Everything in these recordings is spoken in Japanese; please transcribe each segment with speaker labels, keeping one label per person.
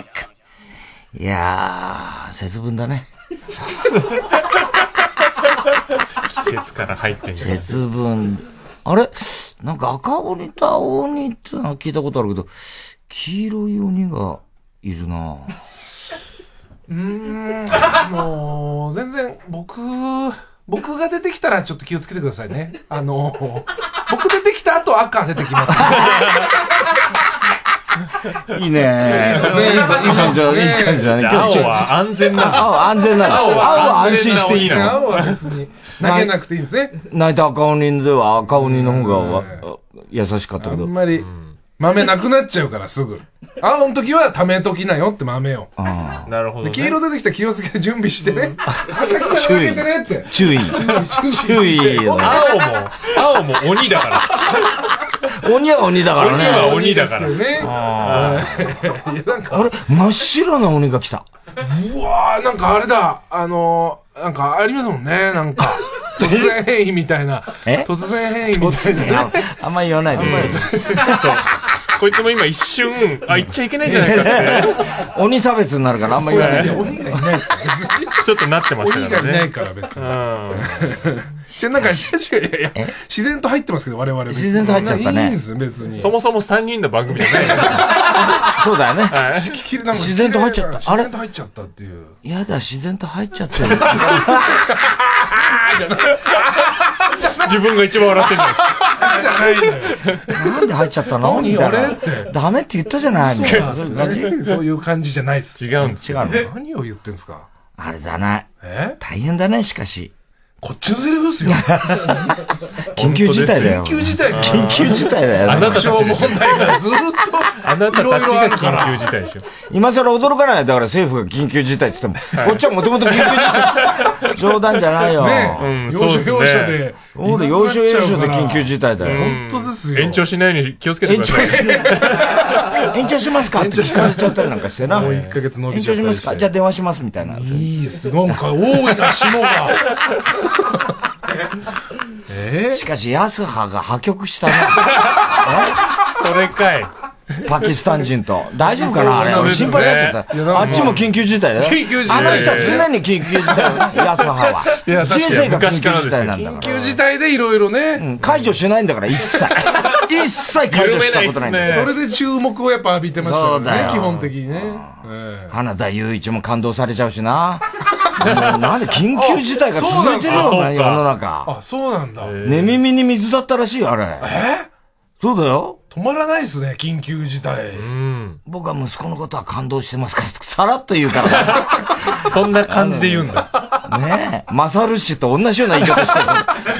Speaker 1: いやー、節分だね。
Speaker 2: 季節から入ってんじゃん。
Speaker 1: 節分。あれなんか赤鬼と青鬼ってのは聞いたことあるけど、黄色い鬼がいるな
Speaker 3: うーん、 もう、全然、僕、僕が出てきたらちょっと気をつけてくださいね。あの、僕出てきた後赤出てきます。
Speaker 1: いいねねいいかいい感じだ、いい感じだね。
Speaker 2: じゃ あ、青は安全なの。
Speaker 1: 青安全なの。青
Speaker 2: 青は
Speaker 1: は安心していいの。
Speaker 3: 青は別 に、投げなくていいですね。
Speaker 1: 泣いた赤鬼では赤鬼の方がわ優しかった
Speaker 3: あ
Speaker 1: けど
Speaker 3: ん。まり、豆なくなっちゃうから、すぐ。青の時は溜めときなよって豆を。
Speaker 2: なるほど、
Speaker 3: で
Speaker 2: ね。
Speaker 3: 黄色出てきたら気をつけて準備してね。赤来たら投げてねって。
Speaker 1: 注意。注意の。
Speaker 2: 青も、青も鬼だか。
Speaker 1: 鬼は鬼だからら
Speaker 2: 鬼
Speaker 1: ね。
Speaker 2: は鬼だか
Speaker 3: ね
Speaker 2: ら。。
Speaker 3: いや、なんか、
Speaker 1: あれ真っ白な鬼が来た。
Speaker 3: うわーなんかあれだあのー、なんかありますもんねなん か突然変異みたいな
Speaker 1: え
Speaker 3: 突然変異みたいな
Speaker 1: あんま言わないで
Speaker 2: そ
Speaker 1: す。
Speaker 2: うこいつも今一瞬、あ、言っちゃいけないんじゃないかって、
Speaker 1: 鬼差別になるからあんま言わない
Speaker 3: いや
Speaker 1: で。
Speaker 3: 鬼がいないですから別に
Speaker 2: ちょっとなってました
Speaker 3: 鬼
Speaker 2: か
Speaker 3: が
Speaker 2: ら
Speaker 3: いない
Speaker 2: ね。
Speaker 3: から別
Speaker 2: う
Speaker 3: に
Speaker 2: ん。
Speaker 3: じゃなんかいやいやいや自然と入ってますけど我々
Speaker 1: 自然と入っちゃったね
Speaker 3: いいんです別に
Speaker 2: そもそも3人の番組じゃないですか
Speaker 1: そうだよね。
Speaker 2: ら。はい
Speaker 3: きれなんか
Speaker 1: 自然と入っちゃった
Speaker 3: あ
Speaker 1: あ
Speaker 3: れ
Speaker 1: れ
Speaker 3: 自然と入っちゃったっていう
Speaker 1: やだ、自然と入っちゃって る。
Speaker 2: 自分が一番笑ってるんです。
Speaker 3: じゃないのよ
Speaker 1: なんで入っちゃったの
Speaker 3: 何
Speaker 1: みたいな
Speaker 3: あれって
Speaker 1: ダメって言ったじゃないみたいな。そういう感じ違う
Speaker 3: そういう感じじゃないです
Speaker 2: 違うんです。
Speaker 1: の
Speaker 3: 何を言ってんすか
Speaker 1: あれだな。
Speaker 3: え
Speaker 1: 大変だね、しかし。
Speaker 3: こっちのセリフっすよ
Speaker 1: 緊急事態だよ。
Speaker 3: 緊急事態
Speaker 1: 緊急事態だ
Speaker 2: あ
Speaker 1: よ
Speaker 2: な
Speaker 1: ね。
Speaker 2: たたち
Speaker 3: 小問
Speaker 2: が、
Speaker 3: 題がずーっと
Speaker 2: あなたたち
Speaker 3: いろいろある
Speaker 2: が
Speaker 3: から
Speaker 2: 緊急事態でしょ。
Speaker 1: 今更驚かないよだから政府が緊急事態って言っても、こっちはもともと緊急事態。冗談じゃないよ。
Speaker 3: ね
Speaker 2: うん
Speaker 3: 要所
Speaker 2: そう
Speaker 3: 要
Speaker 2: っす
Speaker 3: 所
Speaker 2: ね
Speaker 3: で
Speaker 1: そうだ、要所要所で緊急
Speaker 3: 事
Speaker 1: 事態だよ。
Speaker 3: 本当ですよ
Speaker 2: 延長しないように気をつけて
Speaker 1: 延
Speaker 2: くださ
Speaker 1: 長
Speaker 2: い。
Speaker 1: し、延長しますかって聞かれちゃったりなんかしてな。
Speaker 3: もう一ヶ月伸び
Speaker 1: 延
Speaker 3: ちゃ
Speaker 1: 長
Speaker 3: っり
Speaker 1: したます
Speaker 3: して
Speaker 1: かじゃあ電話しますみたいな。
Speaker 3: いいっすなんか多いな霜がえ
Speaker 1: しかし、安葉が破局し たな。
Speaker 2: それかい。
Speaker 1: パキスタン人と。大丈夫かなあれ。
Speaker 3: そうなん
Speaker 1: 俺
Speaker 3: ですね
Speaker 1: 心配になっちゃった
Speaker 3: いやなんか
Speaker 1: よ。あっちも緊急事態だよ。
Speaker 3: 緊急事態
Speaker 1: あの人は常に緊急事態 だよ。安葉は。
Speaker 3: や確か
Speaker 1: 人
Speaker 3: に
Speaker 1: 生が緊急事態なんだ
Speaker 3: 緊
Speaker 1: か
Speaker 3: 急事態でいろいろね
Speaker 1: ら。うん解除しないんだから、一切。一切解除したことない
Speaker 2: 緩めないっす
Speaker 1: んです
Speaker 2: ね
Speaker 1: よ。
Speaker 3: それで注目をやっぱ浴びてましたよ
Speaker 1: そうだ
Speaker 3: ね
Speaker 1: よ
Speaker 3: 基本的にねえ
Speaker 1: 花田雄一も感動されちゃうし な。もうなんで緊急事態が続いてる
Speaker 2: あ
Speaker 1: よ
Speaker 2: そうな
Speaker 1: な、
Speaker 2: ん
Speaker 1: 世
Speaker 2: だ
Speaker 1: の
Speaker 3: え
Speaker 1: 中。
Speaker 3: あそうなんだ止
Speaker 1: 寝耳に水だったらしいよ、あれ。えそうだよ。
Speaker 3: まらないっすね緊急事態
Speaker 1: 僕は息子のことは感動してますから、さらっと言うから
Speaker 2: そんな感じで言うんだ。
Speaker 1: ね。ねえ。マサル氏と同じような言い方してる。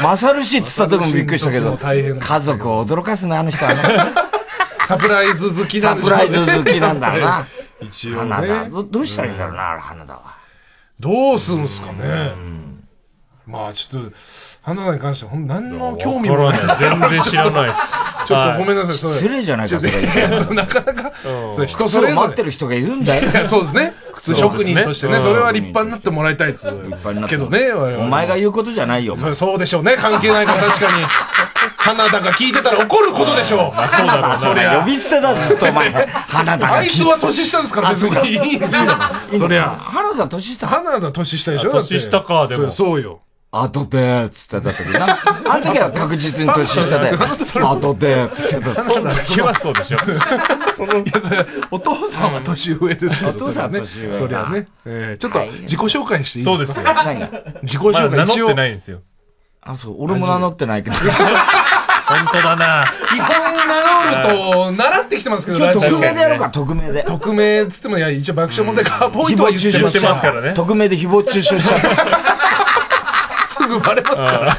Speaker 1: マサル氏っつったとこもびっくりしたけ
Speaker 3: マ
Speaker 1: ど、
Speaker 3: サル氏の時も大変だったけど
Speaker 1: 家族を驚かすね、あの人はね。
Speaker 3: サプライズ好きな
Speaker 1: サ
Speaker 3: んでし
Speaker 1: プ
Speaker 3: ょうね
Speaker 1: ライズ好きなんだろう な。
Speaker 3: 一応
Speaker 1: 花田。
Speaker 3: ね
Speaker 1: どどうしたらいいんだろうな、あれ花田は。
Speaker 3: どうするんすかねまあちょっと花田に関してはほん何の興味も
Speaker 2: わ
Speaker 3: ない
Speaker 2: からない。全然知らないです。
Speaker 3: ちょっとご
Speaker 2: はい
Speaker 3: めんなさい、それ
Speaker 1: 失礼じゃないか、それ。
Speaker 3: いや そうなかなか、それ人そ
Speaker 1: そ
Speaker 3: れ
Speaker 1: れ
Speaker 3: ぞ
Speaker 1: 待っ
Speaker 3: れ
Speaker 1: て。る人がいるんだよ。
Speaker 3: い やそうですね。靴職人として
Speaker 2: そうで
Speaker 3: ね、
Speaker 2: すね
Speaker 3: それは立派になってもらいたいです。立派
Speaker 1: になっ
Speaker 3: け
Speaker 1: て
Speaker 3: ど
Speaker 1: も
Speaker 3: ね、我々。
Speaker 1: お前が言うことじゃないよ。
Speaker 3: それそうでしょうね、関係ないから確かに。 花田が聞いてたら怒ることでしょう。
Speaker 2: あそうだろうな。
Speaker 3: そりゃ
Speaker 1: 呼び捨てだずっとお前。 花田が
Speaker 3: あい
Speaker 1: 聞
Speaker 3: つ
Speaker 1: い
Speaker 3: は年下ですから別にいいんですよ。そりゃ。
Speaker 1: 花田年下。
Speaker 3: 花田年下でしょ
Speaker 2: あ年下かでも
Speaker 3: だってそうそうよ。
Speaker 1: あとでーっつってた時な。あの時は確実に年 下で。あとでーっつってた時。
Speaker 2: そんな気はそうでしょ。
Speaker 3: いや、それ、お父 さんは年上ですから
Speaker 1: お父さんは年上か
Speaker 3: そりゃね。えーちょっと自己紹介していい
Speaker 2: そう
Speaker 3: で
Speaker 2: ですす
Speaker 3: か
Speaker 2: よ。
Speaker 1: 何が
Speaker 3: 自己
Speaker 2: ま
Speaker 3: 紹
Speaker 2: だ
Speaker 3: 介
Speaker 2: 名乗
Speaker 3: 一
Speaker 2: っ
Speaker 3: 応
Speaker 2: て。ないんですよ。
Speaker 1: あ、そう、俺も名乗ってないけど。
Speaker 2: 本当だな。
Speaker 3: 基本名乗ると、習ってきてますけど、
Speaker 1: 今日
Speaker 3: ラジオ
Speaker 1: 匿名でやろうか、匿名で。
Speaker 3: 匿名っつっても、いや、一応爆笑問題カーボーイとは言って
Speaker 2: 誹謗中
Speaker 3: ま
Speaker 2: 傷
Speaker 3: す
Speaker 2: してます
Speaker 3: か、
Speaker 2: かららね
Speaker 1: 匿名で誹謗中傷しちゃった。
Speaker 3: すぐバレます から。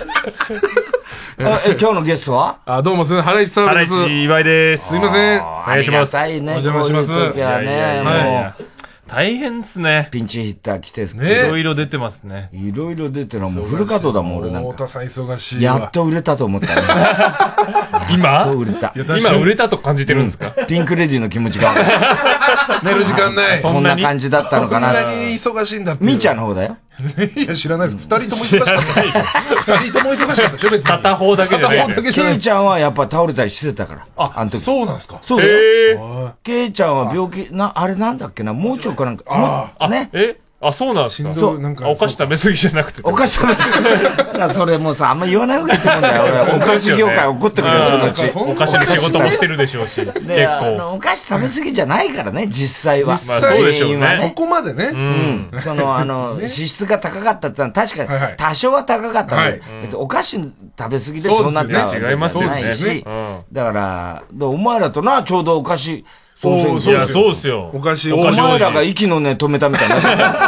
Speaker 1: あえ、今日のゲストは
Speaker 3: あ、どうもすみません、原市さん
Speaker 2: 原
Speaker 3: です。す
Speaker 2: 市岩井です。
Speaker 3: みません。
Speaker 1: お
Speaker 2: 願いします
Speaker 1: ありがたいね、
Speaker 3: お邪魔します
Speaker 1: こういう時はね、
Speaker 2: いやいやいやいや
Speaker 1: もう。
Speaker 2: 大変っすね。
Speaker 1: ピンチヒッター来てす
Speaker 2: い
Speaker 3: ねえ
Speaker 2: ろいろ出てますね。
Speaker 1: いろいろ出てるもうフル稼働だもん、俺なん
Speaker 3: 太
Speaker 1: か。
Speaker 3: 田さん忙しいわ
Speaker 1: やっと売れたと 思ったね。やっ
Speaker 2: 今
Speaker 1: と売れた。
Speaker 3: 確か
Speaker 2: 今
Speaker 3: に
Speaker 2: 売れたと感じてるんですか
Speaker 1: ピンクレディーの気持ちが、
Speaker 3: 寝る時間ない
Speaker 2: そ
Speaker 3: そ
Speaker 1: こ
Speaker 2: ん
Speaker 1: ん
Speaker 2: な
Speaker 1: な
Speaker 2: に
Speaker 1: 感じだったの
Speaker 3: ん
Speaker 1: か
Speaker 3: な
Speaker 1: な。
Speaker 3: に忙しいんだって
Speaker 1: みーちゃ
Speaker 3: ん
Speaker 1: んの方だよ。
Speaker 3: いや知らないです二人とも忙しかった二人とも忙しかったでしょ別に
Speaker 2: 片方だけじゃない
Speaker 3: 片方だけじゃな
Speaker 1: ケイ
Speaker 3: い
Speaker 1: ちゃんはやっぱ倒れたりしてたから。
Speaker 3: あ
Speaker 1: あの時。
Speaker 3: そうなんですか
Speaker 1: そうだよ。
Speaker 2: ええ。
Speaker 3: あ
Speaker 1: ケイちゃんは病気、な、あれなんだっけな、盲腸かなんか。もうね。
Speaker 2: えあ、そうなんで
Speaker 3: し
Speaker 2: す
Speaker 3: ん
Speaker 2: か
Speaker 3: どいなんか
Speaker 2: あお菓子食べ過ぎじゃなくて。
Speaker 1: お菓子食べてる。だからそれもうさ、あんま言わない方がいいと思うんだよ。俺、お菓子業界怒ってくれる、そのうち。
Speaker 2: お菓子の仕事もしてるでしょうし、結
Speaker 1: であ
Speaker 2: 構。
Speaker 1: のお菓子食べ過ぎじゃないからね、実際は。
Speaker 3: 実際まあそう
Speaker 2: でしょうね
Speaker 1: 今
Speaker 3: そこまでね
Speaker 1: うんその、あ
Speaker 3: 別に
Speaker 1: の、脂
Speaker 3: ね
Speaker 1: 質が高かったってのは確
Speaker 3: はい
Speaker 1: か
Speaker 3: は
Speaker 1: に
Speaker 3: い、
Speaker 1: 多少は高かったので、別にお菓子食べ過ぎでそうなったわけじ
Speaker 2: 違い
Speaker 1: ゃ
Speaker 2: ますよ
Speaker 1: ない
Speaker 2: ね
Speaker 1: し。、
Speaker 2: うん
Speaker 1: だから、でお前らとな、ちょうどお菓子、総選
Speaker 3: お
Speaker 2: い
Speaker 3: ーそ
Speaker 1: 挙
Speaker 3: う
Speaker 2: や、
Speaker 3: ですよ
Speaker 2: そうっすよ。
Speaker 3: お菓子
Speaker 2: お
Speaker 1: お
Speaker 2: 菓子
Speaker 1: 前ら
Speaker 2: 王
Speaker 1: が
Speaker 2: 子
Speaker 1: 息の根止めたみたいな。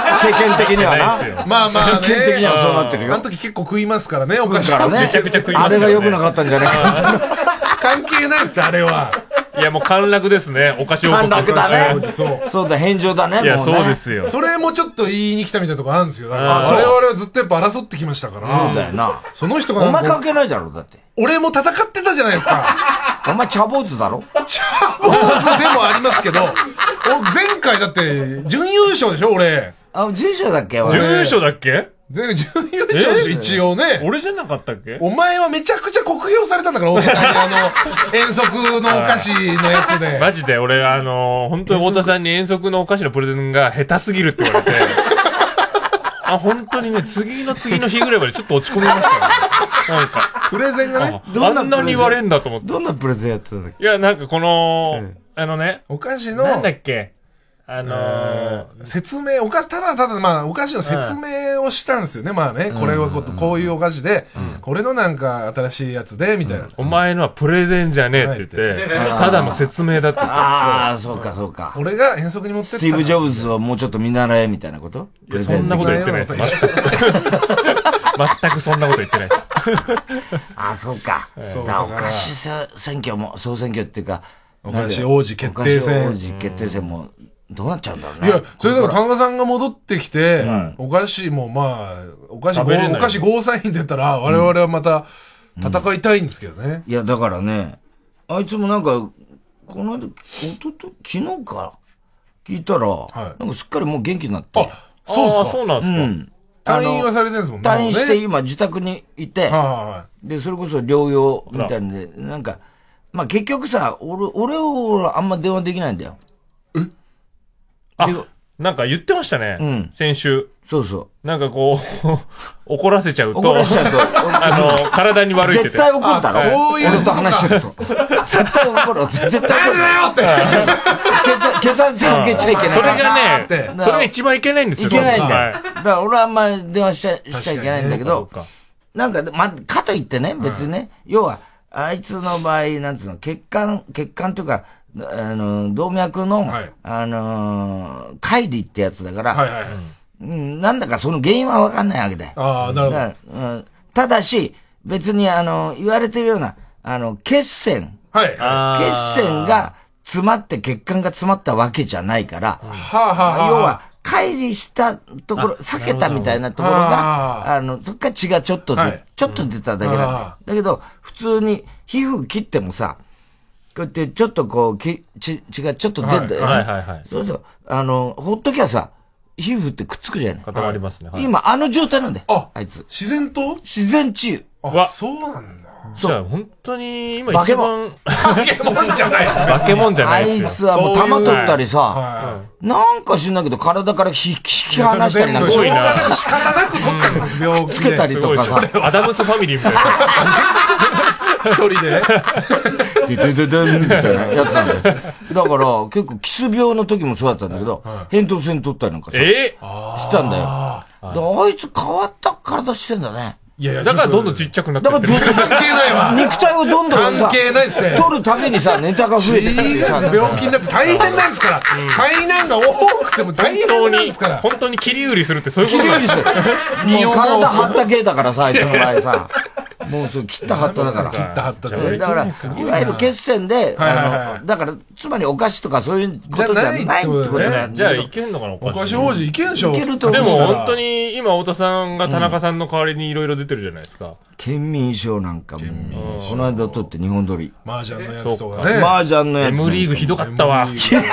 Speaker 1: 世間的には
Speaker 2: ない
Speaker 1: な
Speaker 2: っすよ。
Speaker 3: まあまあ
Speaker 1: 世間的にはそうなってる
Speaker 3: あの
Speaker 1: よ。
Speaker 3: 時結構食いますからねお菓子
Speaker 1: だからね
Speaker 2: めちゃくちゃ食います
Speaker 1: あ
Speaker 2: からね
Speaker 1: れが良くなかったんじゃないかって。
Speaker 3: 関係ないですあれはい
Speaker 2: や、もう陥落ですね。お菓子王
Speaker 1: 陥
Speaker 2: 国。
Speaker 1: 落だね。
Speaker 3: そう
Speaker 1: そうだ、返上だね、も
Speaker 2: い
Speaker 1: うね。
Speaker 2: や、そうですよ。
Speaker 3: それもちょっと言いに来たみたいなとこあるんですよだから
Speaker 1: あそう
Speaker 3: 我々はずっとやっぱ争ってきましたから
Speaker 1: そうだよな。
Speaker 3: その人が
Speaker 1: お前
Speaker 3: なん
Speaker 1: 関
Speaker 3: か
Speaker 1: 係ないだろ、だって。
Speaker 3: 俺も戦ってたじゃないですか
Speaker 1: お前茶坊主だろ
Speaker 3: チャボーズでもありますけどお前回だって準優勝でしょ俺
Speaker 1: あ、住所だっけ
Speaker 2: 準
Speaker 1: 俺。
Speaker 2: 優勝だっけ
Speaker 3: で準優勝でしょ一応ね
Speaker 2: 俺じゃなかったっけ
Speaker 3: お前はめちゃくちゃ酷評されたんだから、大田さんにあの、遠足のお菓子のやつで。
Speaker 2: マジで、俺、あのー、本当に太田さんに遠足のお菓子のプレゼンが下手すぎるって言 われて。あ、本当にね、次の次の日ぐらいまでちょっと落ち込みましたよ、ね。なんか、
Speaker 3: プレゼンがね
Speaker 2: あ、
Speaker 1: どんな
Speaker 2: あんなに言われんだと思って。
Speaker 1: どんなプレゼンやってたんだっけ
Speaker 2: いや、なんかこの、あのね、
Speaker 3: お菓子
Speaker 2: なん
Speaker 3: の
Speaker 2: だ、っけ、あの
Speaker 3: 説明、お菓子、ただただ、まあ、お菓子の説明をしたんですよね。まあね、これはこと、こういうお菓子で、これのなんか、新しいやつで、みたいな。
Speaker 2: お前のはプレゼンじゃねえって言って、ただの説明だって言っ
Speaker 1: ああ、そうか、そうか。
Speaker 3: 俺が遠足に持って
Speaker 1: ス
Speaker 3: っ
Speaker 1: ティーブ・ジ
Speaker 3: た
Speaker 1: ョブズをもうちょっと見習えみたいなこと
Speaker 2: て。いや、そんなこと言ってないです。全く全くそんなこと言ってないです。
Speaker 1: ああ、そうか。
Speaker 3: そう
Speaker 1: だからお
Speaker 3: だから
Speaker 1: 菓子せ選挙も、総選挙っていうか、
Speaker 3: お菓子王子決定戦
Speaker 1: お菓子王子決定戦も、どうなっちゃうんだろうね。
Speaker 3: いや、それだから田
Speaker 1: こ
Speaker 3: 中さんが戻ってきて、お菓子もまあ、お菓子、お
Speaker 2: 食べれない
Speaker 3: 菓子ゴーサイン出たら、我々はまた、戦いたいんですけどね。
Speaker 1: いや、だからね、あいつもなんか、この間、おとと、昨日か、聞いた
Speaker 3: い
Speaker 1: ら、なんかすっかりもう元気になって、
Speaker 3: そうっす
Speaker 2: あ
Speaker 3: か
Speaker 2: ーそうなんですか。
Speaker 1: あ
Speaker 3: 退
Speaker 1: の
Speaker 3: 院はされてるんですもんね。
Speaker 1: 退院して
Speaker 3: い
Speaker 1: 今自宅にいて、
Speaker 3: はいはいはい。
Speaker 1: で、それこそ療養みたいんで、なんか、まあ結局さ、俺、俺をあんま電話できないんだよ。
Speaker 2: あ、なんか言ってましたね。
Speaker 1: ん
Speaker 2: 先週。
Speaker 1: そうそ
Speaker 2: なんかこう、 怒らせちゃう
Speaker 1: う。
Speaker 2: と、
Speaker 1: 怒らしちゃうと、
Speaker 2: あ
Speaker 1: 俺
Speaker 2: の、体に悪いって言っ
Speaker 1: 絶
Speaker 2: て。
Speaker 1: 対怒るだろ。
Speaker 3: あそういうこと
Speaker 1: 俺と話してると。 絶対怒る。絶対怒る。
Speaker 3: だよって
Speaker 1: 血血圧計受けちゃいけない。
Speaker 2: それがね、
Speaker 3: ー
Speaker 1: って
Speaker 2: それが一番いけないんですよ。
Speaker 1: いけないんだよ。
Speaker 2: は
Speaker 1: だから俺はあんまり電話しちゃしちゃいけないんだけ
Speaker 2: そ
Speaker 1: ど
Speaker 2: う、か。
Speaker 1: なんかで、まあ、かといってね、別にね、要は、あいつの場合、なんつうの、血管、血管というか、あの、動脈の、
Speaker 3: はい
Speaker 1: あのー、乖離ってやつだから、
Speaker 3: はいはいはい。
Speaker 1: うん、なんだかその原因はわかんないわけだよ。
Speaker 3: ああ、なるほど。
Speaker 1: だからうんただし、別にあの、言われてるような、あの、血栓、
Speaker 3: はい。は
Speaker 2: あ
Speaker 1: 血
Speaker 2: ー
Speaker 1: 栓が詰まって血管が詰まったわけじゃないから、
Speaker 3: あはあはあ。
Speaker 1: 要は、乖離したところ、避けたみたいなところ
Speaker 3: あ
Speaker 1: が、あの、そっから血がちょっとで、
Speaker 3: はい
Speaker 1: ちょっと出ただけなんだよ
Speaker 3: あ
Speaker 1: だけど、普通に皮膚切ってもさ、こうやってちょっとこう、き血血がちょっと出て、
Speaker 2: はいはいはい。
Speaker 1: そうそう、あの、ほっときゃさ、皮膚ってくっつくじゃない。
Speaker 2: 固まりますね。はい
Speaker 1: 今、あの状態なんだよ。あ
Speaker 3: あ
Speaker 1: いつ。
Speaker 3: 自然と
Speaker 1: 自然治癒。
Speaker 3: あ、
Speaker 2: わ
Speaker 3: そうなんだ。
Speaker 2: じゃあ、本当に、今
Speaker 1: 化け
Speaker 2: 一
Speaker 1: 物
Speaker 2: 番、
Speaker 3: 化け物じゃないです
Speaker 2: 化け物じゃ
Speaker 1: あ
Speaker 2: ない
Speaker 1: い
Speaker 2: です
Speaker 1: つ
Speaker 2: よ。
Speaker 1: はもう
Speaker 3: そういう
Speaker 1: 玉取ったりさ、
Speaker 3: は
Speaker 1: なんか知んないけど、体からひ引き
Speaker 3: い。
Speaker 1: 離したりなんか
Speaker 3: し
Speaker 2: そ
Speaker 3: ょ
Speaker 2: れ
Speaker 3: う
Speaker 2: も全部
Speaker 3: がなく仕方なく取ったんです、病気で。
Speaker 1: つけたり
Speaker 2: す
Speaker 1: と
Speaker 2: ごい
Speaker 1: か
Speaker 2: です
Speaker 1: さ。
Speaker 2: よ。アダムスファミリーみたいな。
Speaker 3: 一人で。
Speaker 1: ドゥドゥドゥドゥンみたいなやつなんだよ。だから、結構キス病の時もそうだったんだけど、扁桃腺取ったりなんかさ
Speaker 2: ええ
Speaker 1: したんだよ。だからあいつ変わった体してんだね。
Speaker 3: いやいや、
Speaker 2: だからどんどん
Speaker 3: ち
Speaker 2: ちっちゃくなって
Speaker 1: だ
Speaker 2: っ
Speaker 1: から
Speaker 2: て
Speaker 1: どん
Speaker 2: る。
Speaker 1: ど
Speaker 3: 関係ないわ
Speaker 1: ん、。肉体をどんどんさ
Speaker 3: 関、係ないっすね。
Speaker 1: 取るためにさ、ネタが増えて
Speaker 3: い
Speaker 1: くって
Speaker 3: い
Speaker 1: いう
Speaker 3: です
Speaker 1: さ、なん
Speaker 3: 病
Speaker 1: か
Speaker 3: 気になって大変なんですから。災難が多くても大変
Speaker 2: 本
Speaker 3: な
Speaker 2: 当
Speaker 3: ん
Speaker 2: に
Speaker 3: ですから。、
Speaker 2: 本当に切り売りするってそういうこ
Speaker 1: 切
Speaker 2: と
Speaker 1: り
Speaker 2: な
Speaker 1: 売
Speaker 2: んで
Speaker 1: り
Speaker 2: す
Speaker 1: する。もう体張った系だからさ、あいつの場合さ。もうそれ切ったはっただから。
Speaker 3: 切った貼った
Speaker 2: じ
Speaker 3: で
Speaker 2: ゃあ俺
Speaker 1: だから、いわゆる血栓で、
Speaker 3: はいはいはい
Speaker 1: あの、だから、つまりお菓子とかそういうことじゃないってこと
Speaker 3: じゃ
Speaker 1: だ
Speaker 3: な
Speaker 1: よ
Speaker 2: じゃあ、い
Speaker 1: ね
Speaker 2: けんのかな、お
Speaker 3: お
Speaker 2: 菓子。
Speaker 3: 菓子王子いけんでしょ
Speaker 1: いけると思
Speaker 2: で
Speaker 1: う
Speaker 2: も本当
Speaker 3: に
Speaker 2: に今太田さんが田中さんの代わりにいろいろ出てるじゃないですか。
Speaker 1: 県民賞なんかも、この間取って日本撮り。
Speaker 3: 麻雀のやつとかね
Speaker 1: 麻雀のやつ。
Speaker 2: M リーグひどかったわ。マジで。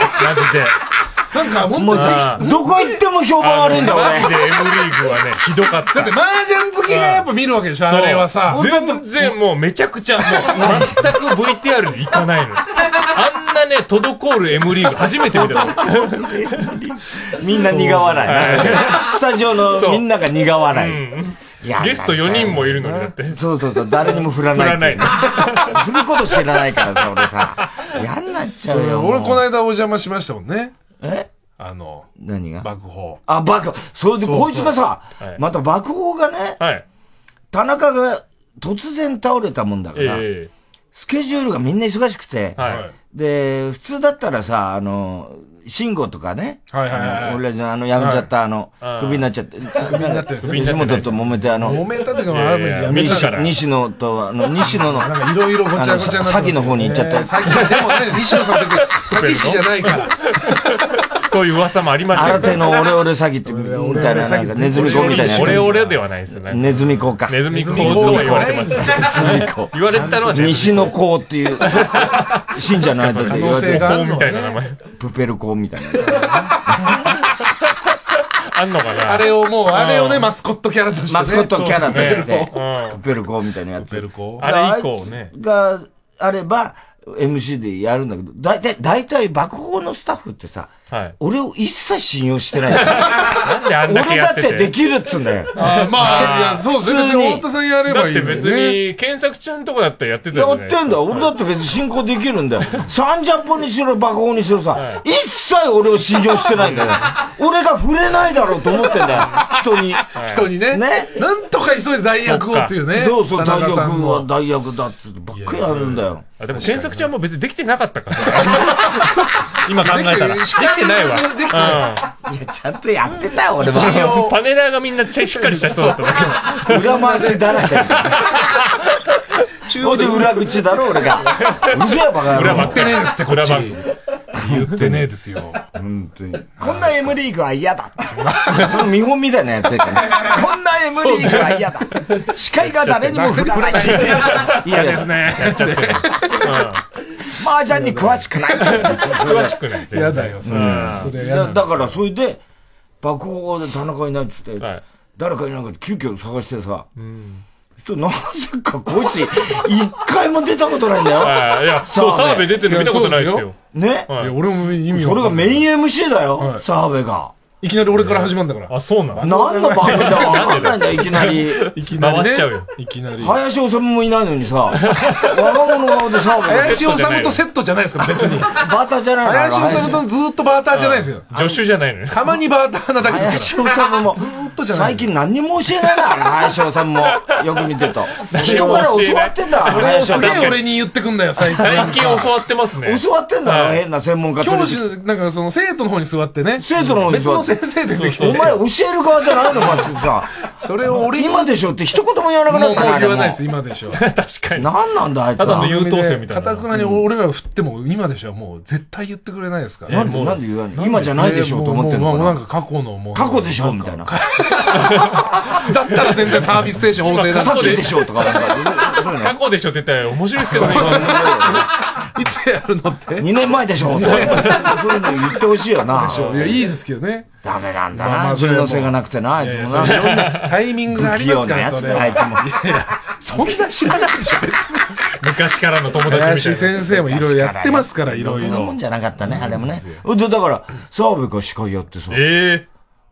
Speaker 3: なんかもっ
Speaker 1: も
Speaker 3: と
Speaker 1: う、どこ行っても評判悪いんだ、
Speaker 2: マ
Speaker 1: 俺
Speaker 2: ジ。で M リーグはね、ひどかった。
Speaker 3: で麻雀好きがやっぱ見るわけでしょあ
Speaker 2: そう
Speaker 3: れはさ
Speaker 2: 全然もうめちゃくちゃ、もう全く VTR に行かないの。あんなね、滞る M リーグ初めて見たの。
Speaker 1: みんな苦笑いね。スタジオのみんなが苦笑い。いや
Speaker 2: ゲスト4人。もいるのにだって。
Speaker 1: そうそうそう、誰にも振ら
Speaker 2: 振
Speaker 1: ない
Speaker 2: ら
Speaker 1: って
Speaker 2: な
Speaker 1: いう。
Speaker 2: いの。
Speaker 1: 振ること知らないからさ、俺さ。嫌になっちゃうよ。もう
Speaker 3: 俺この間お邪魔しましたもんね
Speaker 1: え
Speaker 3: あの
Speaker 1: 何が
Speaker 3: 爆砲
Speaker 1: あ、爆、それで
Speaker 3: そうそう
Speaker 1: こいつがさ
Speaker 2: はい、
Speaker 1: また爆砲がね、
Speaker 2: はい。
Speaker 1: 田中が突然倒れたもんだから、
Speaker 2: え
Speaker 1: スケジュールがみんな忙しくて
Speaker 2: え、はい。
Speaker 1: で、普通だったらさ、あの、慎吾とかね、
Speaker 3: はいはいはい
Speaker 1: あの俺らのあの、やめちゃった、あの
Speaker 2: あ、ー
Speaker 1: 首になっちゃって、首にな
Speaker 3: ってるんですね
Speaker 1: 西本と揉めて、あ
Speaker 3: 揉
Speaker 1: の、
Speaker 3: めたというかまあある意味やめ
Speaker 2: 見た
Speaker 3: た
Speaker 1: 西
Speaker 2: から
Speaker 1: 西野と、あの、西野 の、
Speaker 3: なんかいろいろごちゃごちゃになってます
Speaker 1: あの詐欺の方に行っちゃった
Speaker 3: ね詐欺でもね西野さん別に詐欺師じゃないから
Speaker 2: そういう噂もありました
Speaker 1: 新
Speaker 2: け
Speaker 1: 手
Speaker 2: ど。
Speaker 1: のオレオレ詐欺っ て、みたいな、なんか、ネズミ子みたいなやつ。
Speaker 2: オレオレではないですね。
Speaker 1: ネズミ子か。
Speaker 2: ネズミ講とは言われてます。
Speaker 1: ネズミ子
Speaker 2: 言われてたのはね
Speaker 1: 西野公っ ていう、信者の間で言われて
Speaker 3: 可能性
Speaker 1: る
Speaker 3: が、
Speaker 2: みたいな名前。
Speaker 1: プペル公みたいな。
Speaker 2: あんのかな
Speaker 3: あれをもうあれをねマスコットキャラとしてね
Speaker 1: マスコットキャラとして、
Speaker 2: う
Speaker 1: プペル公みたいなやつ。
Speaker 3: ベルコ
Speaker 2: あれ以降ね
Speaker 1: あいつがあれば、MC でやるんだけど、大体、大体爆砲のスタッフってさ、
Speaker 2: はい
Speaker 1: 俺を一切信用してな い。
Speaker 2: なんであん
Speaker 1: 俺
Speaker 2: だけや
Speaker 1: だ
Speaker 2: っ
Speaker 1: って
Speaker 2: て
Speaker 1: てで
Speaker 2: て。
Speaker 1: きるっつうんだよ。
Speaker 3: あまあいやそうですね
Speaker 1: 普
Speaker 3: 別
Speaker 1: 通に
Speaker 3: に太田さんやれ
Speaker 2: だ
Speaker 3: ば
Speaker 2: っ
Speaker 3: いい
Speaker 2: て
Speaker 3: よ
Speaker 2: 別
Speaker 3: ね
Speaker 2: に、検索ちゃんとこだったらやってたじゃ
Speaker 1: や
Speaker 2: な
Speaker 1: っ
Speaker 2: いですか
Speaker 1: てんだよ。俺だって別に進行できる んだよ。サンジャポにしろ、爆音にしろさ、一切俺を信用してないんだよ。俺が触れないだろうと思ってんだよ。人に。
Speaker 3: 人にね
Speaker 1: ね
Speaker 3: なんとか急いで代役をっていうね
Speaker 1: そうそう、
Speaker 3: 田
Speaker 1: 大
Speaker 3: 中
Speaker 1: 役
Speaker 3: さん
Speaker 1: は
Speaker 3: の
Speaker 1: 大役だっつってばっかりやるんだよ。
Speaker 2: あでも検索ちゃんも別にできてなかったからさ 今考えたら。で
Speaker 3: で
Speaker 2: き
Speaker 3: きてる
Speaker 2: てないわ。
Speaker 3: できてない
Speaker 1: いや、ちゃんとやってたよ、俺
Speaker 3: 一
Speaker 1: は。
Speaker 3: 応
Speaker 2: うんパネラーがみんなちゃしっかりした人だったんだけど。
Speaker 1: 裏回しだらけ。
Speaker 3: 中
Speaker 1: ほいで裏口だろ、俺が。うるせえよ、バカ野
Speaker 2: 裏ば
Speaker 1: 郎
Speaker 2: っ。
Speaker 3: 言ってねえですってこっち
Speaker 2: 裏ば
Speaker 3: 言ってねえですよ
Speaker 1: 本当に。こんな M リーグは嫌だって。その見本みたいなのや ってたね。こんな M リーグは嫌だ。司会が誰にも振 らない。
Speaker 2: 嫌ですね。やっちゃってる
Speaker 1: 麻雀に詳しくない。
Speaker 2: 詳しくない。
Speaker 3: やだよそれそれや
Speaker 1: だ
Speaker 3: だ
Speaker 1: だから、それで、爆砲で田中いないっつって、
Speaker 2: はい
Speaker 1: 誰かいないから急遽探してさ、そしたらなぜかこいつ、 一回も出たことないんだよ。
Speaker 2: はいいや、そう、澤
Speaker 1: 澤
Speaker 2: 部
Speaker 1: 部
Speaker 2: 出てるの見たことないです
Speaker 3: いや
Speaker 2: よ。
Speaker 1: ね、
Speaker 2: はい
Speaker 3: いや俺も意味
Speaker 1: そ
Speaker 3: わ
Speaker 1: れ
Speaker 3: か
Speaker 1: が
Speaker 3: んな
Speaker 1: メ
Speaker 3: い
Speaker 1: イン MC だよ、
Speaker 3: はい
Speaker 1: 澤部が。
Speaker 3: いきなり俺から始まるんだから
Speaker 2: あ、そうなの
Speaker 1: 何の番組だかわかんないんだよ、いきなり。
Speaker 3: いきなりね
Speaker 2: 回しちゃうよ
Speaker 3: いきなり
Speaker 1: 林修もいないのにさ、 若者顔で澤部が。
Speaker 3: 林修とセットじゃないですか別に
Speaker 1: バーターじゃないの
Speaker 3: 林修とずっとバーターじゃないですよ
Speaker 2: 助手じゃないのよ。
Speaker 3: たまにバーターなだけです
Speaker 1: 林修も、
Speaker 3: からずっとじゃない
Speaker 1: 最近何にも教えないな、林修も。よく見てると。 人から教わってんだ、林
Speaker 3: す
Speaker 1: 修
Speaker 3: げえ
Speaker 2: 確かに
Speaker 3: 俺に言ってくんだよ最近
Speaker 2: 最近教わってますね。
Speaker 1: 教わってんだろ、
Speaker 2: はい
Speaker 1: 変な専門家
Speaker 3: 教
Speaker 1: 連れて
Speaker 3: 師
Speaker 1: きて
Speaker 3: のなんかその生徒の方に座ってね
Speaker 1: 生徒の方に
Speaker 3: 別
Speaker 1: 座
Speaker 3: の
Speaker 1: って
Speaker 3: 先生出てき
Speaker 2: そう
Speaker 1: お
Speaker 2: そ
Speaker 3: て
Speaker 2: う
Speaker 1: 前教える側じゃないのかってさ、
Speaker 3: それを俺にもう
Speaker 1: 今でしょって一言も言わなくな
Speaker 3: もう
Speaker 1: ったな、あれ
Speaker 3: 言わ
Speaker 1: も
Speaker 3: ないです 今でしょ
Speaker 2: 確かに。
Speaker 1: 何なんだ、あいつ
Speaker 2: ただの
Speaker 1: は。
Speaker 2: 優等生みたいな
Speaker 3: かたくなに俺ら振っても今でしょもう絶対言ってくれないですから
Speaker 1: なんで、なんで言わない今じゃないでしょと思ってんの
Speaker 3: もうもうもう
Speaker 1: か
Speaker 3: なん
Speaker 1: な。
Speaker 3: か過去のもう
Speaker 1: 過去でしょみたいな。
Speaker 3: だったら全然サービス精神旺盛だ
Speaker 1: さ
Speaker 3: っ
Speaker 1: っき
Speaker 3: て
Speaker 1: でしょとか、なんか、そういうの
Speaker 2: 過去でしょって言ったら面白いですけどね、今の。
Speaker 3: いつやるのって
Speaker 1: 2年前でしょとか、そういうの言ってほしいよな。
Speaker 3: いやいいですけどね
Speaker 1: ダメなんだ
Speaker 3: まあま
Speaker 1: な、
Speaker 3: あそ
Speaker 1: 自
Speaker 3: れはも
Speaker 1: 分の
Speaker 3: う
Speaker 1: 性がなくてな、あいつもな。
Speaker 3: いろんなタイミングがあ
Speaker 1: 不器
Speaker 3: りま
Speaker 1: 用
Speaker 3: すか
Speaker 1: な
Speaker 3: ら
Speaker 1: や
Speaker 3: そ
Speaker 1: つ
Speaker 3: れ
Speaker 1: だ、あい
Speaker 3: は
Speaker 1: つも。
Speaker 3: そんな知らないでしょ別に
Speaker 2: 昔からの友達みた
Speaker 3: 林
Speaker 2: いな。
Speaker 3: 先生もいろいろやってますからいろい
Speaker 1: そんなも
Speaker 3: ろ
Speaker 1: んじゃなかったね、あれもね。で、だから、澤部が司会やってさ。
Speaker 2: え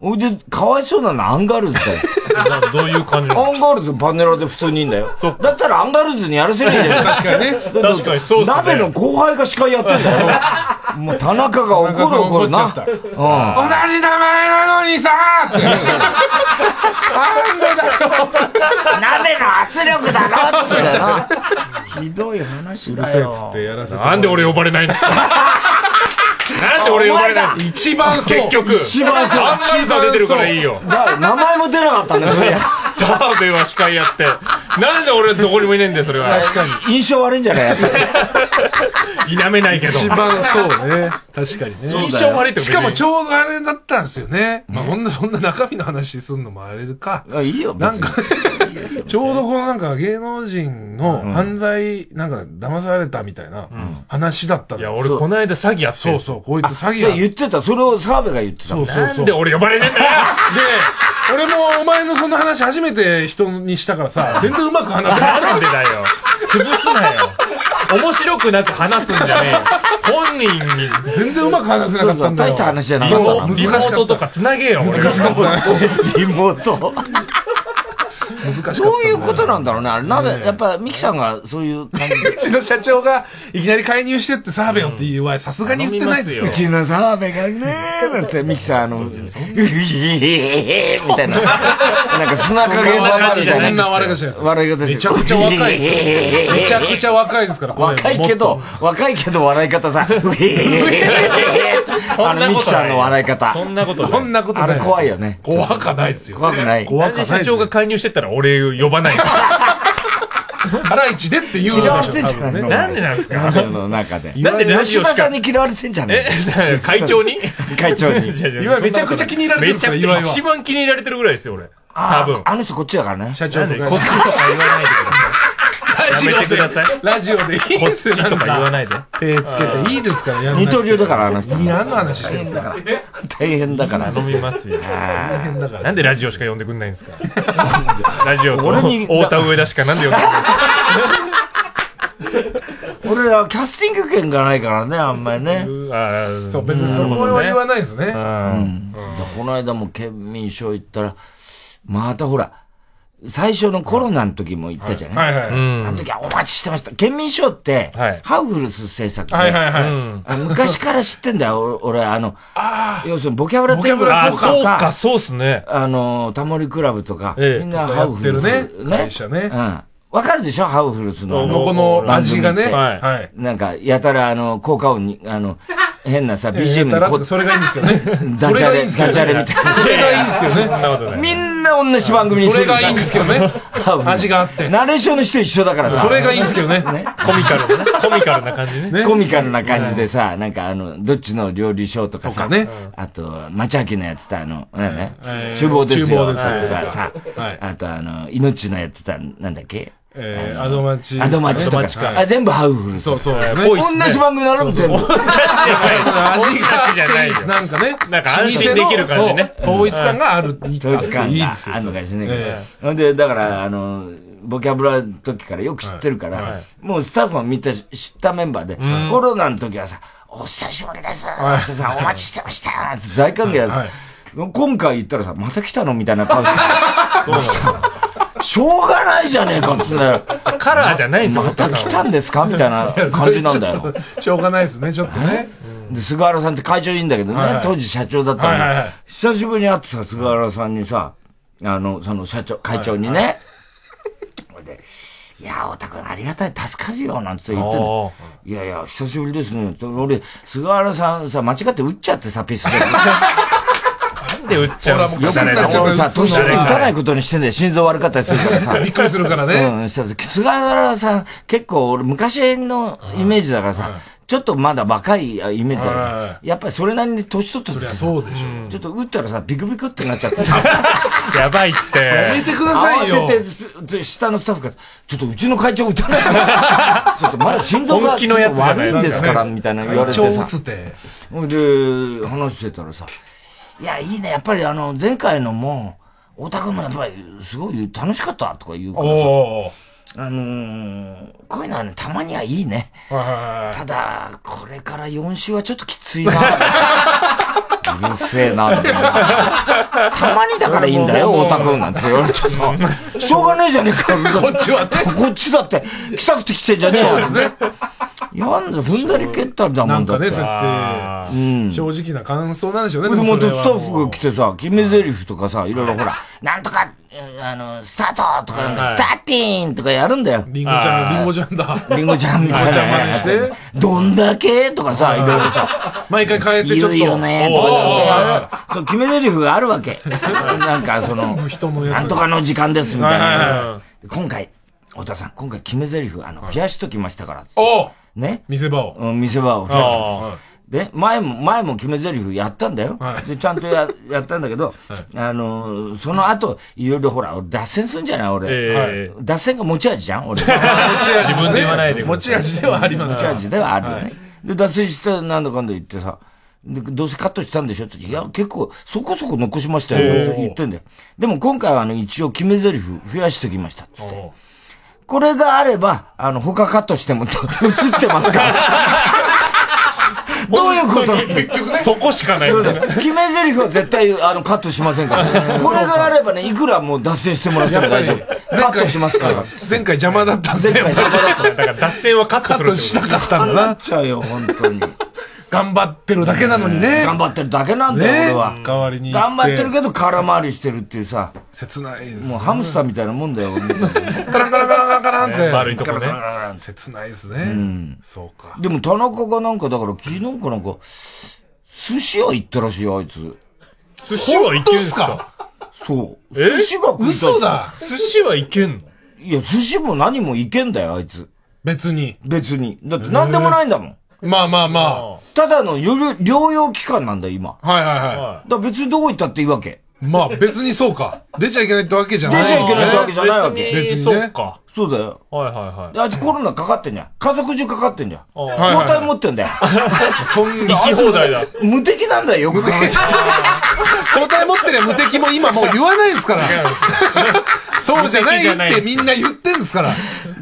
Speaker 1: おいで、かわいそうなのアンガールズだよ。
Speaker 2: えなどういう感じなの
Speaker 1: アンガールズパネラで普通にいいんだよ
Speaker 2: そっ。
Speaker 1: だったらアンガールズにやらせないいじゃん。
Speaker 3: 確かにね
Speaker 1: だって
Speaker 2: 確かにそうっすね
Speaker 1: 鍋の後輩が司会やってんだよ。もう田中が怒
Speaker 3: 田中さ
Speaker 1: る
Speaker 3: ん
Speaker 1: 怒る
Speaker 3: 怒
Speaker 1: な
Speaker 3: っちゃ。
Speaker 1: うん。
Speaker 3: 同じ名前なのにさーってなんでだよ
Speaker 1: 鍋の圧力だろっつってな。ひどい話だよ。
Speaker 3: ってやらせて
Speaker 2: なんで俺呼ばれないんですか なんで俺呼ばれないの
Speaker 3: 一番そう
Speaker 2: 結局。
Speaker 1: 一番そう
Speaker 2: あんまりさ出てるからいいよ。
Speaker 1: だから名前も出なかったんだよ、それ。
Speaker 2: 澤部は司会やって、なんで俺どこにもいねえんだよ、それは。
Speaker 3: 確かに。
Speaker 1: 印象悪いんじゃないやっぱ り
Speaker 2: 否めないけど。
Speaker 3: 一番そうね。確かにね。
Speaker 2: 印象悪いって
Speaker 3: しかもち
Speaker 2: ょ、
Speaker 3: ょうどあれだったんですよね。まあ、こんな、そんな中身の話すんのもあれか。
Speaker 1: あいいよ、
Speaker 3: なんか
Speaker 1: 別に、
Speaker 3: ちょうどこのなんか芸能人の犯罪、なんか騙されたみたいな話だったの
Speaker 2: いや、俺こないだ詐欺やって
Speaker 3: そう
Speaker 2: る。
Speaker 3: そう、こいつ詐欺
Speaker 1: いや
Speaker 3: や。
Speaker 1: 言ってた。それを澤部が言ってた
Speaker 3: そ
Speaker 1: もん
Speaker 3: う
Speaker 1: ね。
Speaker 3: そう
Speaker 2: な
Speaker 3: そ
Speaker 2: ん
Speaker 3: う。
Speaker 2: で
Speaker 3: で、
Speaker 2: 俺呼ばれねえんだよ
Speaker 3: 俺もお前のそんな話初めて人にしたから さ、全然うまく話せない。
Speaker 2: なんでだよ。潰すなよ。面白くなく話すんじゃねえよ。本人に。
Speaker 3: 全然うまく話せなかったんだよ。
Speaker 1: そうそう大した話じゃな
Speaker 2: リ
Speaker 1: かったな
Speaker 2: モリモートとか繋げよ、俺。
Speaker 3: 難しかった。
Speaker 1: リモート。
Speaker 3: 難しかった。
Speaker 1: どういうことなんだろうね。あれ、なべ、やっぱ、ミキさんがそういう感じ。
Speaker 3: うちの社長がいきなり介入してって澤部よって言うわ、さすがに言ってないですよ
Speaker 1: う。ちの澤部がね、なんて、ミキさん、あの、うひえみたいな。なんか砂陰のあるじゃ
Speaker 3: そ
Speaker 1: ない
Speaker 3: んな笑い方じゃないです。
Speaker 1: 笑い方
Speaker 3: めちゃくちゃ若いですよ。めちゃくちゃ若いですから、これ
Speaker 1: 若いけ
Speaker 3: も
Speaker 1: ど
Speaker 3: っと、
Speaker 1: 若いけど笑い方さ、うひえあの、ミキさんの笑い方。
Speaker 2: そんなことない。
Speaker 3: そんなことないです。
Speaker 1: あれ怖いよね
Speaker 3: 怖かないですよ。
Speaker 1: 怖くない。
Speaker 3: 怖
Speaker 2: なん
Speaker 3: かな
Speaker 2: で
Speaker 3: いですよ。
Speaker 2: 社長が介入してったら俺呼ばないんですか
Speaker 3: ハライチでって言う
Speaker 1: 嫌わ
Speaker 3: で
Speaker 1: れ
Speaker 3: しょ
Speaker 1: てんじゃないの
Speaker 2: なんでなんですか
Speaker 1: ラジオの中で。
Speaker 2: なんでラジ
Speaker 1: 吉
Speaker 2: オ
Speaker 1: 田
Speaker 2: し
Speaker 1: さ
Speaker 2: か
Speaker 1: ん。に嫌われてんじゃね
Speaker 2: え、会長に
Speaker 1: え 会 長に。
Speaker 3: 岩井めちゃくちゃ気に入られてる
Speaker 2: め
Speaker 3: ん
Speaker 2: ち
Speaker 3: です
Speaker 2: ゃ
Speaker 3: から、
Speaker 2: くち
Speaker 3: 岩
Speaker 2: ゃ
Speaker 3: 井
Speaker 2: 一
Speaker 3: は。
Speaker 2: 番気に入られてるぐらいですよ、俺。多
Speaker 1: あ
Speaker 2: 分
Speaker 1: ー。あの人こっちだからね。
Speaker 3: 社長
Speaker 2: なん
Speaker 3: と
Speaker 2: で
Speaker 3: か
Speaker 2: こっちとか言わないでください。
Speaker 3: ラジ
Speaker 2: やめ
Speaker 3: オ
Speaker 2: てく
Speaker 3: で
Speaker 2: ださい、
Speaker 3: ラジオでいい
Speaker 2: こっ
Speaker 3: ですよ
Speaker 2: ちとか言わないで。
Speaker 3: 手つけていいですから、やらない
Speaker 1: 二刀流だから、あの人。
Speaker 3: 何の話してるんですか
Speaker 1: 大変だから。
Speaker 2: 飲みますよ。
Speaker 3: 大変だから。
Speaker 2: なんでラジオしか呼んでくんないん ですかラジオと
Speaker 1: 俺に
Speaker 2: 太田上田しかなんで呼んでくんないんですか
Speaker 1: 俺らはキャスティング権がないからね、あんまりね。
Speaker 2: あー
Speaker 3: そう、別にそこは言わないですね。
Speaker 2: うん
Speaker 1: この間も県民賞行ったら、またほら、最初のコロナの時も行ったじゃ
Speaker 3: は
Speaker 1: ないい
Speaker 3: はい。
Speaker 1: あの時はお待ちしてました。県民賞って
Speaker 2: はい、
Speaker 1: ハウフルス制作で、
Speaker 3: はいはいはい。
Speaker 1: あ昔から知ってんだよ、俺、俺あの、要するにボキャブラ天
Speaker 3: ボキ
Speaker 1: 国
Speaker 3: ャ
Speaker 2: あー、
Speaker 1: と
Speaker 3: ブラ
Speaker 2: そうか、
Speaker 1: か、
Speaker 2: そうっすね。
Speaker 1: あの、タモリクラブとか、
Speaker 2: ええ
Speaker 1: みんなハウフルス。
Speaker 3: やってるね会社ね
Speaker 1: うん。わかるでしょ、ハウフルスの。
Speaker 3: そのこの味がね。
Speaker 2: はい
Speaker 3: はい。
Speaker 1: なんか、やたら、あの、効果音に、あの、変なさ、BGM
Speaker 3: やた
Speaker 1: に
Speaker 3: らと
Speaker 1: こ
Speaker 3: か、それがいいんですけどね。
Speaker 1: ダ
Speaker 3: それ
Speaker 1: ジャ
Speaker 3: がいい
Speaker 1: レ、
Speaker 3: んですけど
Speaker 1: ダジャレみたいな。
Speaker 3: それがいいんですけど
Speaker 2: そん
Speaker 3: ね。
Speaker 2: なことない。
Speaker 1: みんな同じ番組に
Speaker 3: そ
Speaker 1: す
Speaker 3: れ
Speaker 1: る
Speaker 3: がいいんですけどね。味があって。
Speaker 1: ナレーションの人一緒だからさ。
Speaker 3: それがいいんですけどね。
Speaker 2: コミカルな、コミカルな感じね。
Speaker 1: コミカルな感じでさ、なんかあの、どっちの料理賞とか
Speaker 3: とか
Speaker 1: さ、
Speaker 3: ね
Speaker 1: あと、町明のやってたあの、なんだね、
Speaker 3: えー
Speaker 1: 厨房ですよ。
Speaker 3: 厨房ですよ
Speaker 1: とかさ、
Speaker 3: はい
Speaker 1: あとあの、命のやってた、なんだっけ
Speaker 3: えーアドマチ。
Speaker 1: アドマチと
Speaker 3: アド
Speaker 1: か
Speaker 3: マチか
Speaker 1: あ、全部ハウフルス。
Speaker 3: そうそうですね。
Speaker 2: ぽいっ
Speaker 1: 同
Speaker 2: すね
Speaker 1: じ番組だろ、全部。
Speaker 3: 味
Speaker 2: 味じゃないよ
Speaker 3: なんかね。
Speaker 2: なんか安心できる感じね
Speaker 3: そう統一感がある。統
Speaker 1: 統一感
Speaker 3: いい
Speaker 1: が
Speaker 3: ですよ。
Speaker 1: あるのかもしれないけど。
Speaker 3: え
Speaker 1: ほんで、だから、あの、ボキャブラの時からよく知ってるから、
Speaker 2: はいはい
Speaker 1: もうスタッフもみんな知ったメンバーで、コロナの時はさ、お久しぶりです、
Speaker 3: い
Speaker 1: おさんお待ちしてましたなんて大歓迎だった、
Speaker 3: はい
Speaker 1: 今回行ったらさ、また来たのみたいな顔して。 しょうがないじゃねえかっつうんだよ。
Speaker 2: カラーじゃないんですよ。
Speaker 1: また来たんですかみた いな
Speaker 3: え
Speaker 1: 感じなんだ。
Speaker 3: それちょ。
Speaker 1: よ
Speaker 3: っとしょうがないですね、ちょっとね。
Speaker 1: で、菅原さんって会長いいんだけどね、
Speaker 3: はいはい
Speaker 1: 当時社長だったのに、
Speaker 3: はいはいはい
Speaker 1: 久しぶりに会ってさ、菅原さんにさ、あの、その社長、会長にね、ほいで、いや、太田君ありがたい、助かるよ、なんて言ってんの。いやいや、久しぶりですね。俺、菅原さんさ、間違って打っちゃってさ、ピスで。
Speaker 2: なんで売っちゃうんです
Speaker 3: ほらもう癖になっちゃう
Speaker 1: 俺さ、
Speaker 3: そう
Speaker 1: 年
Speaker 3: そう
Speaker 1: 打たないことにしてんだよ。心臓悪かったりするからさ。
Speaker 3: びっくりするからね。
Speaker 1: うん、した菅原さん、結構俺、昔のイメージだからさ、ちょっとまだ若いイメージだか
Speaker 3: はいは
Speaker 1: らさ、やっぱりそれなりに年取って
Speaker 3: そ
Speaker 1: る
Speaker 3: りゃ
Speaker 1: さ
Speaker 3: そうでしょ。
Speaker 1: ちょっと打ったらさ、ビクビクってなっちゃって、
Speaker 2: やばいっ
Speaker 3: やめ
Speaker 2: て。
Speaker 3: てくださいよ
Speaker 1: 慌。ててす、下のスタッフが、ちょっとうちの会長打たないから、ちょっとまだ心臓が
Speaker 2: 本
Speaker 1: ち
Speaker 2: 気
Speaker 1: ょ
Speaker 2: のや
Speaker 1: っ
Speaker 2: つ
Speaker 1: と
Speaker 2: じゃ
Speaker 1: 悪
Speaker 2: ない
Speaker 1: いんですから、みたいな言われ
Speaker 3: 超
Speaker 1: て
Speaker 3: 打
Speaker 1: さ、
Speaker 3: つって。
Speaker 1: ほいで、話してたらさ、いや、いいね、やっぱりあの、前回のも、太田君もやっぱり、すごい楽しかったとか言うからさ、
Speaker 3: おー。
Speaker 1: あのー、こういうのはね、たまにはいいね。
Speaker 3: はいはいはい
Speaker 1: ただ、これから4週はちょっときついな。 うるせえな、たまにだからいいんだよ、太田君なんて言われてさ。しょうがねえじゃねえか、こ
Speaker 3: こっちはね。
Speaker 1: こっちだって、来たくて来てんじゃねえ
Speaker 3: そう
Speaker 1: よ
Speaker 3: で。すね。
Speaker 1: やんだ、踏んだり蹴ったりだも
Speaker 3: なんん
Speaker 1: だ
Speaker 3: か
Speaker 1: って。
Speaker 3: ね、そう
Speaker 1: で
Speaker 3: やって、正直な感想なんでしょうね。
Speaker 1: も
Speaker 3: も
Speaker 1: また
Speaker 3: それ
Speaker 1: ス
Speaker 3: は
Speaker 1: タッフが来てさ、決め台詞とかさ、いろいろほら、なんとか、うんあの、スタートとかなんか、
Speaker 2: はい
Speaker 1: スターティーンとかやるんだよ。
Speaker 3: リンゴちゃん、リンゴちゃんだ。
Speaker 1: リンゴちゃんみたい
Speaker 3: リンゴちゃん
Speaker 1: な
Speaker 3: 真似して。
Speaker 1: どんだけとかさ、いろいろさ。
Speaker 3: 毎回変えてちょ
Speaker 1: 言
Speaker 3: っと。
Speaker 1: うよねと
Speaker 3: おー
Speaker 1: かそう決め台詞 があるわけなんかその
Speaker 3: 人のやつ
Speaker 1: なんとかの時間ですみたい
Speaker 3: はいはいは
Speaker 1: な今回太田さん、今回決め台詞、あの、増やしときましたから、つって
Speaker 3: おう
Speaker 1: ね。
Speaker 3: 見せ場を。
Speaker 1: うん、見せ場を増やしたんです。
Speaker 2: あ
Speaker 1: で、前も、前も決め台詞やったんだよ。
Speaker 3: はい
Speaker 1: で、ちゃんと や、やったんだけど、あのー、その後、いろいろほら、俺脱線すんじゃない俺、
Speaker 2: ええ
Speaker 1: 脱線が持ち味じゃん 俺。
Speaker 3: 持ち味
Speaker 2: 自分で言わないでください
Speaker 3: 持ち味ではありま
Speaker 1: 持
Speaker 3: す
Speaker 1: ち。味ではあるよね。で、脱線して、なんだかんだ言ってさ、でどうせカットしたんでしょって、いや、結構、そこそこ残しましたよ、
Speaker 2: へえ
Speaker 1: 言ってんだよ。でも今回は、あの、一応決め台詞増やしてきました、つって
Speaker 2: お。
Speaker 1: これがあれば、あの、他カットしても、 と映ってま すから。どういうこと
Speaker 2: そこしかない
Speaker 1: そうだよ決め台詞は絶対あのカットしませんから。これがあればね、いくらもう脱線してもらっても大丈
Speaker 3: やっぱ
Speaker 1: 夫。カットしますから。
Speaker 3: 前回邪魔だったんで、
Speaker 1: 前回邪魔だった。
Speaker 2: だから脱線はカッ
Speaker 3: カ
Speaker 2: トす
Speaker 3: ッ
Speaker 2: る
Speaker 3: ト
Speaker 2: って
Speaker 3: し
Speaker 2: こ
Speaker 3: たかったんだ
Speaker 1: な
Speaker 3: な
Speaker 1: っ。ちゃうよ、本当に。
Speaker 3: 頑張ってるだけなのにね。
Speaker 1: 頑張ってるだけなんだよ、
Speaker 3: ね
Speaker 1: 俺は。
Speaker 3: 代わりに行
Speaker 1: 頑張ってる
Speaker 3: ど。
Speaker 1: けど空回りしてるっていうさ、
Speaker 3: 切ないです。
Speaker 1: もうハムスターみたいなもんだよ、俺みたいな
Speaker 3: カランカランカランカランカランっ
Speaker 2: ね
Speaker 3: て。
Speaker 2: 丸いとこね
Speaker 3: カランカランカラン切ないですね。 そうか。
Speaker 1: でも田中がなんかだから昨日かなんか、寿司屋行ったらしいよ、あいつ。
Speaker 2: と寿司はいけんすか
Speaker 1: そう。
Speaker 2: え
Speaker 1: 寿司が食いたい
Speaker 3: 嘘だ
Speaker 2: 寿司はいけんの
Speaker 1: いや、寿司も何もいけんだよ、あいつ。
Speaker 3: 別に。
Speaker 1: 別に。だって何でもないんだもん。
Speaker 3: まあまあま
Speaker 1: ただのより療養期間なんだよ、今。
Speaker 3: あ。はいはいは
Speaker 1: だから別にどこ行ったっていいわけ。
Speaker 3: い。まあ別にそうか。出ちゃいけないってわけじゃない。
Speaker 1: 出ちゃいけないってわけじゃないわけ
Speaker 2: 別
Speaker 3: 別
Speaker 2: に
Speaker 3: に
Speaker 2: そ
Speaker 3: ね
Speaker 2: うか。
Speaker 1: そうだよ。
Speaker 2: はいはい
Speaker 1: であいつコロナかかってんじゃん。家族中かかってんじゃん。
Speaker 2: はい。
Speaker 3: はい
Speaker 1: 抗体持って んだよ。
Speaker 3: そんな
Speaker 2: 行。き放題だ。
Speaker 1: 無敵なんだよ、よく考 えたら
Speaker 3: 交代持ってりゃ無敵も今もう言わないですから。そうじゃない
Speaker 2: 無敵じゃな
Speaker 3: っ
Speaker 2: い
Speaker 3: てみんな言ってんですから。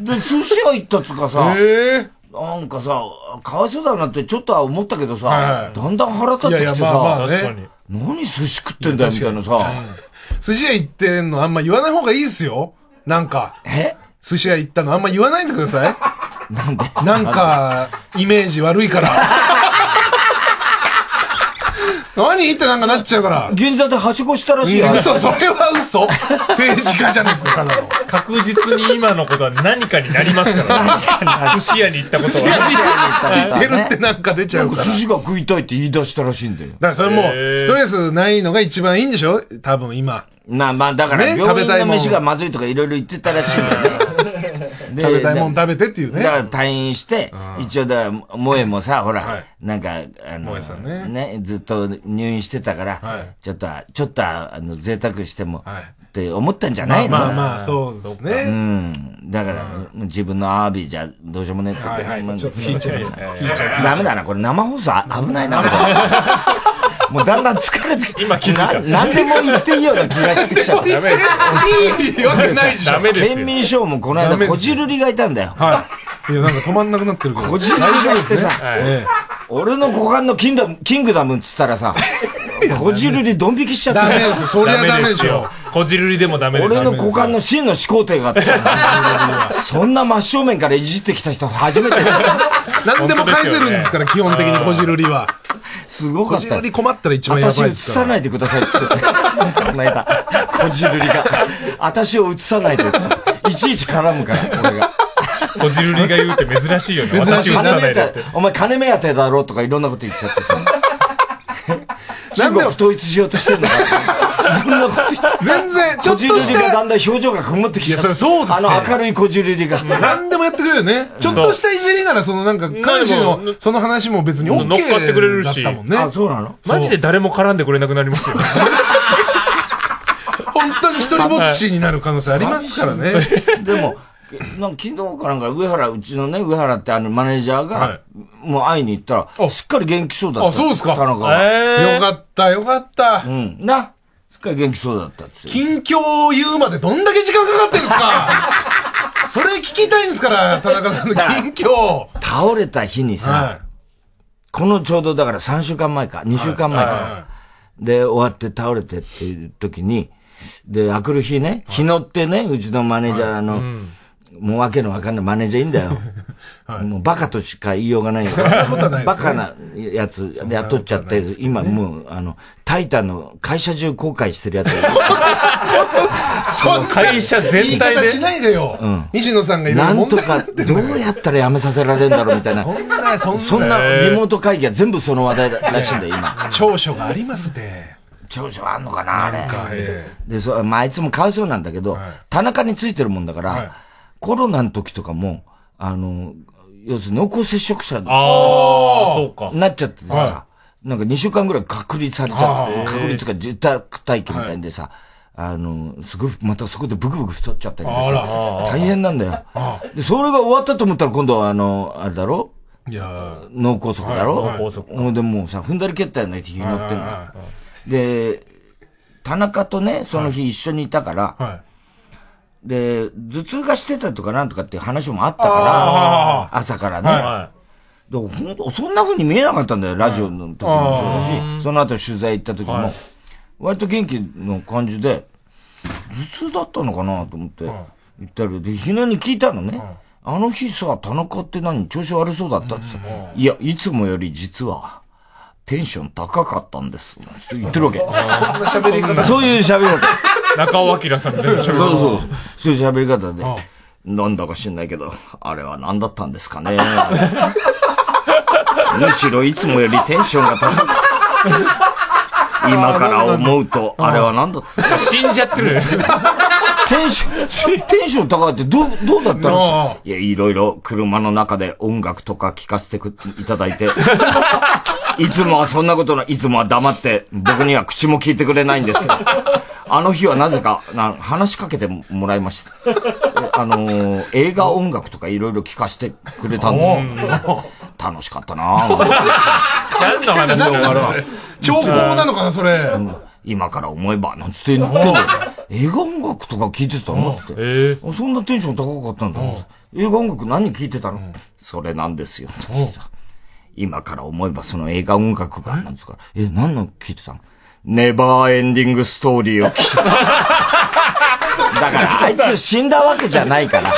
Speaker 1: で、寿司屋行ったっつうかさ、
Speaker 3: へえ。
Speaker 1: なんかさ、かわいそうだなってちょっとは思ったけどさ、
Speaker 3: はいはい
Speaker 1: だんだん腹立ってきてさ、
Speaker 3: いやいやまあまあ
Speaker 2: 確かに。
Speaker 1: 何寿司食ってんだよ、みたいなさ。
Speaker 3: 寿司屋行ってんのあんま言わない方がいいですよ。なんか、
Speaker 1: え
Speaker 3: 寿司屋行ったのあんま言わないでください。
Speaker 1: なんで
Speaker 3: なんか、イメージ悪い から。何ってなんかなっちゃうから。
Speaker 1: 銀座ではしごしたらしいよ。
Speaker 3: 嘘、それは嘘。政治家じゃないですか、ただの。
Speaker 2: 確実に今のことは何かになりますからね。寿司屋に行ったこと
Speaker 3: 寿司
Speaker 2: は。
Speaker 3: 屋に行ってるってなんか出ちゃ
Speaker 1: な
Speaker 3: うんか。
Speaker 1: から寿司が食いたいって言い出したらしいんだよ。
Speaker 3: だからそれも
Speaker 2: へ
Speaker 3: う、
Speaker 2: ー
Speaker 3: ストレスないのが一番いいんでしょ多分今。
Speaker 1: なあまあだから、
Speaker 3: ね
Speaker 1: 病院
Speaker 3: 食べたい
Speaker 1: の
Speaker 3: もん
Speaker 1: 飯がまずいとかいろいろ言ってたらしいんだよ ね。で
Speaker 3: 食べたいもん食べてっていうね。
Speaker 1: だから退院して、一応だ、萌えもさ、ほら、
Speaker 3: はい
Speaker 1: なんか、あの
Speaker 3: 萌えさんね
Speaker 1: ずっと入院してたから、
Speaker 3: はい
Speaker 1: ちょっと、ちょっと、あの、贅沢しても、
Speaker 3: はい
Speaker 1: って思ったんじゃないの、
Speaker 3: まあまあ、そうです
Speaker 1: う
Speaker 3: ね。
Speaker 1: ん。だから、自分のアワビじゃどうしようもねえってこと
Speaker 3: はいはい
Speaker 1: まあ
Speaker 3: ちょっと引いちゃいます引いちゃいます
Speaker 1: ダメだな、これ生放送あ危ないな、こ れもうだんだん疲れてきて、
Speaker 2: 今気づいた
Speaker 1: な何でも言っていいような気がしてきちゃった。
Speaker 2: ダメですよ
Speaker 3: いいわけないでしょ。
Speaker 2: ダメです
Speaker 1: 県
Speaker 2: よ。
Speaker 1: 民賞もこの
Speaker 3: ダ
Speaker 1: 間、
Speaker 3: メです
Speaker 1: こじるりがいたんだよ。
Speaker 3: はい。いや、なんか止まんなくなってるけど。
Speaker 1: こじるりがいてさ、
Speaker 2: はい
Speaker 3: ええ。
Speaker 1: 俺の股間のキンダムキングダムっつったらさ、こじるりドン引きしちゃって
Speaker 3: ダメ
Speaker 1: さ、
Speaker 3: ですよ。そりゃダメでしょ。。
Speaker 2: こじるりでもダメです
Speaker 1: 俺
Speaker 2: よ。
Speaker 1: の股間の真の始皇帝があってさ、そんな真正面からいじってきた人初めてだ
Speaker 3: 何でも返せるんですから、基本的にこじるりは。
Speaker 1: すごか
Speaker 3: こ
Speaker 1: っ
Speaker 3: じ
Speaker 1: た
Speaker 3: る
Speaker 1: よ
Speaker 3: り。困ったら一番やば
Speaker 1: 私
Speaker 3: い
Speaker 1: 映
Speaker 3: ですか
Speaker 1: さ
Speaker 3: ら。
Speaker 1: ないでくださいっつってたこの間、こじるりが。私を映さないでっつって。いちいち絡むから、俺が。
Speaker 2: こじるりが言うって珍しいよね。
Speaker 3: 珍し
Speaker 2: 私
Speaker 3: い
Speaker 2: 映さ
Speaker 1: 金
Speaker 2: な
Speaker 1: 目
Speaker 2: いで
Speaker 1: 当
Speaker 2: って
Speaker 1: て。、お前金目当てだろうとかいろんなこと言っちゃっ てさ。
Speaker 3: な
Speaker 1: 中
Speaker 3: んで
Speaker 1: 国統一しようとしてんの かって。いろんなこと言って。
Speaker 3: 全然、ちょっと
Speaker 1: こじるり
Speaker 3: し
Speaker 1: がだ
Speaker 3: た、
Speaker 1: んだん表情が曇ってきちゃっ
Speaker 3: い
Speaker 1: た。
Speaker 3: やそれそうですね
Speaker 1: あの明るいこじるりが。
Speaker 3: 何でもやってくれるよね。ちょっとしたいじりなら、そのなんか、彼氏
Speaker 2: なんで
Speaker 3: の
Speaker 2: も、
Speaker 3: その話も別に
Speaker 2: そう
Speaker 3: OK
Speaker 2: 乗っかってくれるし
Speaker 3: だったもんね。
Speaker 1: あ、そうなの
Speaker 2: マジで誰も絡んでくれなくなりますよ。
Speaker 3: 本当に一人ぼっちになる可能性ありますから ね。
Speaker 1: でも、けなんか昨日かなんか上原、うちのね、上原ってあのマネージャーが、
Speaker 3: はい
Speaker 1: もう会いに行ったら、
Speaker 3: あ
Speaker 1: すっかり元気そうだった。
Speaker 3: あそうですか
Speaker 1: 田中は。
Speaker 2: え
Speaker 3: よかった、よかった
Speaker 1: う。ん。な、すっかり元気そうだったっつって。
Speaker 3: 近況を言うまでどんだけ時間かかってんですか それ聞きたいんですから、田中さんの近況。
Speaker 1: 倒れた日にさ、
Speaker 3: は
Speaker 1: このちょうどだから3週間前か、2週間前か、で、終わって倒れてっていう時に、で、明くる日ね、日野ってね、うちのマネージャーの、もうわけのわかんないマネージャーいいんだよ。もうバカとしか言いようがないよ。
Speaker 3: んなことはないですね
Speaker 1: バカなやつで雇っちゃって、今もう、あの、タイタンの会社中後悔して るやつ。
Speaker 3: い。そんな
Speaker 2: 会社
Speaker 3: 言
Speaker 2: 全
Speaker 3: い
Speaker 2: 体
Speaker 3: 方
Speaker 2: で。
Speaker 3: しないでよ。西野さんがいろい
Speaker 1: な
Speaker 3: ろ
Speaker 1: ん
Speaker 3: 問
Speaker 1: と
Speaker 3: 題。
Speaker 1: か、どうやったら辞めさせられるんだろうみたいな。
Speaker 3: そんな、そんな、
Speaker 1: そんなリモート会議は全部その話題らしいんだ よ、今。
Speaker 3: 長所がありますで。
Speaker 1: 長所あんのかな、あれ。
Speaker 3: なんかえ
Speaker 1: で、そう、まあ、あいつもかわいそうなんだけど、田中についてるもんだから、
Speaker 3: はい
Speaker 1: コロナの時とかも、あの、要するに濃厚接触者に
Speaker 2: ああ、そうか。
Speaker 1: なっちゃっててさ、
Speaker 2: は
Speaker 1: なんか2週間ぐらい隔離されちゃって
Speaker 2: は
Speaker 1: て、
Speaker 2: あ
Speaker 1: 隔離とか住宅待機みたいんでさ、あの、すごい、またそこでブクブク太っちゃったりと
Speaker 3: あ
Speaker 1: からさ、大変なんだよ。で、それが終わったと思ったら今度はあの、あれだろ
Speaker 3: いやー
Speaker 1: 脳梗塞だろ、
Speaker 2: はい脳梗塞
Speaker 1: ほんでもうさ、踏んだり蹴ったりの日に乗ってんの。
Speaker 3: は
Speaker 1: で、田中とね、その日一緒にいたから、
Speaker 3: いはい。
Speaker 1: で、頭痛がしてたとかなんとかっていう話もあったか
Speaker 3: あ
Speaker 1: ら、朝からね。
Speaker 2: は
Speaker 1: でほんとそんな風に見えなかったんだよ、ラジオの時もそうだし、その後取材行った時も、
Speaker 2: はい
Speaker 1: 割と元気の感じで、頭痛だったのかなと思って、言ったら、で、日野に聞いたのね、あの日さ、田中って何、調子悪そうだったってさ、いや、いつもより実は、テンション高かったんです。って言ってるわけ。
Speaker 3: こんな喋り方。
Speaker 1: そういう喋り方。
Speaker 2: い。中尾明さんみたいな
Speaker 1: そうそうそう。そういう喋り方で
Speaker 3: ああ。
Speaker 1: なんだか知んないけど、あれは何だったんですかね。 むしろいつもよりテンションが高かった。今から思うと、あれは何だった
Speaker 2: 死んじゃってる。
Speaker 1: テンション、 テンション高いってどう、どうだった
Speaker 2: なあ
Speaker 1: のいや、いろいろ車の中で音楽とか聴かせてくいただいて、 いつもはそんなことない、いつもは黙って、僕には口も聞いてくれないんですけど、あの日はなぜか、な話しかけてもらいました。えあのー映画音楽とかいろいろ聴かせてくれたんですよ。楽しかったなぁ。
Speaker 2: 何の話だろうな。
Speaker 3: 超高なのかな、それ。
Speaker 1: 今から思えば、なんつって言ってんの映画音楽とか聴いてたのつって。
Speaker 2: ええ。
Speaker 1: あそんなテンション高かったんだ。映画音楽何聴いてたの、それなんですよ。今から思えばその映画音楽が、なんですか。え、何の聴いてたのネバーエンディングストーリーを聴いてた。だからあいつ死んだわけじゃないから。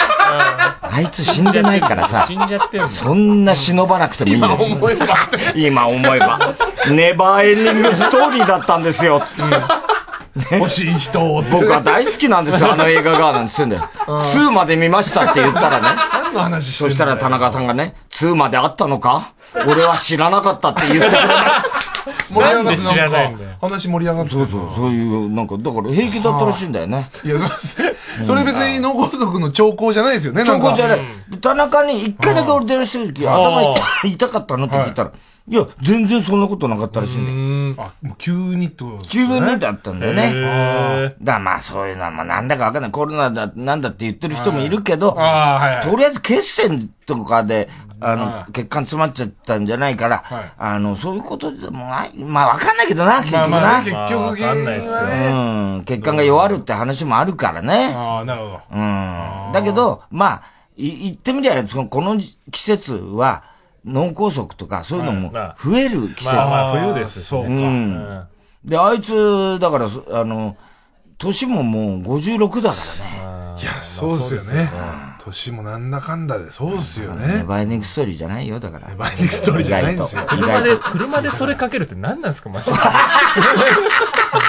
Speaker 1: あいつ死んでないからさ
Speaker 2: 死。んじゃってるんだ。
Speaker 1: そんな忍ばなくてもいいんだよ。
Speaker 3: 思えば。
Speaker 1: 今思えば。ネバーエンディングストーリーだったんですよ。つって
Speaker 3: 欲しい人を。
Speaker 1: 僕は大好きなんですよ、あの映画が。なんつってんだよ。2まで見ましたって言ったらね。
Speaker 3: 何の話して
Speaker 1: そ
Speaker 3: ん
Speaker 1: した
Speaker 3: だ
Speaker 1: ら
Speaker 3: よ
Speaker 1: 田中さんがね、2まであったのか俺は知らなかったって言ってくれまし た。
Speaker 3: 盛り上が
Speaker 2: な
Speaker 3: って
Speaker 2: んで知らないんだ
Speaker 3: な
Speaker 2: よ
Speaker 3: んか話盛り上がって
Speaker 1: そうそう、そういう、なんか、だから平気だったらしいんだよね。
Speaker 3: いや、そうそれ別に脳梗塞の兆候じゃないですよね、な
Speaker 1: そ
Speaker 3: んか。
Speaker 1: こじゃない。田中に一回だけ俺電話してる時、頭痛い痛かったのって聞いたら、いや、全然そんなことなかったらしいんだよ。
Speaker 3: あ、もう急にってことです
Speaker 1: 十
Speaker 3: ね
Speaker 1: 分ねだったんだよ
Speaker 2: え
Speaker 1: ね。
Speaker 2: え。
Speaker 1: だからまあそういうのは、まあなんだかわかんない。コロナだ、なんだって言ってる人もいるけど、
Speaker 3: ああ、はいはい。
Speaker 1: とりあえず血栓とかで、あの、血管詰まっちゃったんじゃないから、
Speaker 3: はい
Speaker 1: あの、そういうことでもない、まあわかんないけどな、結局な。
Speaker 3: まあまあ、結
Speaker 2: まあわ
Speaker 3: 局原因
Speaker 2: か
Speaker 3: は
Speaker 2: んな
Speaker 3: ね。
Speaker 1: うん、血管が弱るって話もあるからね。
Speaker 3: ああ、なるほど。
Speaker 1: うん。だけど、まあ、い言ってみりゃ、その、この季節は、脳梗塞とか、そういうのも
Speaker 2: は
Speaker 1: 増える季節。
Speaker 2: まあまあ、冬ですし
Speaker 3: そ
Speaker 2: ね。
Speaker 3: うか。
Speaker 2: うん
Speaker 1: で、あいつ、だから、そあの、年ももう56だからね。
Speaker 3: いや、そうですよね。年もなんだかんだで、そうですよ
Speaker 1: ネ
Speaker 3: ね。
Speaker 1: バーエンディングストーリーじゃないよ、だから。
Speaker 3: バイディングストーリーじゃないんですよ
Speaker 1: 意。外と
Speaker 2: 車で、車でそれかけるって何なんですか、マジで。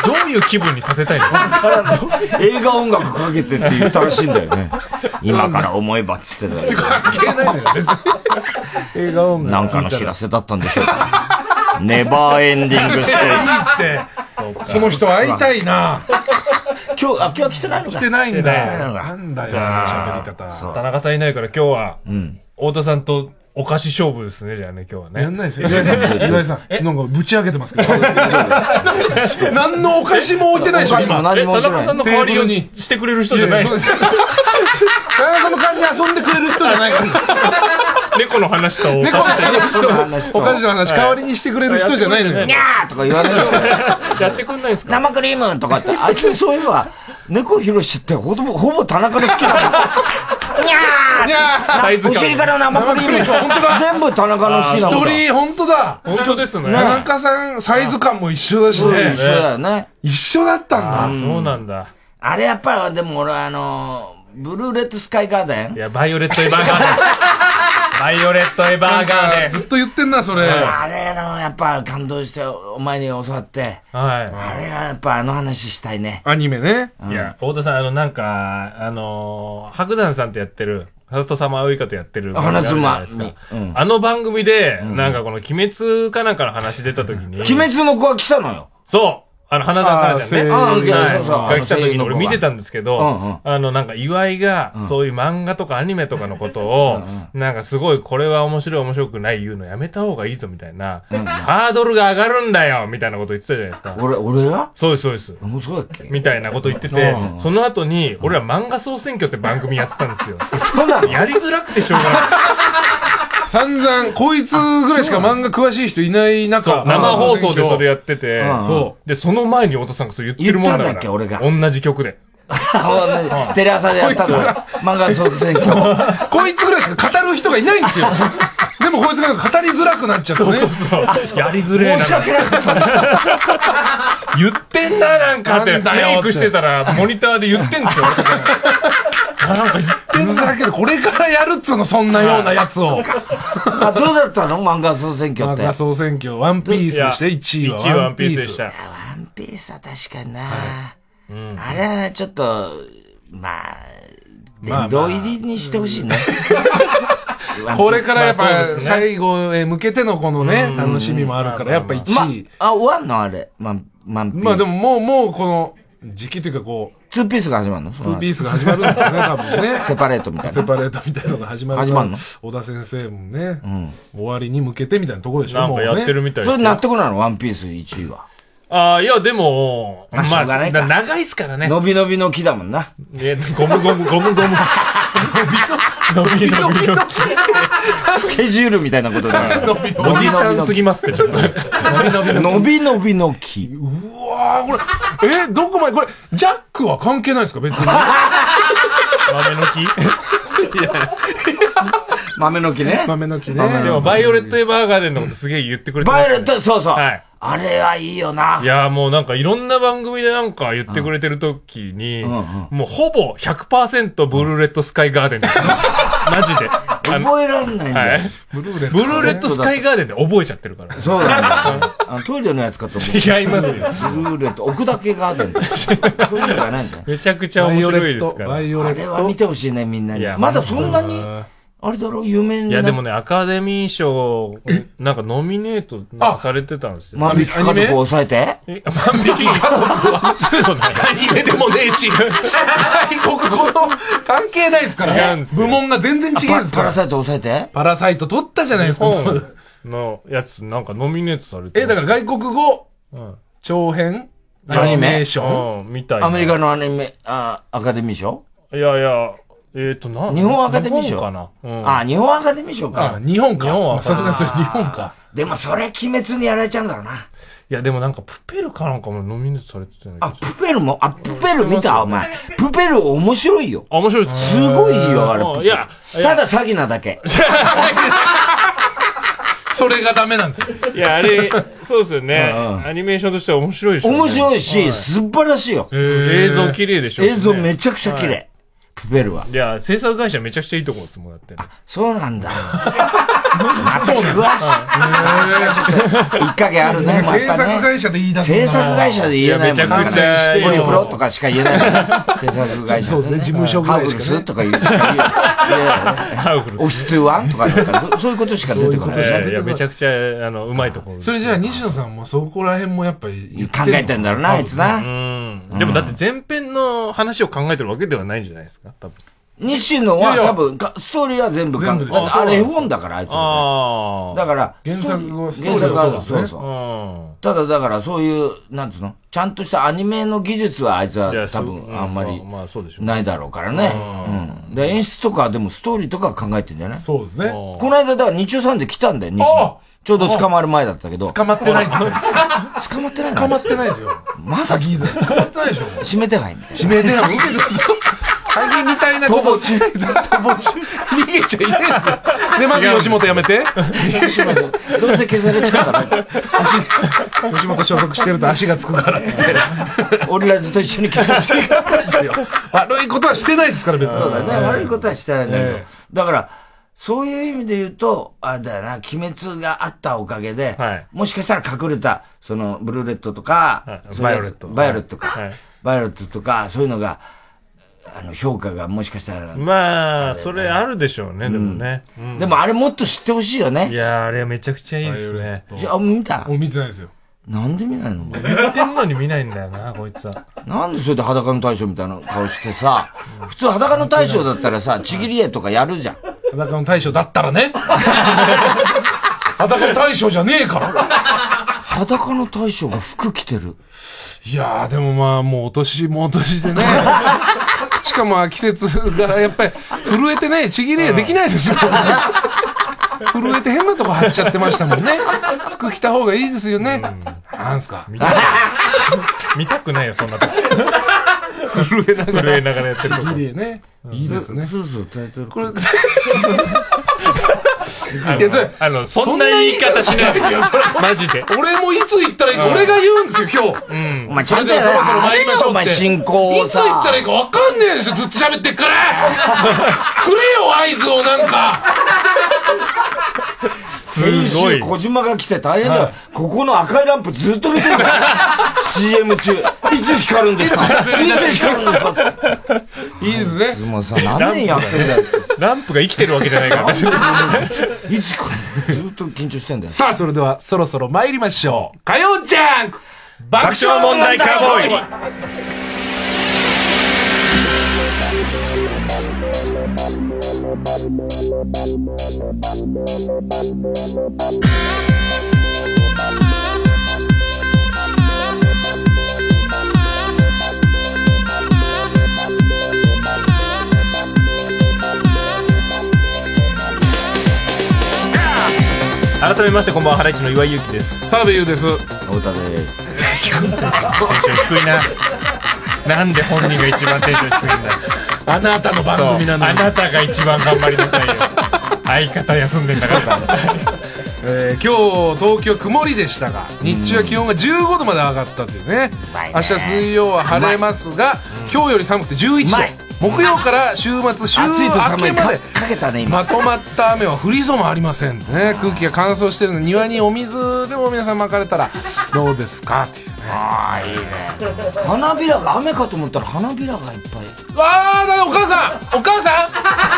Speaker 2: どういう気分にさせたいの
Speaker 1: 映画音楽かけてって言ったらしいんだよね。今から思えばっつってたけど
Speaker 3: 関係ないのよ、別に。
Speaker 2: 映画音
Speaker 1: なんかの知らせだったんでしょうか。ネバーエンディングストーリー。
Speaker 3: いいっつって。その人会いたいな。
Speaker 1: 今日、あ、今日は来てないの
Speaker 3: 来てないんだ
Speaker 1: 来てない
Speaker 3: よ。
Speaker 1: のか
Speaker 3: なんだよ、その喋り
Speaker 1: そ
Speaker 3: 方。
Speaker 1: う
Speaker 2: 田中さんいないから今日は、太田さんとお菓子勝負ですね、じゃあね、今日は
Speaker 3: や
Speaker 2: ね。
Speaker 3: んない ですよ。岩井さん、岩井さん、なんかぶち上げてますけど。何のお菓子も置いてないでしょ、今。
Speaker 1: 何
Speaker 2: え、
Speaker 1: も
Speaker 2: 田
Speaker 1: 置いてな
Speaker 2: 中
Speaker 1: い
Speaker 2: さんの代わりを
Speaker 3: テーブルに
Speaker 2: してくれる人じゃない
Speaker 3: 田中さんの代わりに遊んでくれる人じゃないから。
Speaker 2: 猫の話とお
Speaker 3: 猫
Speaker 2: 菓
Speaker 3: の
Speaker 2: 子
Speaker 3: 話と、
Speaker 1: と
Speaker 3: お菓子の話代わりにしてくれる人じゃないのよ
Speaker 1: に。ゃーとか言わないですから。
Speaker 2: やってくんないですか
Speaker 1: 生クリームとかって、あいつそういえば、猫ひろしってほぼ、ほぼ田中の好きなの。にゃー
Speaker 3: いや
Speaker 2: サイズ
Speaker 1: お
Speaker 2: 感。
Speaker 1: 尻から生クリーム。
Speaker 3: 本当だ
Speaker 1: 全部田中の好きな
Speaker 3: ー、
Speaker 1: の
Speaker 3: 一
Speaker 1: だ。
Speaker 3: 人、本当だ。
Speaker 2: 本当ですね。
Speaker 3: 田
Speaker 2: あ
Speaker 3: 中さん、サイズ感も一緒だし
Speaker 1: そう一
Speaker 3: ね。
Speaker 1: 緒だよね。
Speaker 3: 一緒だったんだ。
Speaker 2: そうなんだ。
Speaker 1: あれやっぱ、でも俺あの、ブルーレットスカイガーデ
Speaker 2: い
Speaker 1: ン
Speaker 2: や、バイオレットエヴァーガー デン。バイオレットエヴァーガーデ
Speaker 3: ずっと言ってんな、それ。
Speaker 1: あれの、やっぱ感動して、お前に教わって、
Speaker 2: ン。は
Speaker 1: あれはやっぱあの話したいね。
Speaker 3: アニメね。
Speaker 2: い。いや、太田さん、あの、なんか、あのー、白山さんとやってる、ハトサマーウイカとやってる。
Speaker 1: 花妻
Speaker 2: ですか。あの番組で、なんかこの、鬼滅かなんかの話出た時に。
Speaker 1: 鬼滅の子は来たのよ。
Speaker 2: そうあの、花澤香菜ちゃんね。
Speaker 1: ああ、いや
Speaker 2: は
Speaker 1: そ
Speaker 2: いう
Speaker 1: そう。
Speaker 2: が来た時に俺見てたんですけ
Speaker 1: うんうん
Speaker 2: ど、あの、なんか岩井が、そういう漫画とかアニメとかのことを、なんかすごいこれは面白い面白くない言うのやめた方がいいぞみたいな、 ハードルが上がるんだよみたいなこと言ってたじゃないですか。
Speaker 1: 俺、俺が
Speaker 2: そうです、そうです。
Speaker 1: もうそうだっけ
Speaker 2: みたいなこと言ってて
Speaker 1: う、ん
Speaker 2: その後に、俺ら漫画総選挙って番組やってたん ですよ。
Speaker 1: そうなの
Speaker 2: やりづらくてしょうがない。
Speaker 3: 散々、こいつぐらいしか漫画詳しい人いない中、
Speaker 2: そう、生放送でそれやってて、
Speaker 1: うん
Speaker 2: そう。で、その前に太田さんがそう言ってるもんだから。
Speaker 1: 言ったんだっけ俺が
Speaker 2: 同じ曲で。
Speaker 1: あねテレ朝でやったの。漫画総選挙。
Speaker 3: こいつぐらいしか語る人がいない んですよ。でもこいつが語りづらくなっちゃってね。
Speaker 2: そうそう。やりづれえ
Speaker 1: 申
Speaker 2: な
Speaker 1: し。訳なかった。
Speaker 2: 言ってんな、なんかって。
Speaker 3: なんだよって
Speaker 2: メイクしてたら、モニターで言ってんです よ、太田さんあ、なんか言ってん
Speaker 3: ふざけるこれからやるっつうの、そんなようなやつを。
Speaker 1: あどうだったの漫画総選挙
Speaker 3: 漫
Speaker 1: って。ワ
Speaker 3: 画総選挙、ワンピースして1位は。
Speaker 2: 1位ワンピースでし。た。
Speaker 1: ンピースは確かにな。あれはちょっと、まあ、殿堂入りにしてほしいね。
Speaker 3: これからやっ
Speaker 2: まあ
Speaker 3: ぱ
Speaker 2: そうですね
Speaker 3: 最後へ向けてのこのね、楽しみもあるから、やっぱ
Speaker 1: ま
Speaker 3: 1位。、
Speaker 1: あ、終わんのあれ。ま、ワンピース。
Speaker 3: まあでも、もう、もうこの時期というかこう、
Speaker 1: ツーピースが始まるの
Speaker 3: ツ
Speaker 1: ツ
Speaker 3: ーピースが始まるんですよね、多分ね。
Speaker 1: セパレートみたい
Speaker 3: セ
Speaker 1: な。
Speaker 3: パレートみたいなのが始まるから。
Speaker 1: 始まんの
Speaker 3: 小田先生もね、終わりに向けてみたいなとこでしょ、
Speaker 2: なん
Speaker 3: もう
Speaker 2: か
Speaker 3: ね。
Speaker 2: やってるみたい
Speaker 1: そ
Speaker 2: です
Speaker 1: れ納
Speaker 2: よ。
Speaker 1: 得なのワンピース1位は。
Speaker 2: ああ、いや、でも、
Speaker 1: まあしょうがないか
Speaker 2: な長いっすからね。
Speaker 1: 伸び伸びの木だもんな。
Speaker 2: いやゴムゴム、ゴ ムゴム。伸び伸び伸び
Speaker 1: スケジュールみたいなことだよ。
Speaker 2: おじさんすぎますって、ちょっと。
Speaker 1: 伸び伸びの木。
Speaker 3: うわー、これ、えーどこまで、これ、ジャックは関係ないんですか、別に。
Speaker 2: 豆の木
Speaker 1: 豆の木ね。
Speaker 3: 豆の木ね。
Speaker 2: で も、バイオレット・エヴァーガーデンのことすげえ言ってくれてま
Speaker 1: バイ
Speaker 2: す
Speaker 1: オ
Speaker 2: ね
Speaker 1: レット、そうそう。
Speaker 2: はい。
Speaker 1: あれはいいよない
Speaker 2: やーもうなんかいろんな番組でなんか言ってくれてる時に、もうほぼ100%ブルーレットスカイガーデンです。 マジで。あの
Speaker 1: 覚えらんないんだ
Speaker 2: はい
Speaker 1: よ。。
Speaker 3: ブルーレ
Speaker 2: ブルーレットスカイガーデンで覚えちゃってるから。
Speaker 1: そうだね。あのトイレのやつかと思
Speaker 2: 違いますよ。
Speaker 1: う。ブルーレット、奥だけガーデ ンだ。そういうのがないんだよ。
Speaker 2: めちゃくちゃ面白いですから。
Speaker 3: バ
Speaker 2: い
Speaker 3: イオレ
Speaker 1: あ
Speaker 3: ッ
Speaker 1: れ
Speaker 3: ト。
Speaker 1: は見てほしいね、みんないに。
Speaker 2: や
Speaker 1: まだそんなに、あれだろ、有名にな
Speaker 2: やでもね、アカデミー賞、なんかノミネートなんかされてたんですよ。
Speaker 1: 万引き家族を抑えて
Speaker 2: え万引き家族はそうだよ
Speaker 3: アニメでもねえし、外国語の関係ないです
Speaker 2: 違
Speaker 3: から
Speaker 2: うん
Speaker 3: ね
Speaker 2: で。すよ
Speaker 3: 部門が全然違
Speaker 1: パ
Speaker 3: うんです
Speaker 1: パ
Speaker 3: か
Speaker 1: ラ
Speaker 3: ら。
Speaker 1: サイト抑えて
Speaker 3: パラサイト取ったじゃないですか。
Speaker 2: 本のやつなんかノミネートされて、
Speaker 3: え、だからら外国語、
Speaker 2: ん
Speaker 3: 長編、
Speaker 1: ア
Speaker 3: アニ
Speaker 1: ニメ
Speaker 3: メーション。
Speaker 2: うん、みたいな。
Speaker 1: アメリカのアニメ、あアカデミー賞
Speaker 2: いやいや、えっ、と、な、
Speaker 1: 日本アカデミー賞
Speaker 2: 日本かな。うん。
Speaker 1: あ、日本アカデミー賞
Speaker 3: あ
Speaker 1: か。、
Speaker 3: 日本
Speaker 2: 日本は
Speaker 3: か。さすがにそれ日本か。
Speaker 1: でもそれ鬼滅にやられちゃうんだろうな。
Speaker 2: いや、でもなんか、プペルかなんかもノミネートされてたんだ
Speaker 1: あ、
Speaker 2: け
Speaker 1: プペルも、あ、プペル見たお前。プペル面白いよ。
Speaker 2: ど。あ、面白いです。
Speaker 1: すごいよ、あれ。
Speaker 2: うんいや、い
Speaker 1: た
Speaker 2: や、
Speaker 1: だ詐欺なだけ。
Speaker 3: それがダメなんですよ。
Speaker 2: いやあれ、そうですよね。
Speaker 1: うん
Speaker 2: アニメーションとしては面白いでしょ、ね。
Speaker 1: 面白
Speaker 2: い。
Speaker 1: いし、素晴らしいよ。
Speaker 2: 映像綺麗でしょ、
Speaker 1: 映像め
Speaker 2: っ
Speaker 1: ちゃくちゃ綺麗。プペルは。
Speaker 2: いや、制作会社めちゃくちゃいいとこですもん、だって。
Speaker 1: そうな んだ。また詳しい。さすがちょっと、一かげあるね、ま
Speaker 3: 制
Speaker 1: た
Speaker 3: 作
Speaker 1: ね。
Speaker 3: 会社で言い出すんだ
Speaker 1: 制作会社で言えないもん
Speaker 2: いやめちゃくちゃ
Speaker 1: なんかね
Speaker 2: してよ
Speaker 1: ホリプロとかしか言えないから。制作会社。
Speaker 3: そうですね、事務所ぐ
Speaker 1: ハ
Speaker 3: ら
Speaker 1: ウ
Speaker 3: いし
Speaker 1: ル
Speaker 3: か
Speaker 1: スとか言うしか言えないよね。
Speaker 2: ハウフル
Speaker 1: オストゥワンとかなんかそ そういうことしか出てこない。
Speaker 2: えーいや、めちゃくちゃ、あの、うまいところです
Speaker 3: それじゃあ西野さんもそこら辺もやっぱり言って
Speaker 1: 考
Speaker 3: んの
Speaker 1: えてんだろうな、あいつ。な。
Speaker 2: うん。でもだって前編の話を考えてるわけではないんじゃないですか、多分。
Speaker 1: 西野
Speaker 3: い
Speaker 1: は
Speaker 3: やいや
Speaker 1: 多分か、ストーリーは全部考
Speaker 3: 全
Speaker 1: え
Speaker 3: 部
Speaker 1: て
Speaker 3: です
Speaker 1: ああれ絵本だから、あいつの。
Speaker 2: あ
Speaker 1: だから、
Speaker 3: 原作は
Speaker 1: ストー
Speaker 3: ストーリーは
Speaker 1: リー原作は
Speaker 3: そうですね
Speaker 1: そう。
Speaker 2: あ。うん。
Speaker 1: ただだからそういう、なんつうのちゃんとしたアニメの技術はあいつはい
Speaker 2: や
Speaker 1: 多
Speaker 2: そう
Speaker 1: 分
Speaker 2: うん
Speaker 1: あんまり
Speaker 2: まあまあそうでしょう
Speaker 1: ないだろうからね。うん。で、演出とかでもストーリーとかは考えてんじゃない
Speaker 3: そうですね。
Speaker 2: あ
Speaker 1: この間だから日曜さんで来たんだよ、西
Speaker 3: あ
Speaker 1: 野。ちょうど捕まる前だったけど。
Speaker 3: 捕まってないですよ。
Speaker 1: 捕まってないの
Speaker 3: 捕まってないですよ。
Speaker 1: まだ
Speaker 3: 詐欺罪捕まってないで しょ。
Speaker 1: 指名手配みたいな。
Speaker 3: 指名電話受けてますよ。詐欺みたいなことをしない ぞ。 逃げちゃいないですよ。で、まず吉本辞めて。
Speaker 1: どうせ消されちゃうからって。
Speaker 3: 足 吉本所属してると足がつくからっつって
Speaker 1: 俺らずっと一緒に 消されちゃう。
Speaker 3: ですよ。悪いことはしてないですから別に。
Speaker 1: そうだね、悪いことはしてないんだけど、
Speaker 3: え
Speaker 1: だから、そういう意味で言うと、あれだよな、鬼滅があったおかげで、
Speaker 2: はい
Speaker 1: もしかしたら隠れた、その、ブルーレットとか、
Speaker 2: はい
Speaker 1: そ
Speaker 2: バ
Speaker 1: ういうやつ
Speaker 2: イオレット
Speaker 1: バイオレットか、
Speaker 2: はい
Speaker 1: バイオレットとか、そういうのが、あの、評価がもしかしたら、
Speaker 2: まあ、それあるでしょうね、でもね。うん
Speaker 1: でもあれもっと知ってほしいよ
Speaker 2: い
Speaker 1: ね。
Speaker 2: やー、あれはめちゃくちゃいいですね。
Speaker 1: じゃあ、見た
Speaker 3: もう見てないですよ。
Speaker 1: なんで見ないのお前
Speaker 2: 言ってんのに見ないんだよな、 こいつは。
Speaker 1: なんでそれで裸の大将みたいな顔してさ、普通裸の大将だったらさ、ちぎり絵とかやるじゃん。
Speaker 3: 裸の大将だったらね。裸の大将じゃねえから。
Speaker 1: 裸の大将が服着てる。
Speaker 3: いやー、でもまあ、もうお年もお年 でね。しかもまあ季節がやっぱり震えてね、ちぎれできないですよ。震えて変なとこ貼っちゃってましたもんね。服着た方がいいですよね。なんすか
Speaker 2: 見たくないよ、そんなとこ。
Speaker 3: 震えなが
Speaker 2: 震えながらやってるこ
Speaker 3: ら。
Speaker 2: と
Speaker 3: ちぎれね。いいですね。
Speaker 1: そうそう、タイトル。
Speaker 3: これ、
Speaker 2: あの
Speaker 3: いやそれ
Speaker 2: あの、そんな言い方しないでください。マジで。
Speaker 3: 俺もいつ行ったらいいか、俺が言うんですよ、今日。
Speaker 1: お前ちゃんと
Speaker 3: それではそろそろ
Speaker 1: や
Speaker 3: 参
Speaker 1: れ
Speaker 3: りましょうって
Speaker 1: よ、お前進行を
Speaker 3: いつ
Speaker 1: さ。
Speaker 3: 行ったらいいか分かんねえでしょずっと喋ってっ からくれよ合図をなんか
Speaker 2: す
Speaker 1: 先
Speaker 2: ごい
Speaker 1: 週。小島が来て大変だよ、ここの赤いランプずっと 見てるから CM 中いつ光るんですかいつ光るんですかって
Speaker 3: いいですね
Speaker 1: でもさ何年やってんだよ
Speaker 2: ランプが生きてるわけじゃないから、別に。
Speaker 1: いつ光るずっと緊張してんだよ
Speaker 3: さあそれではそろそろ参りましょう火曜ジャンク爆笑問題カーボーイ
Speaker 2: 改めまして、こんばんは、ハライチの岩井ゆきです。
Speaker 3: 澤部優です
Speaker 1: 太田です
Speaker 2: テンション低いな。なんで本人が一番テンション低いんだ。
Speaker 3: あなたの
Speaker 2: そう
Speaker 3: 番組な
Speaker 2: あ
Speaker 3: のに、
Speaker 2: なたが一番頑張りなさいよ。相方休んでんだから。
Speaker 3: えー今日東京曇りでしたが日中は気温が15度まで上がったというね
Speaker 1: まいね
Speaker 3: 明日水曜は晴れますが今日より寒くて11
Speaker 1: うまい
Speaker 3: 度木曜から週末週
Speaker 1: 暑いと
Speaker 3: 明
Speaker 1: 寒
Speaker 3: け
Speaker 1: い
Speaker 3: ま
Speaker 1: か
Speaker 3: で
Speaker 1: かけたね今
Speaker 3: まとまった雨は降りそうもありませんね空気が乾燥してるので庭にお水でも皆さん巻かれたらどうですかっていうね
Speaker 1: ああいいね花びらが雨かと思ったら花びらがいっぱい
Speaker 3: わあだお母さんお母さん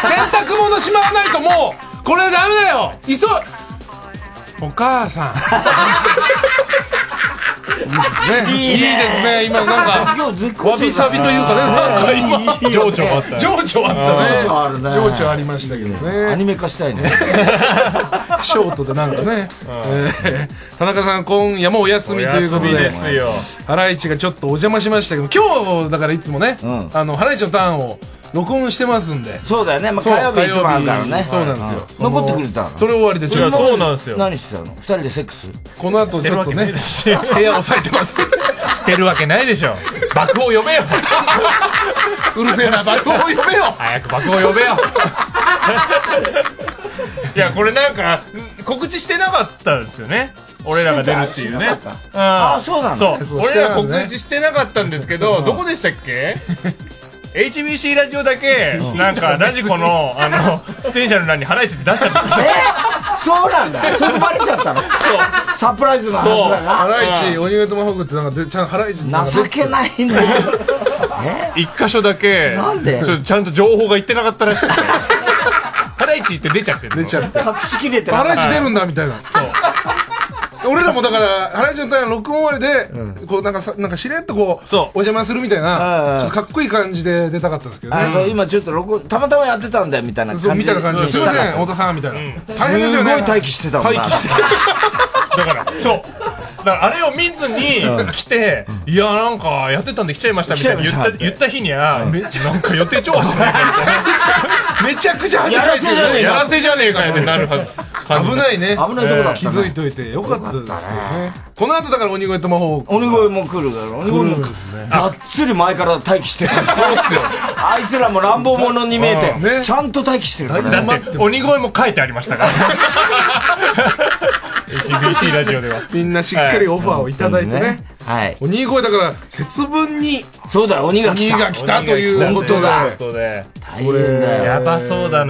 Speaker 3: 洗濯物しまわないともうこれダメだよ急いお母さんね、いいですね今なんか
Speaker 1: 今日ずっこ
Speaker 3: わびさびというかねなんか今
Speaker 2: 情緒もあった。
Speaker 3: 情緒あったね
Speaker 1: 情緒あるね
Speaker 3: 情緒ありましたけどね
Speaker 1: アニメ化したいね
Speaker 3: ショートでなんかね、えー田中さん今夜もお休みということ
Speaker 2: お休み
Speaker 3: で
Speaker 2: ですよ。
Speaker 3: ハライチがちょっとお邪魔しましたけど今日だからいつもね、
Speaker 1: ん
Speaker 3: あのハライチのターンを録音してますんで
Speaker 1: そうだよね、まあ、
Speaker 3: そう
Speaker 1: 火曜日一番あるからね
Speaker 3: そうなんですよその
Speaker 1: 残ってくれたの
Speaker 3: それ終わりでち
Speaker 2: い
Speaker 3: ょ
Speaker 2: や、
Speaker 3: っと
Speaker 2: そうなんですよ。
Speaker 1: 何してたの二人でセックス
Speaker 3: この後ちょっとね
Speaker 2: してるわけ
Speaker 3: 部屋押さえてますう
Speaker 2: してるわけないでしょ。爆を読めよ。
Speaker 3: るせえな爆音を読めよ
Speaker 2: 早く爆を呼べよいやこれなんかん告知してなかったんですよね俺らが出るっていうね
Speaker 1: してたして
Speaker 2: あ
Speaker 1: あそうなの
Speaker 2: そう
Speaker 3: そうして
Speaker 2: 俺
Speaker 3: な
Speaker 2: ら
Speaker 3: かったね
Speaker 2: 告知してなかったんですけどどこでしたっけ HBC ラジオだけなん かラジコのあの出演者の欄にハライチで出しちゃったんですよ
Speaker 1: えそうなんだそれバレちゃったのサプライズの話だ
Speaker 3: ハ
Speaker 1: が
Speaker 3: ライチ鬼越トマホークってなんかでちゃんハライチなんか
Speaker 1: 情けないねえ
Speaker 2: 一箇所だけ
Speaker 1: なんで
Speaker 2: ちょちゃんと情報が言ってなかったらしくてハライチって出ちゃってる
Speaker 3: 出ちゃって
Speaker 1: 隠しきれてな
Speaker 3: ハ
Speaker 1: か
Speaker 3: ラ
Speaker 1: っ
Speaker 3: イチ出るんだみたいな俺らもだからハライチのターン録音終わりで、こうなんかさなんかしれっとこう
Speaker 2: そう
Speaker 3: お邪魔するみたい
Speaker 1: うん
Speaker 3: なちょっとかっこいい感じで出たかったんですけどね
Speaker 1: たあそう今ちょっと録音たまたまやってたんだよみたいな感じ
Speaker 3: そうみたいな感じで、すいません、
Speaker 1: ん
Speaker 3: 太田さんみたいな、大変ですよね。
Speaker 1: すごい待機してたもん
Speaker 3: 待
Speaker 1: な
Speaker 3: 機して
Speaker 2: だから、そう。だからあれを見ずに来て、いや、なんかやってたんで来ちゃいましたみたいに
Speaker 1: 来
Speaker 2: 言
Speaker 1: ち
Speaker 2: っ
Speaker 1: ゃいました
Speaker 2: た
Speaker 1: って
Speaker 2: 言った日には、めなんか予定調和してない
Speaker 3: めちゃくちゃ恥かいてる
Speaker 1: やらせじゃねえ
Speaker 2: や
Speaker 1: かや
Speaker 2: らせじゃねえかよってなるはず。
Speaker 3: 危ないね。
Speaker 1: 危ないとこだったね
Speaker 3: 気づいといてよかったですよね。この後だから鬼越トマホーク。
Speaker 1: 鬼越も来るから鬼越もがっつり前から待機してるあいつらも乱暴者に見え
Speaker 3: うんね
Speaker 1: てちゃんと待機してるからね
Speaker 3: だって
Speaker 2: 鬼越も書いてありました から。HBC ラジオでは。
Speaker 3: みんなしっかりオファーをいただいてね。
Speaker 1: はい
Speaker 3: 鬼越だから節分に
Speaker 1: そうだよ鬼が
Speaker 3: 鬼
Speaker 1: 来
Speaker 3: が
Speaker 1: た
Speaker 3: 来たということ
Speaker 2: 鬼
Speaker 3: で
Speaker 2: が来たということで。
Speaker 1: 大変だよ
Speaker 2: やばそうだ
Speaker 3: ね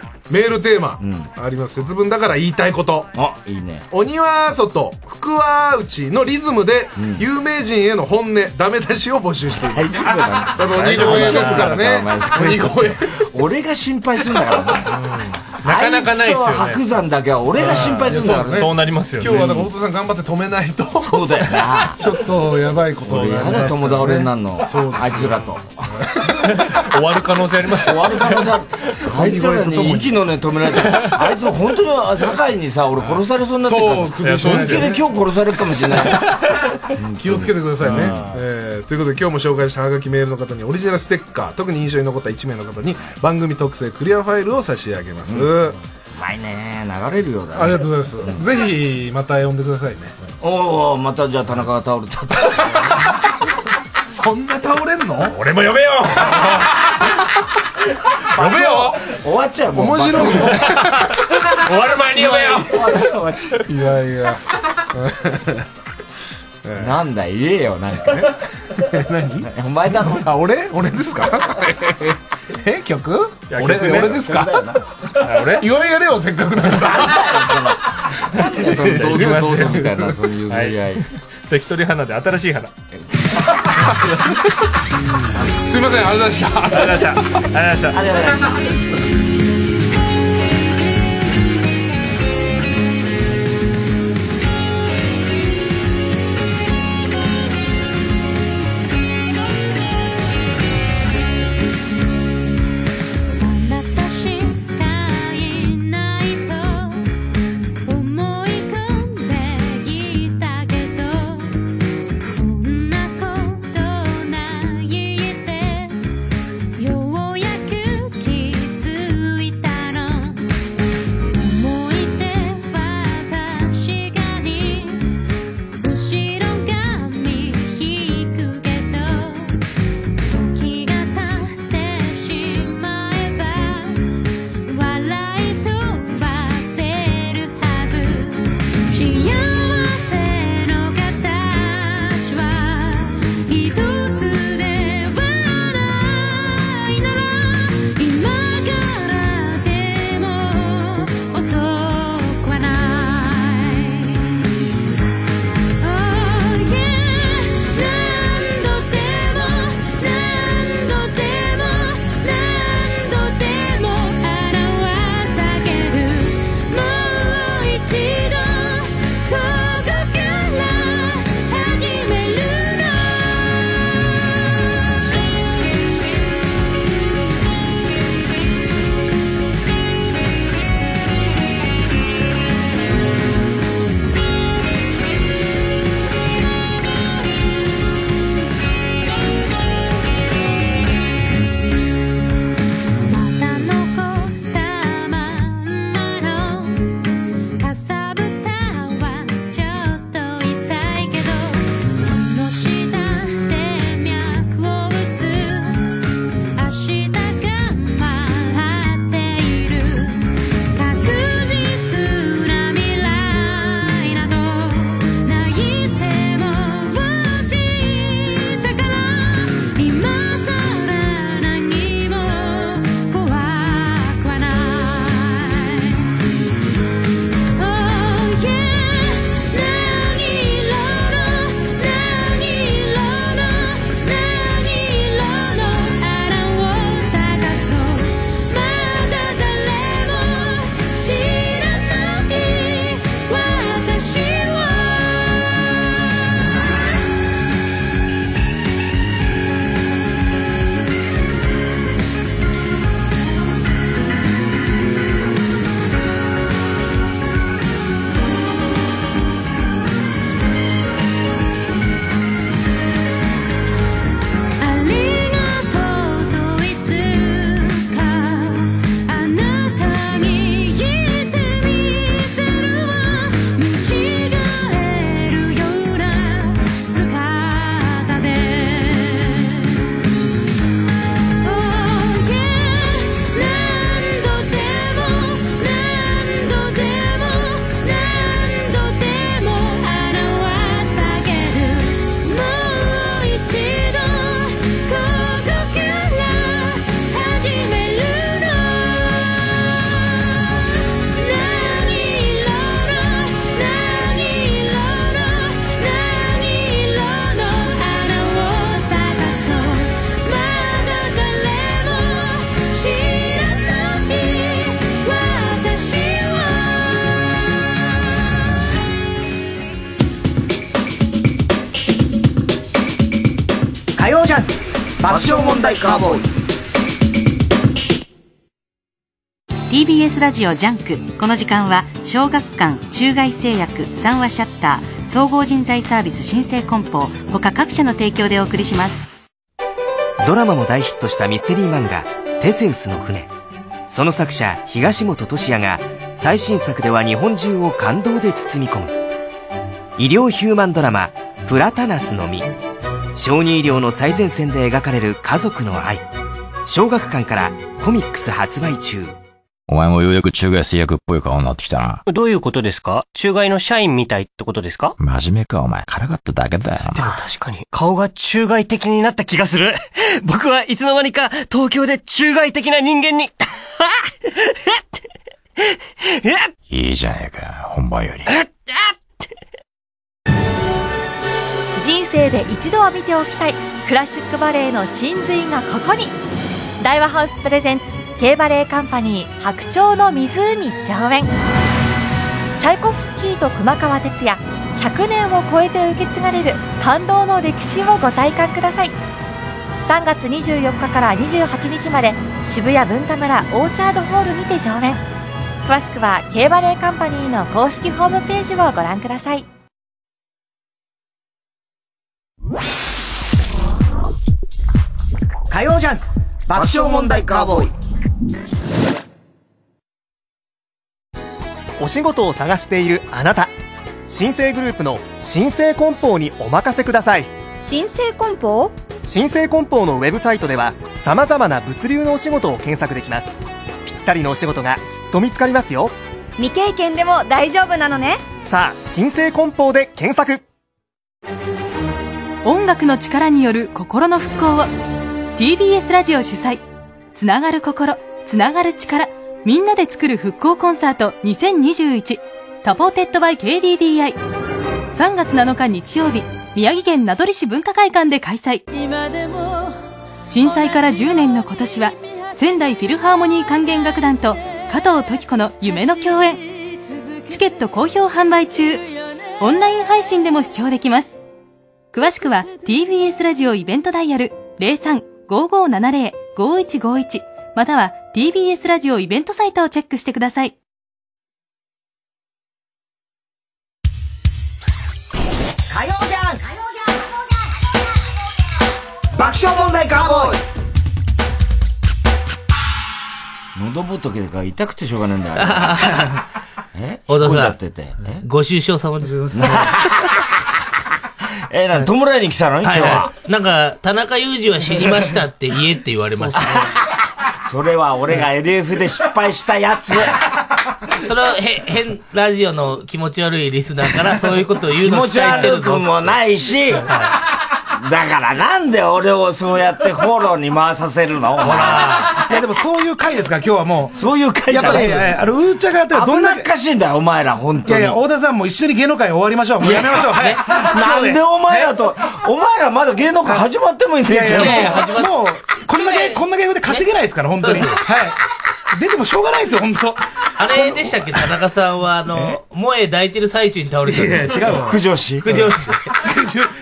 Speaker 2: な。、
Speaker 3: メールテーマあります。節分だから言いたいこと。
Speaker 1: あいいね
Speaker 3: 鬼は外、福は内のリズムで有名人への本音、ダメ出しを募集しています。
Speaker 1: 大丈夫だ
Speaker 3: やっぱ鬼越ですからね
Speaker 1: 大丈夫だ。
Speaker 3: 鬼越。
Speaker 1: 俺が心配するんだからね
Speaker 2: なかなかないですよね
Speaker 1: あいつと白山だけは俺が心配するんだからね。
Speaker 2: そうなりますよね。
Speaker 3: 今日はだから、太田さん頑張って止めないと、
Speaker 1: そうだよな。
Speaker 3: ちょっとやばいことにな
Speaker 1: た
Speaker 3: り
Speaker 1: だ
Speaker 3: ます
Speaker 1: 友倒れになるの。
Speaker 3: そうです
Speaker 1: あい つらと。
Speaker 2: 終わる可能性ありますよ。終わる
Speaker 1: あのさあいつらに息のね止められて、あいつ本当に堺にさ、俺殺されそうになってる
Speaker 3: そう、
Speaker 1: から
Speaker 3: 首
Speaker 1: さ、
Speaker 3: 絞
Speaker 1: 本
Speaker 3: め
Speaker 1: 気
Speaker 3: て
Speaker 1: で今日殺されるかもしれない。
Speaker 3: 気をつけてくださいね。えーということで今日も紹介したハガキメールの方にオリジナルステッカー、特に印象に残った1名の方に番組特製クリアファイルを差し上げます。
Speaker 1: うまいね流れるよう
Speaker 3: あ
Speaker 1: だ
Speaker 3: り
Speaker 1: ね
Speaker 3: がとうございます。ぜひまた呼んでくださいね。
Speaker 1: おおまたじゃあ田中が倒れたって
Speaker 3: そんな倒れんの
Speaker 2: 俺も呼 べよ呼べよ
Speaker 1: 終わっちゃうもう
Speaker 3: 面白いよ。
Speaker 2: 終わる前に呼べよ
Speaker 1: 終わっちゃう終わっちゃ
Speaker 3: いやいや。
Speaker 1: うなんだ言えよなんかね何お前だろ
Speaker 3: あ、俺俺ですかえ、曲
Speaker 2: いや
Speaker 3: 俺
Speaker 2: 曲ね
Speaker 3: 俺です
Speaker 1: だよな
Speaker 3: か
Speaker 2: 俺
Speaker 3: 岩井やれよ、せっかくなんだ。
Speaker 1: そのどう
Speaker 2: すいません
Speaker 1: ぞどうぞみたいなそういう譲り合い、
Speaker 2: 関取花で新し い花あり
Speaker 3: すいません、ありがとうございました。
Speaker 2: がとうございましたありがとうございました
Speaker 1: ありがとうございます
Speaker 4: あなたしかいないと思い込んでいたけどそんなことないってようやく気づいたの思い出は確かに後ろ髪引くけど時が経ってしまえば笑い飛ばせるはず幸せの形は一つではないなら今からでも遅くはない
Speaker 5: 郎じゃん爆笑問題カーボーイ
Speaker 6: TBS ラジオジャンクこの時間は小学館中外製薬三話シャッター総合人材サービス新生梱包他各社の提供でお送りします
Speaker 7: ドラマも大ヒットしたミステリー漫画「テセウスの船」その作者東本俊也が最新作では日本中を感動で包み込む医療ヒューマンドラマ「プラタナスの実」小児医療の最前線で描かれる家族の愛小学館からコミックス発売中
Speaker 8: お前もようやく中外製薬っぽい顔になってきたな。
Speaker 9: どういうことですか中外の社員みたいってことですか
Speaker 8: 真面目か、お前。からかっただけだよ。
Speaker 9: でも確かに、顔が中外的になった気がする。 僕はいつの間にか東京で中外的な人間に。
Speaker 8: いいじゃねえか、本番より。
Speaker 10: 人生で一度は見ておきたいクラシックバレエの真髄がここに大和ハウスプレゼンツ K バレエカンパニー「白鳥の湖」上演チャイコフスキーと熊川哲也100年を超えて受け継がれる感動の歴史をご体感ください3月24日から28日まで渋谷文化村オーチャードホールにて上演詳しくは K バレエカンパニーの公式ホームページをご覧ください
Speaker 5: 火曜ジャンク爆笑問題カーボーイ
Speaker 11: お仕事を探しているあなた新生グループの新生梱包にお任せください
Speaker 12: 新生梱包
Speaker 11: 新生梱包のウェブサイトでは様々な物流のお仕事を検索できますぴったりのお仕事がきっと見つかりますよ
Speaker 12: 未経験でも大丈夫なのね
Speaker 11: さあ新生梱包で検索
Speaker 6: 音楽の力による心の復興を TBS ラジオ主催つながる心つながる力みんなで作る復興コンサート2021サポーテッドバイ KDDI 3月7日日曜日宮城県名取市文化会館で開催震災から10年の今年は仙台フィルハーモニー管弦楽団と加藤時子の夢の共演チケット好評販売中オンライン配信でも視聴できます詳しくは TBS ラジオイベントダイヤル03-5570-5151または TBS ラジオイベントサイトをチェックしてください。
Speaker 5: 火曜ジャンク爆笑問題カーボーイ
Speaker 1: 喉仏が痛くてしょうがねえんだ よあれ。え
Speaker 13: 小田さん
Speaker 1: 引っ込じゃってて。え
Speaker 13: ご愁傷様です。
Speaker 1: え、なん弔いに来たの今日は。
Speaker 13: い。なんか、田中裕二は死にましたって言えって言われました。
Speaker 1: それは俺が LF で失敗したや つ。
Speaker 13: それをへ、変、ラジオの気持ち悪いリスナーから そういうことを言う
Speaker 1: 気
Speaker 13: のを
Speaker 1: 持
Speaker 13: 期
Speaker 1: ち
Speaker 13: 待してる
Speaker 1: 悪
Speaker 13: ぞ
Speaker 1: く。もないし、だからなんで俺をそうやってフォローに回させるのお前。
Speaker 14: いやでもそういう回ですから今日はもう。
Speaker 1: そういう回じ
Speaker 14: や
Speaker 1: ゃ
Speaker 14: っぱ
Speaker 1: な
Speaker 14: り、
Speaker 1: い
Speaker 14: えーあの、うーちゃんがやったらどんな
Speaker 1: 危なっかしいんだよ、お前ら、本
Speaker 14: い
Speaker 1: 当
Speaker 14: やい
Speaker 1: に。
Speaker 14: や、太田さんも一緒に芸能界終わりましょう。もうやめまし ょう。はい。
Speaker 1: なんでお前らと、お前らまだ芸能界始まってもいないいん
Speaker 14: やい
Speaker 1: じゃ
Speaker 14: や
Speaker 1: ん。
Speaker 14: いや、 もう、もうこんな芸、こんな芸風で稼げないですから、本当に。はい。出てもしょうがないですよ、本当。
Speaker 13: あれでしたっけ田中さんは、あの、萌え抱いてる最中に倒れたんです
Speaker 14: 違うわ。
Speaker 1: 副上司
Speaker 13: 副上司で。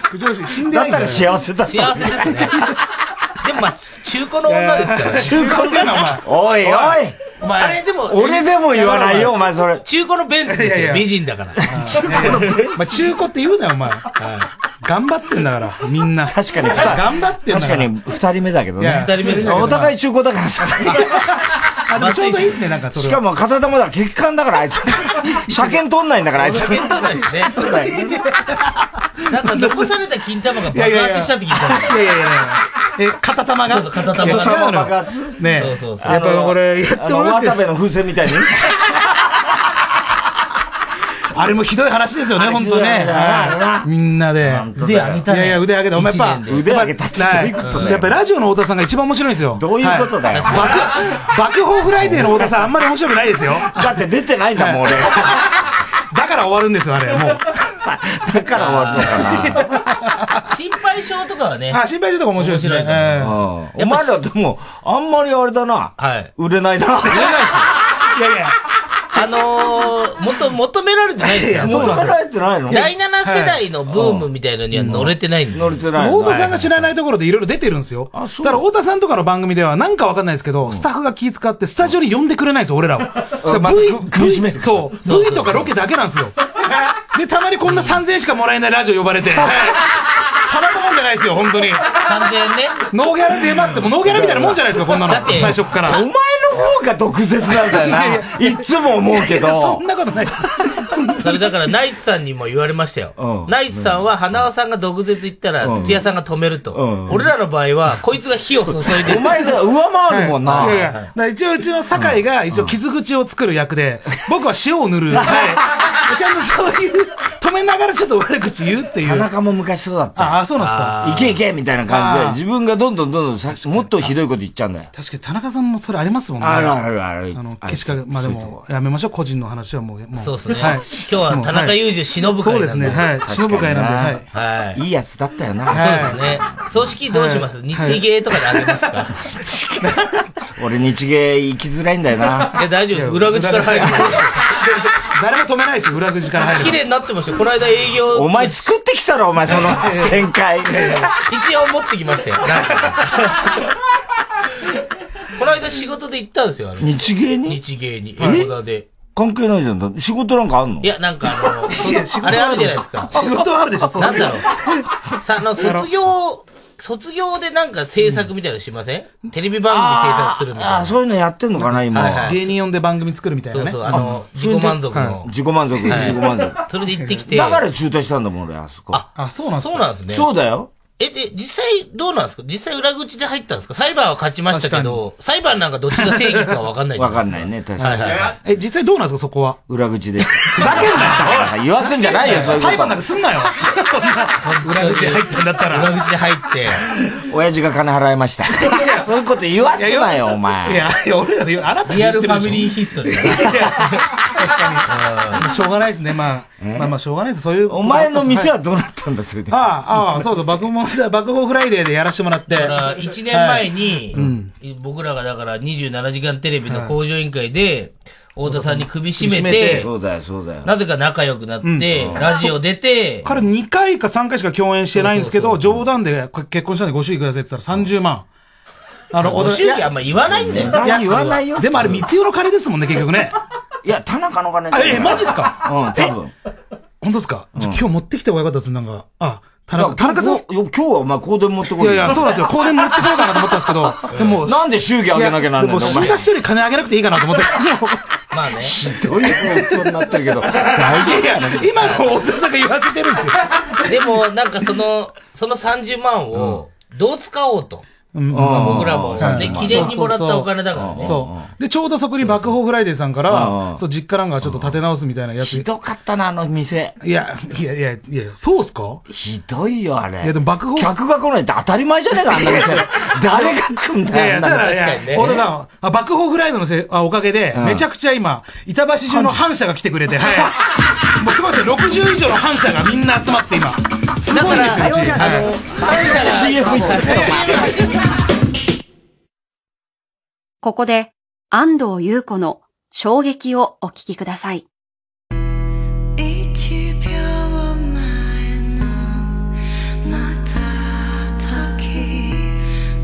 Speaker 14: 苦情し、死んで
Speaker 1: だ
Speaker 14: な
Speaker 1: っ
Speaker 14: い
Speaker 1: たら幸せだった。
Speaker 13: 幸せですね。でもまあ、中古の女ですからね。
Speaker 14: 中古だな、
Speaker 1: おいおい
Speaker 14: お前。お前。
Speaker 13: あれでも、
Speaker 1: 俺でも言わないよ、お前それ。
Speaker 13: 中古のベンツです
Speaker 14: いやいや
Speaker 13: よ。美人だから。
Speaker 14: まあ、中古って言うなよ、お前。頑張ってんだから、みんな。
Speaker 1: 確かに、
Speaker 14: 頑張ってんだか。
Speaker 1: 確からに、二人目だけど
Speaker 14: いや
Speaker 1: ね。
Speaker 13: 二人目で。
Speaker 1: お互い中古だからさ。
Speaker 14: あ、でもちょうどいいっすね、なんかそれは。
Speaker 1: しかも、片玉だ、血管だから、あいつ。車検取んないんだから、あいつ。
Speaker 13: 弁当ないですね。なんか残された金玉が爆
Speaker 14: いやいやい
Speaker 13: 発
Speaker 14: や
Speaker 13: したって聞いたの
Speaker 14: いやいやいやいや。え、片玉が
Speaker 13: そうそう片玉
Speaker 14: いや違うのよ
Speaker 1: 爆発
Speaker 14: ねえ。
Speaker 13: そうそうそう
Speaker 14: やっぱこれ、やって
Speaker 1: あ
Speaker 14: も
Speaker 1: の、
Speaker 14: らうんです
Speaker 1: 渡
Speaker 14: け
Speaker 1: 部の風船みたいに。
Speaker 14: どあれもひどい話ですよね、
Speaker 1: あれ
Speaker 14: 本当ね。
Speaker 1: ひどい話だな
Speaker 14: はいみんなで。
Speaker 13: 腕上げ
Speaker 14: い
Speaker 13: たね。
Speaker 14: やいや、腕上げた。お前やっ
Speaker 13: 一
Speaker 14: ぱ、
Speaker 13: 年
Speaker 1: 腕上げたってどういうこと
Speaker 14: はい
Speaker 1: だ
Speaker 14: やっ
Speaker 1: よ。
Speaker 14: ぱラジオの太田さんが一番面白いんですよ。
Speaker 1: どういうことだよ。
Speaker 14: 爆、爆砲フライデーの太田さんあんまり面白くないですよ。
Speaker 1: だって出てないん だもん、俺。
Speaker 14: だから終わるんですよ、あれ。もう。
Speaker 1: だから終わるのかな。
Speaker 13: 心配性とかは ね。
Speaker 14: あ、心配してとか面白いですね。
Speaker 13: 面白いね
Speaker 14: ええ
Speaker 1: うんお前らでも、あんまりあれだな。
Speaker 13: はい。
Speaker 1: 売れないな。
Speaker 14: いやいや。
Speaker 13: あのー、もと、求められてないですよ。
Speaker 14: そうなんですよ求められてないの
Speaker 13: 第7世代のブームみたいのには乗れてないんで。乗れて
Speaker 14: 太田さんが知らないところでいろいろ出てるんですよ。だから太田さんとかの番組ではなんかわかんないですけど、スタッフが気遣ってスタジオに呼んでくれないんですよ、俺らを。だから
Speaker 1: また
Speaker 14: V、
Speaker 1: く苦しめ
Speaker 14: V、そう、V とかロケだけなんですよ。で、たまにこんな3000円しかもらえないラジオ呼ばれて。たまったもんじゃないですよ、本当に。
Speaker 13: 完全ね。
Speaker 14: ノーギャラ出ますって、もうノーギャラみたいなもんじゃないですか、こんなの。
Speaker 1: だって
Speaker 14: 最初っから。
Speaker 1: お前の方が毒舌なんだよな
Speaker 13: いやい
Speaker 1: いつも思うけど
Speaker 14: そんなことないです。
Speaker 13: それだから、ナイツさんにも言われましたよ。ナイツさんは、花輪さんが毒舌言ったら、
Speaker 1: うん
Speaker 13: 土屋さんが止めると。俺らの場合は、こいつが火を注いでる。
Speaker 1: お前が上回るもんな
Speaker 14: はいいやいやだから一応うちの酒井が一応傷口を作る役で、僕は塩を塗る。はいちゃんとそういう、止めながらちょっと悪口言うっていう。
Speaker 1: 田中も昔そうだった
Speaker 14: ああ、そうなんですか。
Speaker 1: いけいけみたいな感
Speaker 14: あー
Speaker 1: じで、自分がどんどんどんどんさもっとひどいこと言っちゃうんだよ。
Speaker 14: 確かに田中さんもそれありますもんね。
Speaker 1: あるあるある。
Speaker 14: あの、けしか、まあでも、やめましょう、個人の話はもう。も
Speaker 13: そうですね。
Speaker 14: はい
Speaker 13: 今日は田中裕二忍ぶ会
Speaker 14: そうですね、はい。忍ぶ会なんで、
Speaker 13: はい。はい。
Speaker 1: いいやつだったよな。
Speaker 13: そうですね。葬式どうします、
Speaker 1: はい
Speaker 13: 日芸とかであげますか、
Speaker 1: 俺日芸行きづらいんだよな。
Speaker 13: いや、大丈夫です。裏口から入る
Speaker 14: 誰も止めないですよ、裏口から入る。
Speaker 13: 綺麗になってましたよ。この間営業。
Speaker 1: お前作ってきたろ、お前その展開。
Speaker 13: 一応持ってきましたよ。なんかこの間仕事で行ったんですよ、あの
Speaker 1: 日芸に
Speaker 13: 日芸に。
Speaker 1: はい
Speaker 13: 江古田で。
Speaker 1: 関係ないじゃん。仕事なんかあんの
Speaker 13: いや、なんかあの、 そ
Speaker 1: いや仕
Speaker 13: の
Speaker 1: 事
Speaker 13: あれあるじゃない
Speaker 1: あ
Speaker 13: で
Speaker 1: るですしょ
Speaker 13: か。
Speaker 1: 仕事あるでしょそん
Speaker 13: な
Speaker 1: な
Speaker 13: ん
Speaker 1: の
Speaker 13: だろう。さ、あの、卒業、卒業でなんか制作みたいなのしません、テレビ番組制作するみたい
Speaker 1: あ
Speaker 13: な
Speaker 1: あ、。そういうのやってんのかな、今。
Speaker 13: はいはい芸
Speaker 14: 人呼んで番組作るみた
Speaker 13: いなねそうそうあの自己満足の
Speaker 1: 自己満足、自
Speaker 13: はい
Speaker 1: 己満足。
Speaker 13: それで行ってきて。
Speaker 1: だから中退したんだもん、俺、あそこ。
Speaker 14: あ、そう
Speaker 13: そうなんですね。
Speaker 1: そうだよ。
Speaker 13: え、で、実際どうなんですか実際裏口で入ったんですか裁判は勝ちましたけど、裁判なんかどっちが正義かわかんないじゃ
Speaker 1: わ
Speaker 13: ないで
Speaker 1: か
Speaker 13: す
Speaker 1: んないね、確
Speaker 13: は
Speaker 1: か
Speaker 13: い
Speaker 1: に
Speaker 13: はいは。
Speaker 14: え、実際どうなんですか、そこは。
Speaker 1: 裏 口で。ふ
Speaker 14: ざけん
Speaker 1: なよ言わせんじゃないよ、そういうこと。
Speaker 14: 裁判なんかすんなよ。裏口で入ったんだったら。
Speaker 13: 裏口で入って。
Speaker 1: 親父が金払いました。そういうこと言わせないよ、
Speaker 14: や
Speaker 1: お前。
Speaker 14: いや、いや俺ら言う、あなた
Speaker 13: リアルファミリーヒストリー。
Speaker 14: 確かに。しょうがないですね、まあ。まあまあ、しょうがないです、そういう。
Speaker 1: お前の店は
Speaker 14: はい
Speaker 1: どうなったんだ、それで。
Speaker 14: ああ、ああ、そうそう、爆問、爆問フライデーでやらせてもらって。
Speaker 13: だから、1年前に
Speaker 14: はいうん、
Speaker 13: 僕らがだから27時間テレビの工場委員会で、太田さんに首絞め
Speaker 14: て
Speaker 13: て、
Speaker 1: そうだよ、そうだよ。
Speaker 13: なぜか仲良くなって
Speaker 14: う、ん
Speaker 13: ラジオ出て、
Speaker 14: 彼2回か3回しか共演してないんですけど、冗談でこ結婚したんでご祝儀くださいって言ったら30万。あ
Speaker 13: ご祝儀あんま言わないんだよ
Speaker 14: や
Speaker 13: 言わないよ
Speaker 14: でもあれ密用の金ですもんね、結局ね。
Speaker 1: いや、田中の金
Speaker 14: え、えマジっすか
Speaker 1: うん、多分。
Speaker 14: 本当っすかじゃあ今日持ってきた方がよかったです、なんか。あ、田
Speaker 1: いや
Speaker 14: 中、田中さん。
Speaker 1: 今日今日はお前、香典持ってこ
Speaker 14: い
Speaker 1: い
Speaker 14: やいや、そうなんですよ。香典持ってこようかなと思ったんですけ ど、でも
Speaker 1: なんで祝儀あげなきゃなんない
Speaker 14: いやでも
Speaker 1: んだお前
Speaker 14: 死んだ人に金あげなくていいかなと思 って。
Speaker 13: まあね。
Speaker 1: どういう放送になってるけど、大丈夫
Speaker 14: いやいや、今の太田さんが言わせてるんですよ。
Speaker 13: でも、なんかその、その30万を、どう使おう
Speaker 14: う
Speaker 13: と。
Speaker 14: ん
Speaker 13: まあ僕らもね
Speaker 14: はい
Speaker 13: 記念にもらったお金だからね
Speaker 14: そう。で、ちょうどそこに爆砲フライデーさんか
Speaker 1: うんう
Speaker 14: ら、
Speaker 1: ん
Speaker 14: そう、実家なんかちょっと立て直すみたいなやつ。
Speaker 1: ひどかったな、あの店。
Speaker 14: いや、いやいや、いや、そうっすか
Speaker 1: ひどいよ、あれ。
Speaker 14: いやでも爆
Speaker 1: 砲。客が来ないって当たり前じゃねえか、あんな店。誰が来
Speaker 14: い
Speaker 1: ん
Speaker 14: やいや、
Speaker 1: だよ、あん
Speaker 14: だ
Speaker 1: な
Speaker 14: から、い
Speaker 1: 店。
Speaker 14: や太田さん、あ爆砲フライドのせい、あ、おかげで、
Speaker 1: うん
Speaker 14: めちゃくちゃ今、板橋中の反社が来てくれて、はい。もうすごいですよ、60以上の反社がみんな集まって今。すごいんですよ、うち。
Speaker 13: だからあの
Speaker 14: 反社が
Speaker 13: CM 行っちゃったよ
Speaker 15: ここで安藤優子の衝撃をお聞きください。
Speaker 16: 一秒前の瞬き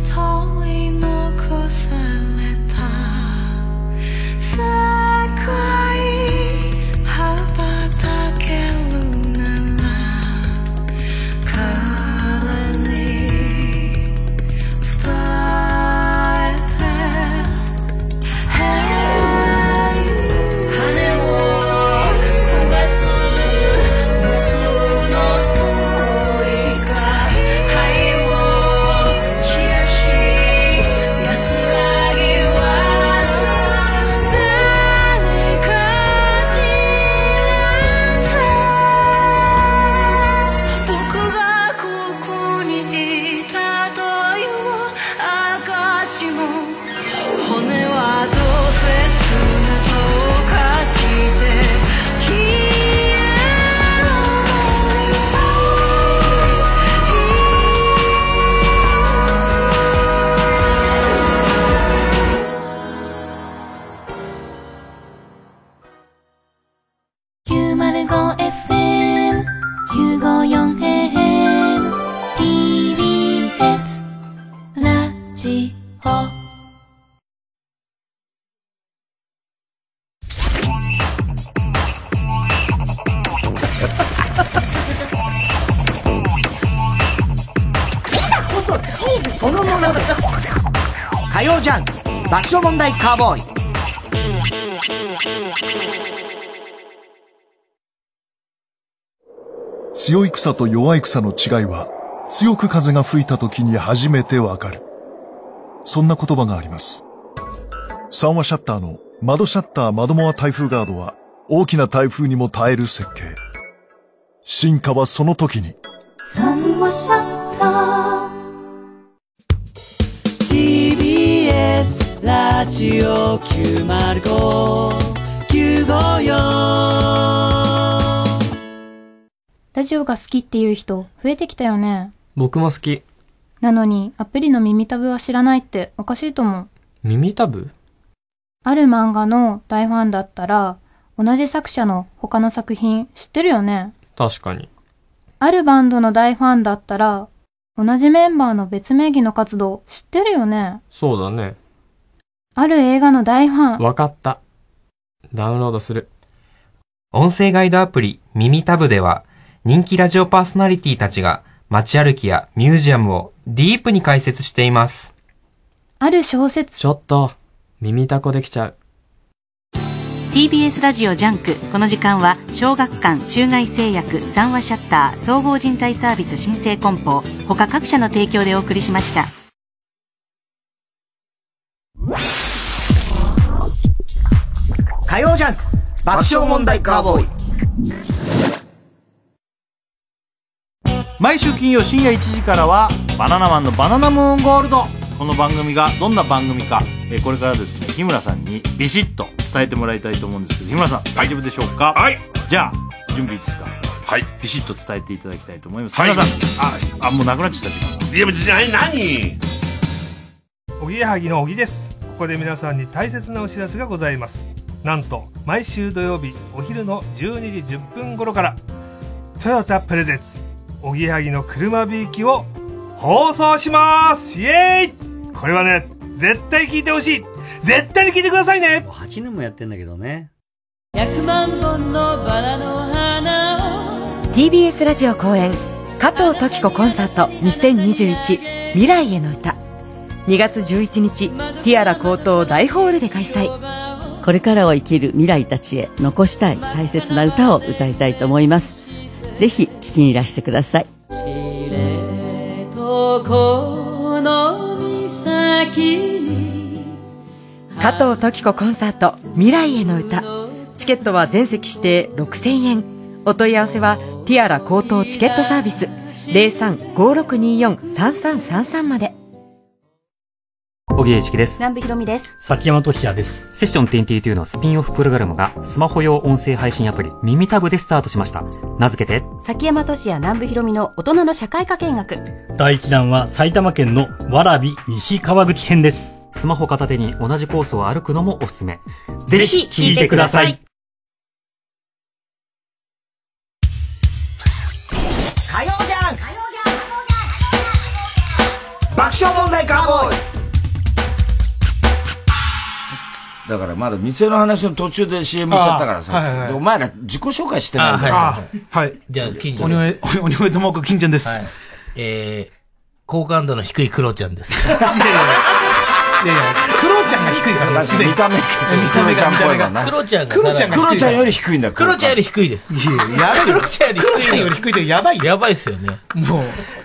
Speaker 16: 取り残された世界羽ばたけるなら彼に伝えて Hey 羽を
Speaker 5: そのもので火曜ジャン爆笑問題カーボーイ
Speaker 17: 強い草と弱い草の違いは、強く風が吹いた時に初めてわかる。そんな言葉があります。三話シャッターの窓シャッター窓モア台風ガードは、大きな台風にも耐える設計。進化はその時に。
Speaker 15: 三話シャッター TBS ラジオ905954
Speaker 18: ラジオが好きっていう人増えてきたよね。
Speaker 19: 僕も好き。
Speaker 18: なのにアプリの耳タブは知らないっておかしいと思う。
Speaker 19: 耳たぶ
Speaker 18: ある漫画の大ファンだったら同じ作者の他の作品知ってるよね。
Speaker 19: 確かに。
Speaker 18: あるバンドの大ファンだったら同じメンバーの別名義の活動知ってるよね。
Speaker 19: そうだね。
Speaker 18: ある映画の大ファン。
Speaker 19: わかった。ダウンロードする。
Speaker 7: 音声ガイドアプリ耳タブでは人気ラジオパーソナリティたちが街歩きやミュージアムをディープに解説しています。
Speaker 18: ある小説。
Speaker 19: ちょっと、耳たこできちゃう。
Speaker 20: TBS ラジオジャンクこの時間は小学館中外製薬三話シャッター総合人材サービス申請梱包他各社の提供でお送りしました
Speaker 5: 火曜ジャン爆笑問題カーボーイ
Speaker 21: 毎週金曜深夜1時からは「バナナマンのバナナムーンゴールド」この番組がどんな番組か、えーこれからですね日村さんにビシッと伝えてもらいたいと思うんですけど日村さん大丈夫でしょうかはいじゃあ準備いいですかはいビシッと伝えていただきたいと思います、
Speaker 22: はい
Speaker 21: 日村さんああもうなくなっちゃった時間
Speaker 22: いやじゃあ何
Speaker 2: おぎやはぎのおぎですここで皆さんに大切なお知らせがございますなんと毎週土曜日お昼の12時10分頃からトヨタプレゼンツおぎやはぎの車びいきを放送しますイエーイこれはね絶対聞いてほしい絶対に聞いてくださいね
Speaker 23: 8年もやってんだけどね
Speaker 15: 100万本のバラの花を
Speaker 24: TBS ラジオ公演加藤時子コンサート2021未来への歌2月11日ティアラ高等大ホールで開催
Speaker 25: これからを生きる未来たちへ残したい大切な歌を歌いたいと思います。ぜひ聴きにいらしてください。
Speaker 15: どこの岬
Speaker 24: 加藤時子コンサート未来への歌チケットは全席指定6000円お問い合わせはティアラ高等チケットサービス0356243333まで
Speaker 9: 小木栄一です。
Speaker 6: 南部ひろみです。
Speaker 9: 崎山俊也です。セッション 10T2 のスピンオフプログラムが、スマホ用音声配信アプリ、耳タブでスタートしました。名付けて、
Speaker 6: 崎山俊也南部ひろみの大人の社会科見学。
Speaker 9: 第1弾は埼玉県のわらび西川口編です。スマホ片手に同じコースを歩くのもおすすめ。ぜひ聞いてください。
Speaker 5: 火曜ジャン爆笑問題カーボーイ
Speaker 1: だからまだ店の話の途中で CM 行っちゃったから
Speaker 14: あーはいはいは
Speaker 1: さ。
Speaker 14: い
Speaker 1: でお前ら自己紹介してないんだよ
Speaker 14: あはい。
Speaker 13: じゃあ、金
Speaker 14: 鬼越、鬼越智子金ちゃんです。
Speaker 13: えー、好感度の低いクロちゃんです。
Speaker 14: いやいや、クロちゃんが低いから、すでに。見た目、見た目が、見た目が。
Speaker 13: クロちゃんが。
Speaker 14: クロちゃんが低いから。
Speaker 1: 低いんだ
Speaker 13: クロちゃんより低いです。い
Speaker 14: ややべえ
Speaker 13: クロちゃんより低い。
Speaker 14: クロちゃんより低いってやばい
Speaker 13: やばいっすよね。
Speaker 14: も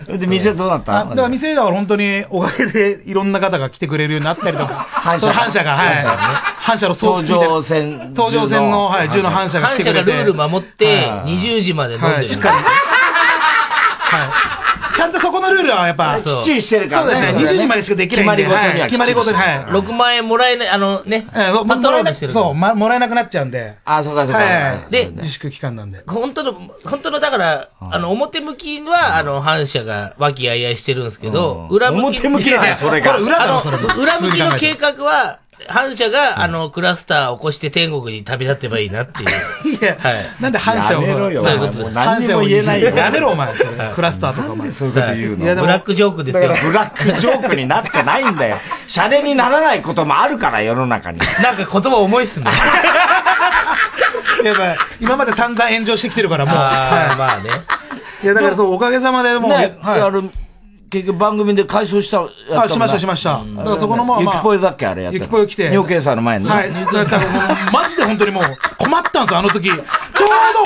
Speaker 1: う。で、店どうなっ
Speaker 14: あだから店だから本当におかげでいろんな方が来てくれるようになったりとか。反
Speaker 1: 射が
Speaker 14: 反射が、はい
Speaker 1: 反射がね。
Speaker 14: 反射の装置みたいな
Speaker 1: 東上線。
Speaker 14: 東上線の、はい、銃の反射が来てくれて。
Speaker 13: 反射がルール守って、20時まで飲んで
Speaker 14: は
Speaker 13: る
Speaker 14: い、。しっかり。はい。ちゃんとそこのルールはやっぱ。
Speaker 13: そうきっちりしてるからね
Speaker 14: そうですね。20時までしかできないんで。はい決まりごとに。はい。
Speaker 13: 6万円もらえない、あのね、
Speaker 14: も
Speaker 13: パトロールしてるから。
Speaker 14: そう、まもらえなくなっちゃうんで。
Speaker 1: あ、そうかそうか
Speaker 14: はい。
Speaker 13: で、
Speaker 14: 自粛期間なんで。
Speaker 13: 本当の、本当の、だから、あの、表向きは、あの、反社が和気あいあいしてるんですけど、裏向き。
Speaker 1: 表向きだねそれが
Speaker 13: あの
Speaker 1: それ裏だろそれ
Speaker 13: 裏向きの
Speaker 1: 普通に
Speaker 13: 計
Speaker 1: 考
Speaker 13: 画は、反社が、あの、クラスターを起こして天国に旅立てばいいなっていう。
Speaker 14: いや、
Speaker 13: はい。
Speaker 14: なんで反射を。
Speaker 13: やめろよそういうことです
Speaker 14: も何にも言えないよ。やめろ、お前。それクラスターとかお 前。
Speaker 1: そういうこと言う
Speaker 14: いやで
Speaker 1: の
Speaker 14: も
Speaker 13: ブラックジョークですよ
Speaker 1: だからブラックジョークになってないんだよ。シャレにならないこともあるから、世の中に。
Speaker 13: なんか言葉重いっすね。
Speaker 14: やっぱ、今まで散々炎上してきてるから、もう。
Speaker 13: あー
Speaker 14: はい
Speaker 13: まあね。
Speaker 14: いや、だからそう、おかげさまでもう、
Speaker 1: ね、
Speaker 14: はい
Speaker 1: やる結局番組で解消した、やったもんな
Speaker 14: あしましたしましただからそこのまあまあ
Speaker 1: ゆきぽよだっけあれやったの。
Speaker 14: ゆきぽよ来て
Speaker 1: 尿検査の前にね。
Speaker 14: はい。だからだからもうマジで本当にもう困ったんですよ、あの時。ちょう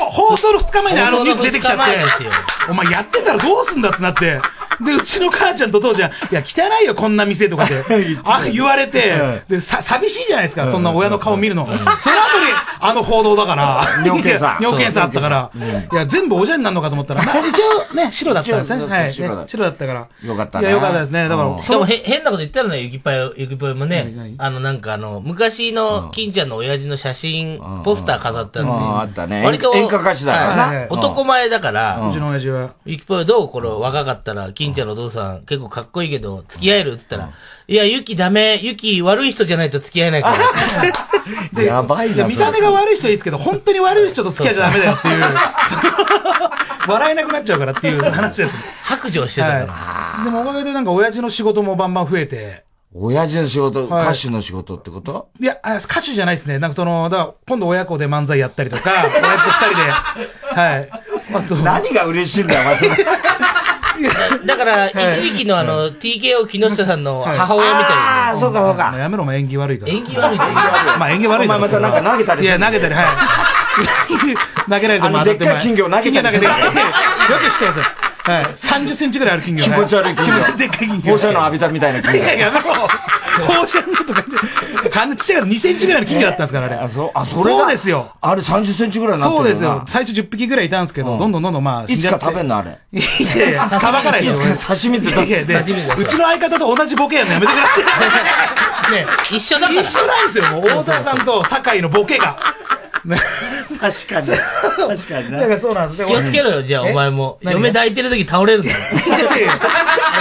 Speaker 14: ど放送の2日前にあのニュース出てきちゃって
Speaker 13: 放送の二日前ですよ。
Speaker 14: お前やってたらどうすんだってなって。で、うちの母ちゃんと父ちゃん、いや、汚いよ、こんな店とかで。あ、 言われて、で、さ、寂しいじゃないですか、そんな親の顔見るの。その後に、あの報道だから。
Speaker 1: 尿検 査
Speaker 14: いや尿検査あったから。いや、全部おじゃになるのかと思ったら、まあ 一応ね、白だったんです
Speaker 1: 一
Speaker 14: ね。
Speaker 1: 応
Speaker 14: はい。ね
Speaker 1: そうそう白だった
Speaker 14: 白だったから。
Speaker 1: よかった
Speaker 14: い
Speaker 1: ね。
Speaker 14: やよかったですねだから
Speaker 1: うん
Speaker 13: しかもへ変なこと言ったらね、ゆきぽよ、ゆきぽよもね、あのなんかあの、昔の金ちゃんの親父の写真、ポスター飾ったんで。
Speaker 1: うんあったね
Speaker 13: 割と、
Speaker 1: 演歌歌手だからな
Speaker 13: はい
Speaker 1: うん
Speaker 13: 男前だから、
Speaker 14: うちの親父は。
Speaker 13: ゆきぽよどうこれ若かったら、金ちゃんのお父さん結構かっこいいけど、付き合えるって言ったら、いや、ゆきダメ、ゆき悪い人じゃないと付き合えないから。
Speaker 1: やばい
Speaker 14: で
Speaker 1: な。
Speaker 14: 見た目が悪い人はいいですけど、本当に悪い人と付き合いちゃダメだよっていう。 笑えなくなっちゃうからっていう話です。
Speaker 13: 白状してたから。
Speaker 14: でもおかげでなんか親父の仕事もバンバン増えて。
Speaker 1: 親父の仕事、
Speaker 14: はい
Speaker 1: 歌手の仕事ってこと
Speaker 14: いや、あ歌手じゃないですね。なんかその、だから今度親子で漫才やったりとか、親父と二人で。はい。
Speaker 1: 何が嬉しいんだよ、まず。
Speaker 13: だから、一時期のあの、TKO 木下さんの母親みたいな。
Speaker 14: そうかそうか。やめろ、お前演技悪いから。演技
Speaker 13: 悪い
Speaker 14: まあ演技悪い
Speaker 1: お前またなんか投げたり
Speaker 14: い
Speaker 1: する
Speaker 14: や、投げたり、はい。 投げられても
Speaker 1: あの
Speaker 14: 当たっても
Speaker 1: でっかい金魚投げたり
Speaker 14: 金魚投げて
Speaker 1: する
Speaker 14: よく知ってますよ。はい。30センチぐらいある金魚。
Speaker 1: 気持ち悪い金魚
Speaker 14: 気持 ちでっかい金魚。
Speaker 1: 放射能浴びたみたいな金
Speaker 14: いや、やめろ。放射能とかね、完全ちっちゃいから2センチぐらいの金魚だったんですから、あれ。あ、そう、あ、
Speaker 1: それが
Speaker 14: そうですよ。
Speaker 1: あれ30センチぐらいになっ
Speaker 14: そ
Speaker 1: てるよ
Speaker 14: う
Speaker 1: な
Speaker 14: ですよ。最初10匹ぐらいいたんですけど、どんどんどんどんまあ、
Speaker 1: いつか食べんの、あれ。
Speaker 14: いやいや、さばかないです
Speaker 1: 刺身って
Speaker 14: いやいやでうちの相方と同じボケやのやめてくださ い。ね
Speaker 13: 一緒だから
Speaker 14: 一緒なんですよ、もう。大沢さんと酒井のボケが。
Speaker 1: 確かに。確かに
Speaker 14: だからそうなんです。
Speaker 13: 気をつけろよ、じゃあ、
Speaker 14: え
Speaker 13: お前も。
Speaker 14: 何が
Speaker 13: 嫁抱いてる時倒れるんだよ。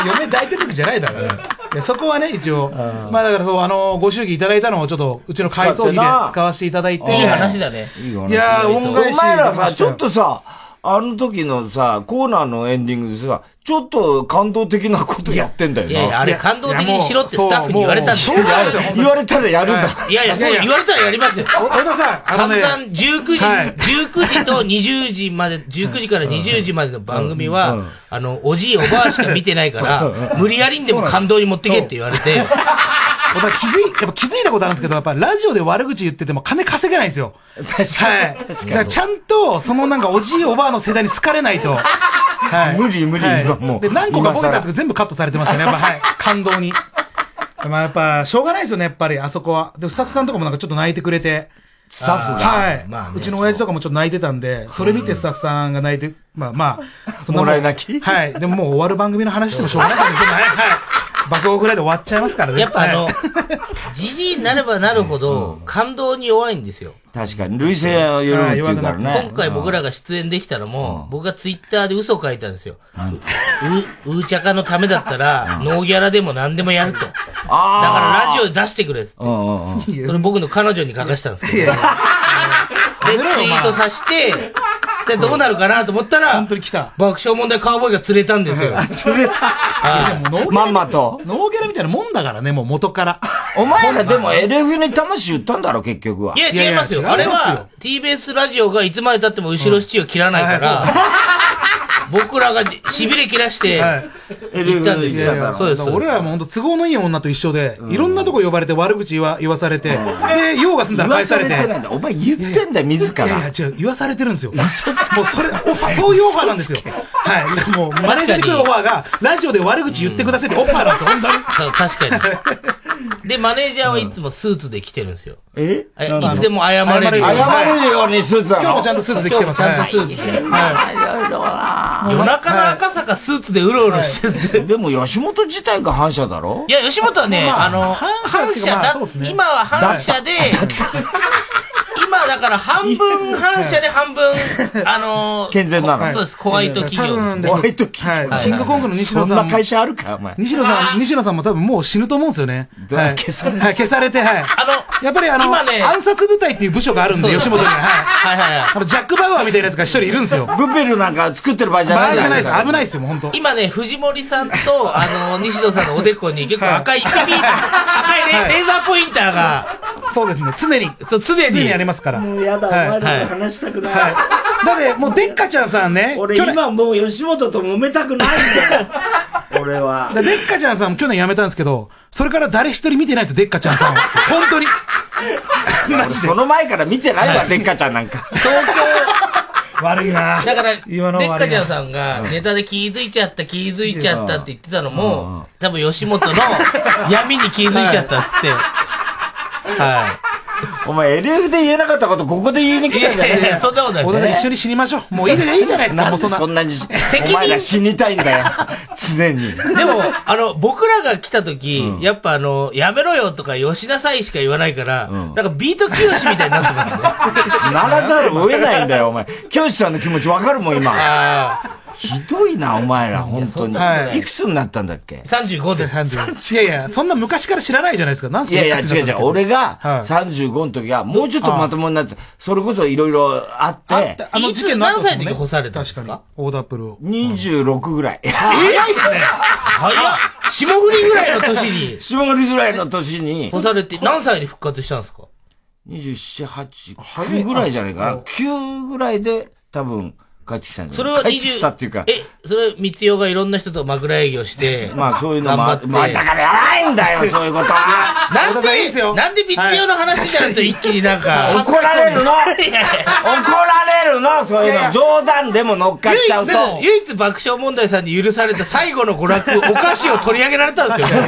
Speaker 14: 嫁抱いてる時じゃないだから。いやそこはね、一応。まあだからそう、あの、ご祝儀いただいたのをちょっと、うちの改装費で使わせていただいて。
Speaker 1: いい話
Speaker 13: だね。
Speaker 1: いいよ
Speaker 14: いやー
Speaker 1: 割と
Speaker 14: 恩返し
Speaker 1: お前ら
Speaker 14: できま
Speaker 1: さ、
Speaker 14: し
Speaker 1: ち
Speaker 14: たよ
Speaker 1: ょっとさ、あの時のさ、コーナーのエンディングでさ、ちょっと感動的なことやってんだよ
Speaker 13: い
Speaker 1: な。
Speaker 13: やいやあれ感動的にしろってスタッフに言われたんですよ
Speaker 1: いやもうそうなんですよ言われたらやるんだ。
Speaker 13: いやいや、そう言われたらやりますよ。
Speaker 14: 小田さん、あ
Speaker 13: 散
Speaker 14: の
Speaker 13: 々
Speaker 14: ね
Speaker 13: 19時、19時と20時まで、19時から20時までの番組
Speaker 14: うんうん
Speaker 13: は、あの、おじいおばあしか見てない か
Speaker 14: う
Speaker 13: ら、
Speaker 14: ん
Speaker 13: 無理やりにでも感動に持ってけって言われて、
Speaker 14: やっぱ気づい、やっぱ気づいたことあるんですけど、やっぱラジオで悪口言ってても金稼げないんですよ。確かに。はい。だからちゃんと、そのなんかおじいおばあの世代に好かれないと。はい。無理無理、もう。で、何個かボケたんですけど全部カットされてましたね。やっぱはい。感動に。まあやっぱ、しょうがないですよね、やっぱり、あそこは。で、スタッフさんとかもなんかちょっと泣いてくれて。
Speaker 1: スタッフが
Speaker 14: はい。
Speaker 1: まあね
Speaker 14: うちの親父とかもちょっと泣いてたんで、それ見てスタッフさんが泣いて、まあまあ、そんな
Speaker 1: もらい
Speaker 14: 泣きはい。でももう終わる番組の話してもしょうがないですよね。そんなはいはい。爆豪ぐらいで終わっちゃいますからね。
Speaker 13: やっぱあの
Speaker 14: はい、
Speaker 13: じじいになればなるほど、感動に弱いんですよ。
Speaker 1: 確かに、類性を緩むっていうからね。
Speaker 13: 今回僕らが出演できたのも、僕がツイッターで嘘を書いたんですよ。う、うーちゃかのためだったら、ノーギャラでも何でもやると。だからラジオで出してくれっつって。
Speaker 1: うんうんうん。
Speaker 13: それ僕の彼女に書かしたんですけど。で、ツイートさして、で、どうなるかなと思ったら、本当
Speaker 14: に来た。
Speaker 13: 爆笑問題カーボーイが釣れたんですよ。
Speaker 1: 釣れたまんまと。
Speaker 14: ノーギャラみたいなもんだからね、もう元から。
Speaker 1: お前らでも LF に魂売ったんだろ、結局は。
Speaker 13: いや、違いますよ。あれは、TBS ラジオがいつまで経っても後ろ支柱を切らないから、僕らが痺れ切らして、行ったんです
Speaker 14: いやいや
Speaker 13: よ。そうです。そう
Speaker 14: 俺
Speaker 13: です
Speaker 14: らも本当都合のいい女と一緒で、いろんなとこ呼ばれて悪口言わ言わされて、で、用が済んだら返されて。
Speaker 1: 言わされてないんだお前言ってんだよ、自ら。
Speaker 14: いやいや、違う、言わされてるんですよ。もうそれ、オファー、そういうオファーなんですよ。はい。もう、マネージャーに来るオファーが、ラジオで悪口言ってくださいってオファーなんですよ、本当に。
Speaker 13: そう確かに。で、マネージャーはいつもスーツで来てるんですよ。
Speaker 1: え
Speaker 13: えいつでも謝れるように
Speaker 1: 謝れるようにスーツなの
Speaker 14: 今日もちゃんとスーツで来てます。
Speaker 13: 今日もちゃんとスーツで
Speaker 1: はい
Speaker 13: 夜中の赤坂スーツでうろうろして
Speaker 1: る。でも吉本自体が反社だろ
Speaker 13: いや、吉本はね、
Speaker 1: まあ
Speaker 13: あの、
Speaker 1: 反
Speaker 13: 反
Speaker 1: 社っていう
Speaker 13: 社
Speaker 1: かまあ
Speaker 13: だ
Speaker 1: そうです、ね
Speaker 13: 今は反社で、今だから半分反社で半分、あの、
Speaker 1: 健全なの
Speaker 13: そうです、ホワイト企業ですね。
Speaker 1: ホワイト企業。
Speaker 14: はいキングコングの西野さんも
Speaker 1: そんな会社あるか、お前。
Speaker 14: 西野さん、西野さんも多分もう死ぬと思うんですよね。はい、消されて。はい、消されて、はい。あの、やっぱりあの、
Speaker 13: 今ね
Speaker 14: 暗殺部隊っていう部署があるんで、
Speaker 13: そう。
Speaker 14: 吉本には。はい
Speaker 13: はいはいはい。
Speaker 14: あの、ジャック・バウアーみたいなやつが一人いるんですよ。
Speaker 1: ブペルなんか作ってる場合
Speaker 13: じゃない
Speaker 14: じゃないです。危ないですよ、もう本当。
Speaker 13: 今ね、藤森さんと、あの、西野さんのおでこに結構赤い、ピピ赤い
Speaker 14: は
Speaker 13: レ
Speaker 14: い
Speaker 13: レーザーポインターが、
Speaker 14: そうですね、常に。
Speaker 13: 常に
Speaker 14: ありますから。もうやだ、
Speaker 13: はいお前らと
Speaker 14: 話したくない。はいだって、もう、でっかちゃんさんね。
Speaker 1: 俺今もう吉本と揉めたくないん だよ。俺は。
Speaker 14: だでっかちゃんさんも去年辞めたんですけど、それから誰一人見てないです、でっかちゃんさんを。本当に。
Speaker 1: 俺その前から見てないわ、でっかちゃんなんか。
Speaker 14: 悪いな
Speaker 13: だから、
Speaker 14: 今の
Speaker 13: でっ
Speaker 14: 悪
Speaker 13: か
Speaker 14: い
Speaker 13: ちゃん
Speaker 14: な。
Speaker 13: さんがネタで気づいちゃった、気づいちゃったって言ってたのも、多分吉本の闇に気づいちゃったっつって。
Speaker 1: はい。お前 LF で言えなかったことここで言いに来たんじゃねえ
Speaker 13: いやいやそんなことないい
Speaker 1: ね
Speaker 13: 小田さん一緒
Speaker 14: に死にましょうもういいじゃいいじゃないですか
Speaker 1: んで
Speaker 14: もうそんな
Speaker 1: そんなに、
Speaker 13: 責任
Speaker 1: お前ら死にたいんだよ。常に。
Speaker 13: でも、あの、僕らが来た時、やっぱあの、やめろよとか、よしなさいしか言わないから、なんかビートきよしみたいになってますね。
Speaker 1: ならざるを得ないんだよ、お前。教師さんの気持ちわかるもん、今。ひどいな、お前ら、本当に。
Speaker 14: はい
Speaker 1: いくつになったんだっけ
Speaker 13: 35です。
Speaker 14: いやいや、そんな昔から知らないじゃないですか。なんす
Speaker 1: い
Speaker 14: か
Speaker 1: やいや、
Speaker 14: いくつに
Speaker 1: 違う
Speaker 14: なったっ
Speaker 1: 違う
Speaker 14: て。
Speaker 1: 俺が35の時は、もうちょっとまともになって、それこそいろいろあって、
Speaker 13: あの事件の後ですもんねいつ何歳の時干
Speaker 1: されたんですか
Speaker 14: オーダープルを。
Speaker 1: 26ぐらい。
Speaker 13: 早いっすね。早っ。霜降りぐらいの年に。
Speaker 1: 霜降りぐらいの年に。
Speaker 13: 干されて、何歳で復活したんですか
Speaker 1: ?27、8、9ぐらいじゃないかな。9ぐらいで、多分、帰ってきたんじゃ
Speaker 13: それ
Speaker 1: ない
Speaker 13: は
Speaker 1: 帰ってきたっていう
Speaker 13: 20
Speaker 1: か、。
Speaker 13: え、それ、光代がいろんな人と枕営業して。
Speaker 1: まあそういうのも
Speaker 13: 頑
Speaker 1: あ
Speaker 13: 張って
Speaker 1: まあだからやらないんだ よ、そういうことは。
Speaker 13: なんで、なんで光代の話になると一気になんか。
Speaker 1: 怒ら れるの
Speaker 13: いやいや
Speaker 1: 怒られるのそういう
Speaker 13: いやい
Speaker 1: の。
Speaker 13: や
Speaker 1: 冗談でも乗っかっちゃうと。
Speaker 13: 唯一、唯一爆笑問題さんに許された最後の娯 楽、お菓子を取り上げられたんですよ。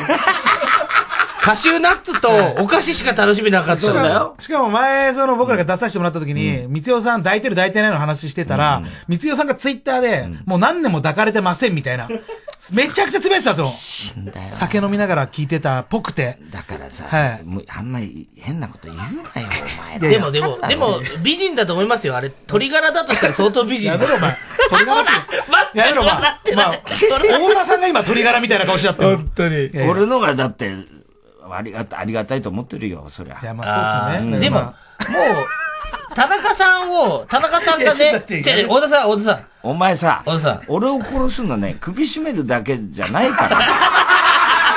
Speaker 13: カシューナッツとお菓子しか楽しみなかったんだよ。
Speaker 14: しかも前、その僕らが出させてもらった時に、三代さん抱いてる抱いてないの話してたら、三代さんがツイッターで、もう何年も抱かれてませんみたいな。めちゃくちゃ詰めてたんですよ。酒飲みながら聞いてたっぽくて。
Speaker 1: だからさ、
Speaker 14: はい
Speaker 1: もうあんまり変なこと言うなよ、お前ら
Speaker 13: でもでも、でも、美人だと思いますよ。あれ、鳥柄だとしたら相当 美人やめろ、お前。鳥柄って。やめろ、お前。
Speaker 14: まあ、太田さんが今鳥柄みたいな顔しちゃってる。本当に。
Speaker 1: 俺のがだって、ありがた、ありがたいと思ってるよ、そりゃ。いや、
Speaker 14: まあそうっすよね
Speaker 1: ん
Speaker 14: でも
Speaker 13: 田中さんを、田中さんが
Speaker 1: いやち
Speaker 13: ね
Speaker 1: ょっ、と待
Speaker 13: て
Speaker 1: って
Speaker 13: 太田さん、太田さん。
Speaker 1: お前さ、俺を殺すのね、首絞めるだけじゃない から。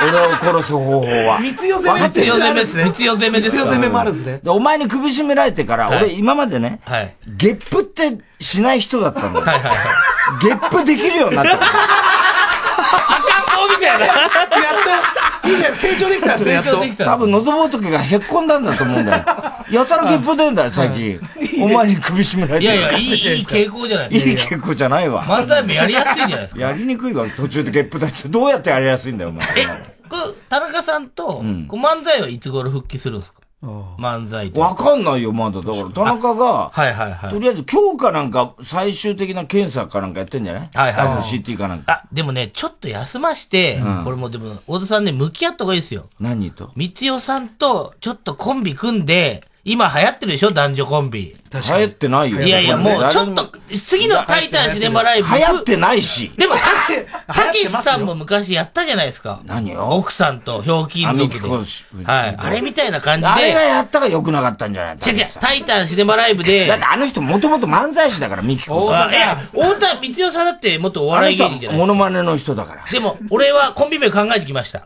Speaker 1: 俺を殺す方法は。
Speaker 14: 三代攻め
Speaker 1: 分かってる
Speaker 13: 三代攻めですね三代攻めですよ
Speaker 14: 三代攻めもあるんですね。
Speaker 1: でお前に首絞められてから、
Speaker 13: はい
Speaker 1: 俺今までね、
Speaker 13: はい。
Speaker 1: ゲップってしない人だったの。
Speaker 13: はいはい
Speaker 1: ゲップできるようになった。
Speaker 13: 赤ん坊みたいな。や
Speaker 14: っと、いいじゃん、成長できたんですね、やっと。
Speaker 1: 多分、喉仏がへっこんだんだと思うんだよ。 やたらゲップ出るんだよ、最近。お前に首絞められ
Speaker 13: い
Speaker 1: て
Speaker 13: や
Speaker 1: る
Speaker 13: い
Speaker 1: か
Speaker 13: や、
Speaker 1: ら
Speaker 13: いい、いい傾向じゃない
Speaker 1: い
Speaker 13: ですか。
Speaker 1: い結構じゃないわ。
Speaker 13: 漫才もやりやすいんじゃないです
Speaker 1: か。やりにくいわ。途中でゲップだって。どうやってやりやすいんだよ、お前。
Speaker 13: こう田中さんと、こう
Speaker 1: うん
Speaker 13: 漫才はいつ頃復帰するんですか漫才と。
Speaker 1: わかんないよ、まだ。だから、田中が、
Speaker 13: はいはいはい。
Speaker 1: とりあえず今日かなんか最終的な検査かなんかやってんじゃない
Speaker 13: はいはい
Speaker 1: 多分 CT かなんか。
Speaker 13: あ、でもね、ちょっと休まして、
Speaker 1: うん
Speaker 13: これもでも、太田さんね、向き合った方がいいですよ。
Speaker 1: 何と
Speaker 13: 三代さんと、ちょっとコンビ組んで、今流行ってるでしょ男女コンビ。
Speaker 1: 流行ってないよ。
Speaker 13: いやいや、もうちょっと、次のタイタンシネマライブ。
Speaker 1: 流行ってないし。
Speaker 13: でも、た、たけしさんも昔やったじゃないですか。
Speaker 1: 何よ
Speaker 13: 奥さんと、ひょうきん
Speaker 1: 神
Speaker 13: 族
Speaker 1: 木
Speaker 13: で。
Speaker 1: 浩
Speaker 13: はい。
Speaker 1: 志
Speaker 13: あれみたいな感じで。
Speaker 1: あれがやったが良くなかったんじゃない
Speaker 13: 違う違う、タイタンシネマライブで。
Speaker 1: だってあの人もともと漫才師だから、ミキコ
Speaker 13: あいや、太田光代さんだって元お
Speaker 1: あの
Speaker 13: 笑い
Speaker 1: 人
Speaker 13: 芸
Speaker 1: は
Speaker 13: 人じゃない
Speaker 1: モノマネの人だから。
Speaker 13: でも、俺はコンビ名考えてきました。は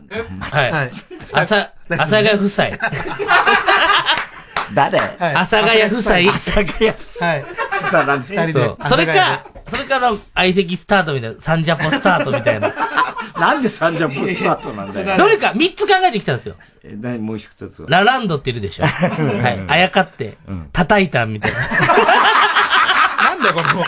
Speaker 13: い。朝、朝ヶ谷夫妻。
Speaker 1: 誰
Speaker 13: 阿佐ヶ谷夫妻
Speaker 1: 阿佐ヶ谷夫妻。
Speaker 14: はい。
Speaker 1: 二
Speaker 13: そうそれか、それから相席スタートみたいな、サンジャポスタートみたいな。
Speaker 1: なんでサンジャポスタートなんだよ
Speaker 13: どれか3つ考えてきたんですよ。
Speaker 1: え、何もう一つは。
Speaker 13: ラランドっているでし ょ。はい。あやかって、叩いたみたいな。
Speaker 14: なんだよ、これもう。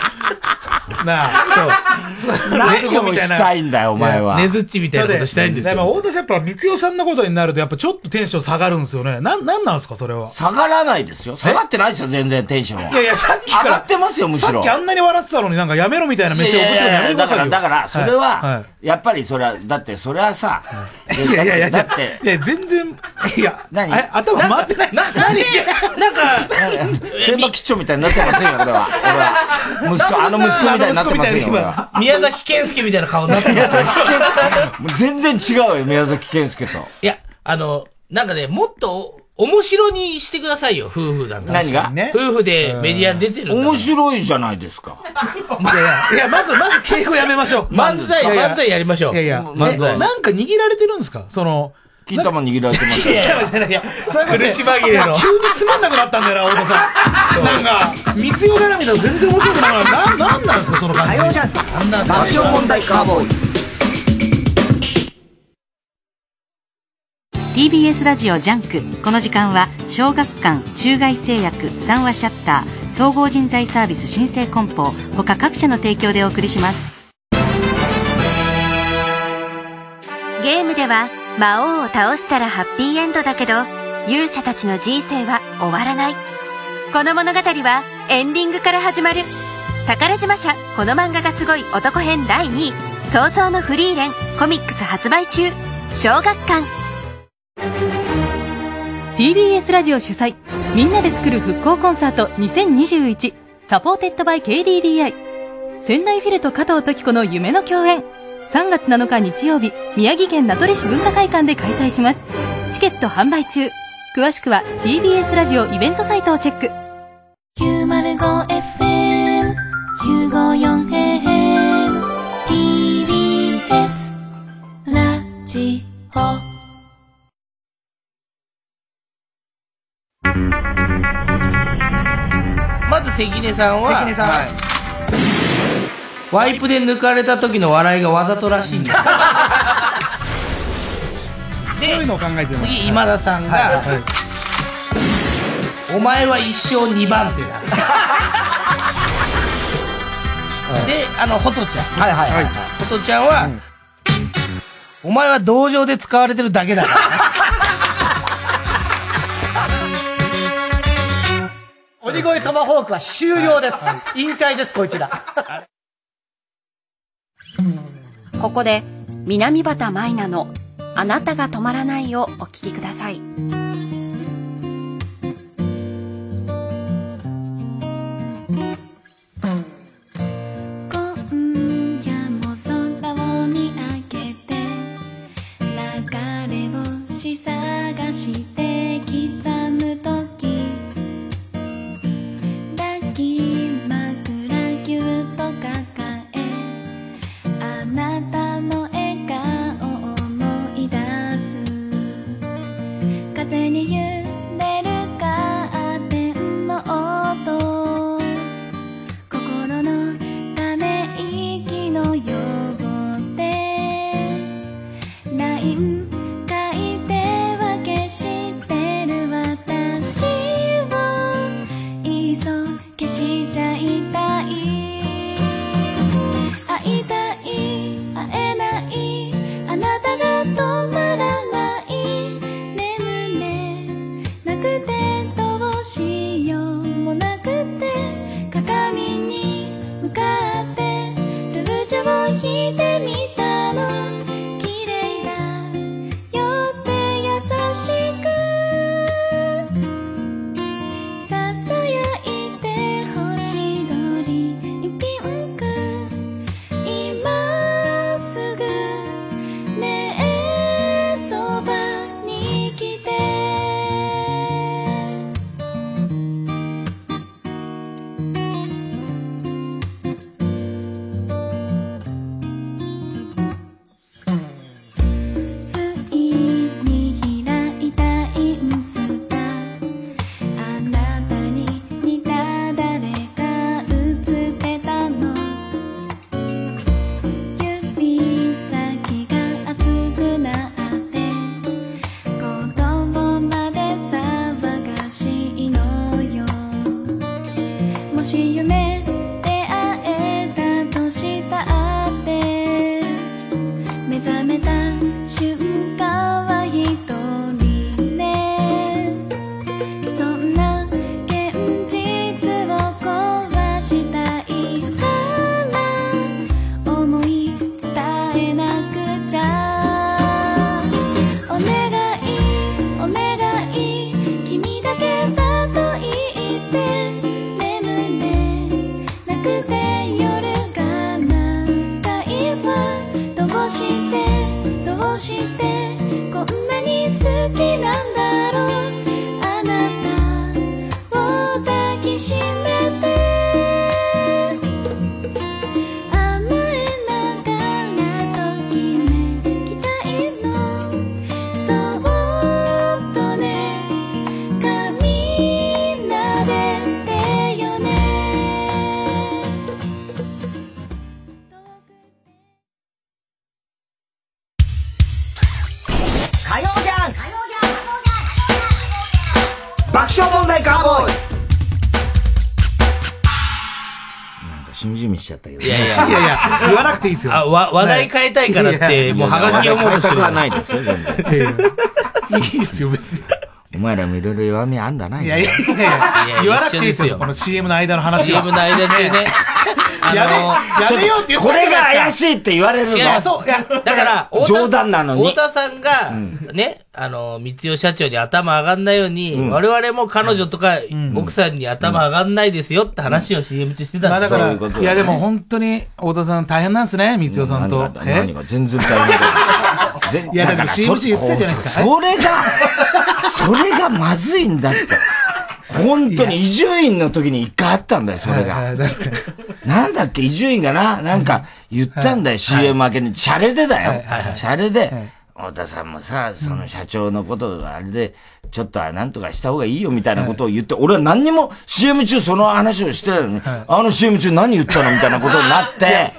Speaker 14: なあ、そう。
Speaker 1: 何をしたいんだよ、お前は。
Speaker 13: ねずっちみたいなことしたいんです
Speaker 14: や
Speaker 13: よ
Speaker 14: っぱ、大田さんやっぱ、三代さんのことになると、やっぱちょっとテンション下がるんですよね。なん、なんなんですか、それは。
Speaker 1: 下がらないですよ。下がってないですよ、全然テンションは。
Speaker 14: いやいや、さっきから。
Speaker 1: 上がってますよ、むし
Speaker 14: さっ
Speaker 1: ろ。
Speaker 14: きあんなに笑ってたのになんかやめろみたいな目線送ってたのやめてく
Speaker 1: だ
Speaker 14: ださ
Speaker 1: か
Speaker 14: い
Speaker 1: ら、
Speaker 14: よ
Speaker 1: だから、それ
Speaker 14: は
Speaker 1: は、やっぱりそれは、だってそれはさ、
Speaker 14: いやいやいや、
Speaker 1: だって、
Speaker 14: いや、全然、いや、
Speaker 1: 何
Speaker 14: 頭回ってない。な、
Speaker 13: なんで、なんか、
Speaker 1: 千葉吉兆みたいになってませんよ、俺は。俺は。息子、あの息子みたいになってませんよ、俺は。
Speaker 13: 宮崎健介みたいな顔になって ます
Speaker 1: もう全然違うよ、宮崎健介と。
Speaker 13: いや、あの、なんかね、もっとお面白にしてくださいよ、夫婦なんか。
Speaker 1: 何が
Speaker 13: 夫婦でメディアに出てるんだ
Speaker 1: 面白いじゃないですか。
Speaker 14: いや、まず、まず敬語やめましょう。
Speaker 13: 漫才
Speaker 14: いい
Speaker 13: 漫才やりましょう
Speaker 14: いやいや、
Speaker 13: 漫才
Speaker 14: ねなんか握られてるんですかその、
Speaker 1: 金玉握られてます
Speaker 14: いやいやいやいや、それこそ
Speaker 1: 苦し紛れの
Speaker 14: 急につまんなくなったんだよな、太田さん。なんか、密用絡みだと全然面白くないから、な、なんなんですか、その感じ。火曜じゃん。
Speaker 5: 爆笑問題カーボーイ
Speaker 20: TBS ラジオジャンクこの時間は小学館中外製薬三話シャッター総合人材サービス新生梱包他各社の提供でお送りします
Speaker 2: ゲームでは魔王を倒したらハッピーエンドだけど勇者たちの人生は終わらないこの物語はエンディングから始まる宝島社この漫画がすごい男編第2位想像のフリーレンコミックス発売中小学館
Speaker 6: TBS ラジオ主催みんなで作る復興コンサート2021サポーテッドバイ KDDI 仙台フィルと加藤時子の夢の共演3月7日日曜日宮城県名取市文化会館で開催しますチケット販売中詳しくは TBS ラジオイベントサイトをチェック
Speaker 16: 905FM954AM TBS ラジオ
Speaker 13: まず関根さんは、
Speaker 16: 関根さん
Speaker 13: はいワイプで抜かれた時の笑いがわざとらしいんです そういうのを考えてます次今田さんが、お前は一生2番 手だであのホトちゃんはいはいはい、ホトちゃんは、お前は道場で使われてるだけだ
Speaker 5: 鬼越トマホークは終了です。引退です、こいつら。
Speaker 15: ここで南畑舞菜の「あなたが止まらない」をお聞きください
Speaker 16: 今夜も空を見上げて流れ星探して刻む時抱き枕ぎゅっと抱えあなたの笑顔を思い出す風に揺れるカーテンの音心のため息のようで何回では消してる私をいっそ消しちゃいたい会いたい会えないあなたが止まらない眠れなくてどうしようもなくて鏡に向かってルージュを引いてみたの綺麗だよって優しくささやいて星鳥にピンク今すぐねえそばに来て不意に開いたインスタあなたに似た誰か映ってたの指先が熱くなって子供まで騒がしいのよもし夢で会えたとしたって目覚めた瞬間は一人ねそんな現実を壊したいから思い伝えなくちゃお願いお願い君だけだと言って眠れなくて夜が長いわどうしてどうしてこんなに好きなんだろうあなたを抱きしめて甘えながらときめきたいのそう
Speaker 1: しみじみしちゃったけど。
Speaker 13: いやいやいやいや言わなくていいですよあわ話題変えたいからってもうハガキ読もうとしてる
Speaker 1: はないですよ、全然。いいですよ、別に。お前らもいろいろ弱みあんだな、
Speaker 14: いやいやいやいや言わなくていいですよ、この CM の間の話は。
Speaker 13: CM の 間中ね。
Speaker 14: やめ、やめようって言ったじゃないですか。
Speaker 1: しいって言われるの
Speaker 13: 違うそういや だから太田
Speaker 1: 冗談なのに。
Speaker 13: 太田さんが、ね、あの、三代社長に頭上がんないように、我々も彼女とか、奥さんに頭上がんないですよって話を CM 中してた
Speaker 14: まあ
Speaker 13: んで
Speaker 14: だ
Speaker 13: すよ。
Speaker 14: から、いやでも本当に、太田さん大変なんですね、三代さんと。何が全然大変
Speaker 1: 全
Speaker 14: いやでも
Speaker 1: だから
Speaker 14: CM 中言ってたじゃないですか
Speaker 1: こうそれが、それがまずいんだって。本当に伊集院の時に一回あったんだよ、それが。なんだっけ、伊集院がな、なんか言ったんだよ、CM 明けに。シャレでだよ。シャレで。太田さんもさ、その社長のことをあれで、ちょっとはなんとかした方がいいよみたいなことを言って、俺は何にも CM 中その話をしてないのに、あの CM 中何言ったのみたいなことになっ
Speaker 14: いや
Speaker 1: て、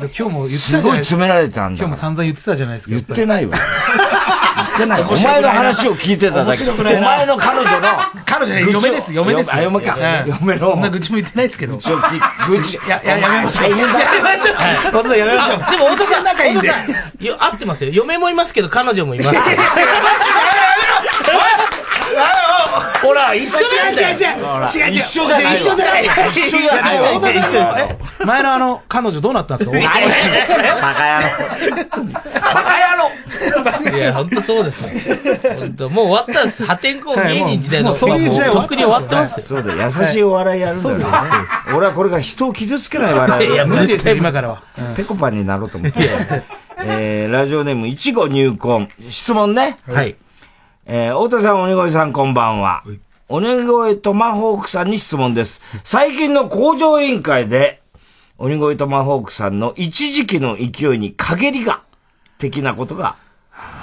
Speaker 14: 今日も言って
Speaker 1: す
Speaker 14: たじゃ
Speaker 1: ごい
Speaker 14: ないです
Speaker 1: 詰
Speaker 14: か。
Speaker 1: められたん
Speaker 14: 今日
Speaker 1: だか
Speaker 14: も
Speaker 1: ら。
Speaker 14: 散々言ってたじゃないですか。言って
Speaker 1: ないわ。言ってない。お
Speaker 14: 面白くな
Speaker 1: 前
Speaker 14: いな
Speaker 1: の話を聞いてただ
Speaker 14: 面
Speaker 1: け。
Speaker 14: 白
Speaker 1: お
Speaker 14: くないな
Speaker 1: 前の彼女の。
Speaker 14: 彼女ね
Speaker 1: 愚痴を
Speaker 14: 嫁です嫁です
Speaker 1: あ、嫁か
Speaker 14: え。え
Speaker 1: 嫁の。そんな愚
Speaker 14: 痴も言ってないですけど。
Speaker 1: 愚痴を聞い愚痴。
Speaker 14: いや、いや、やめましょう。
Speaker 1: お
Speaker 14: や
Speaker 1: 前大変だ
Speaker 14: めましょう。太田さんやめましょう。
Speaker 13: あでも太田さん
Speaker 14: 仲いいんで。
Speaker 13: 太田さんよ合ってますよ。嫁もいますけど、彼女も いますけど。
Speaker 1: ほら、
Speaker 14: 一緒じゃない違う違う違う
Speaker 13: 一緒じゃないわ
Speaker 14: 一緒じゃない
Speaker 13: 一緒じゃないわ
Speaker 14: 太田さんえ前のあの彼女どうなったんですか
Speaker 1: バカ
Speaker 13: いや、本当そうですね。本当もう終わったんです。破天荒芸人時代
Speaker 1: も
Speaker 13: の。
Speaker 1: うそういう時代
Speaker 13: もうとっくに終わってますよ。
Speaker 1: そうだよ、優しいお笑いやるんだよね。俺はこれから人を傷つけない笑いを。
Speaker 14: いや無理ですよ今
Speaker 1: からは。ペコパンになろうと思って。えー、ラジオネーム、いちご入魂。質問ね。はい。えー、太田さん、鬼越さん、こんばんは。鬼越トマホークさんに質問です。最近の工場委員会で、鬼越トマホークさんの一時期の勢いに陰りが、的なことが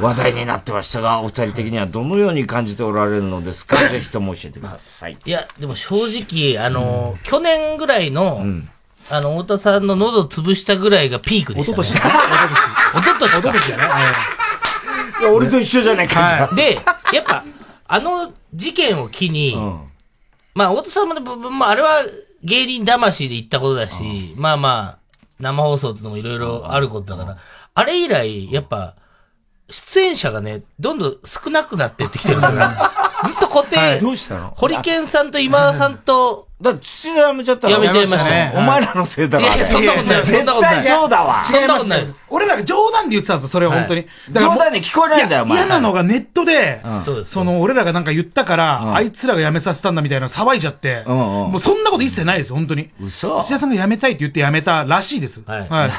Speaker 1: 話題になってましたが、お二人的にはどのように感じておられるのですかぜひとも教えてください。
Speaker 13: いや、でも正直、あの、去年ぐらいの、あの、太田さんの喉を潰したぐらいがピークでした、ね。 一昨年一昨年一昨年だね。
Speaker 1: いや、俺と一緒じゃないか、じゃあ
Speaker 13: で、やっぱ、あの事件を機に、まあ、太田さんの部分も、あれは芸人魂で言ったことだし、まあまあ、生放送ってのもいろいろあることだから、あれ以来、やっぱ、出演者がね、どんどん少なくなってってきてるんですよね。ずっと固定、
Speaker 1: どうしたの
Speaker 13: ホリケンさんと今田さんと、
Speaker 1: だから土田辞めちゃった
Speaker 13: 辞めちゃいましたね。
Speaker 1: お前らのせいだろ
Speaker 13: いやいや、そんなことない。
Speaker 1: 絶対そうだわ
Speaker 13: そんなことないです。
Speaker 14: 俺らが冗談で言ってたんですよ、それは本当に
Speaker 1: はい。冗談に聞こえないんだよお
Speaker 14: や
Speaker 1: 前
Speaker 14: 嫌なのがネットで
Speaker 1: うんそうで、す
Speaker 14: その、俺らがなんか言ったから、あいつらが辞めさせたんだみたいな騒いじゃって、
Speaker 1: うんうん
Speaker 14: もうそんなこと一切ないです、本当に。
Speaker 1: 嘘
Speaker 14: 土屋さんが辞めたいって言って辞めたらしいです。はい。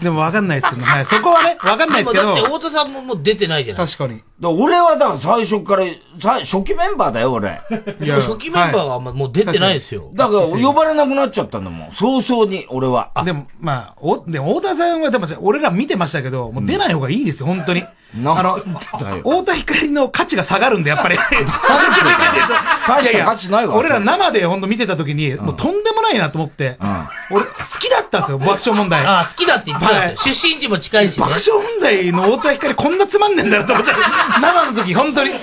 Speaker 14: でもわかんないですけど、はい。そこはね、わかんないですけ
Speaker 13: でも
Speaker 14: ど
Speaker 13: だっ。て、太田さんももう出てないじゃない
Speaker 14: 確かに。
Speaker 1: だから俺はだから最初から、さ初期メンバーだよ、俺。
Speaker 13: でも初期メンバーがあんまもう出てないですよ。
Speaker 1: だから呼ばれなくなっちゃったんだもん。早々に、俺は。
Speaker 14: でも、まあ、お、でも、太田さんは、でも、俺ら見てましたけど、もう出ない方がいいですよ、本当に。あの、太田光の価値が下がるんで、やっぱり。
Speaker 1: 大した価値ない
Speaker 14: や
Speaker 1: わ
Speaker 14: や俺ら生で本当見てた時に、もうとんでもないなと思って、俺、好きだったんですよ、爆笑問題。
Speaker 13: ああ、好きだって言ってたんですよ。出身地も近いしね。
Speaker 14: 爆笑問題の太田光こんなつまんねえんだなと思っちゃう。 生の時、本当に。い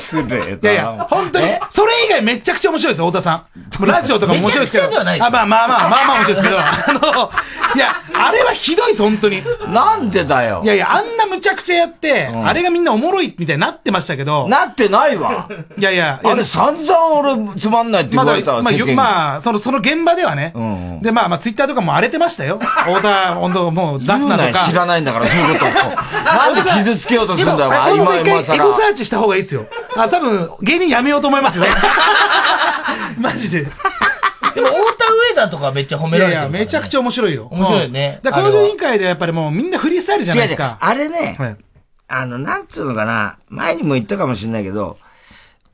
Speaker 14: やいや、本当に。それ以外めちゃくちゃ面白いですよ、太田さん。もうラジオとかも面白いですけど。
Speaker 13: めちゃくちゃではないです
Speaker 14: あ、まあまあまあ、まあまあ面白い ですけど。あの、いや、あれはひどいです、本当に。
Speaker 1: なんでだよ
Speaker 14: いやいや、あんなむちゃくちゃやって、あれがみんなおもろいみたいになってましたけど。
Speaker 1: なってないわ。
Speaker 14: いやいや。
Speaker 1: あれ散々俺つまんないって言われたわ
Speaker 14: まだまあ
Speaker 1: 世
Speaker 14: よ
Speaker 1: 間に
Speaker 14: まあ、その、その現場ではね。で、まあまあ、ツイッターとかも荒れてました よ。太田、本当もう出すなと
Speaker 1: 言うな
Speaker 14: か。
Speaker 1: よ知らないんだからそうい うことなんで傷つけようとするんだよ
Speaker 14: でも
Speaker 1: お前
Speaker 14: 今度
Speaker 1: 今今
Speaker 14: 一回
Speaker 1: 更
Speaker 14: エゴサーチした方がいいですよ。あ、多分、芸人やめようと思います よ。マジで。
Speaker 13: でも、太田上田とかめっちゃ褒
Speaker 14: い
Speaker 13: めら
Speaker 14: やい
Speaker 13: れて
Speaker 14: や、
Speaker 13: る。
Speaker 14: めちゃくちゃ面白いよ。
Speaker 13: 面白いよね
Speaker 14: うんだから、工場委員会でやっぱりもうみんなフリースタイルじゃないですか。
Speaker 1: 違う違うあれね、あの、なんつうのかな、前にも言ったかもしれないけど、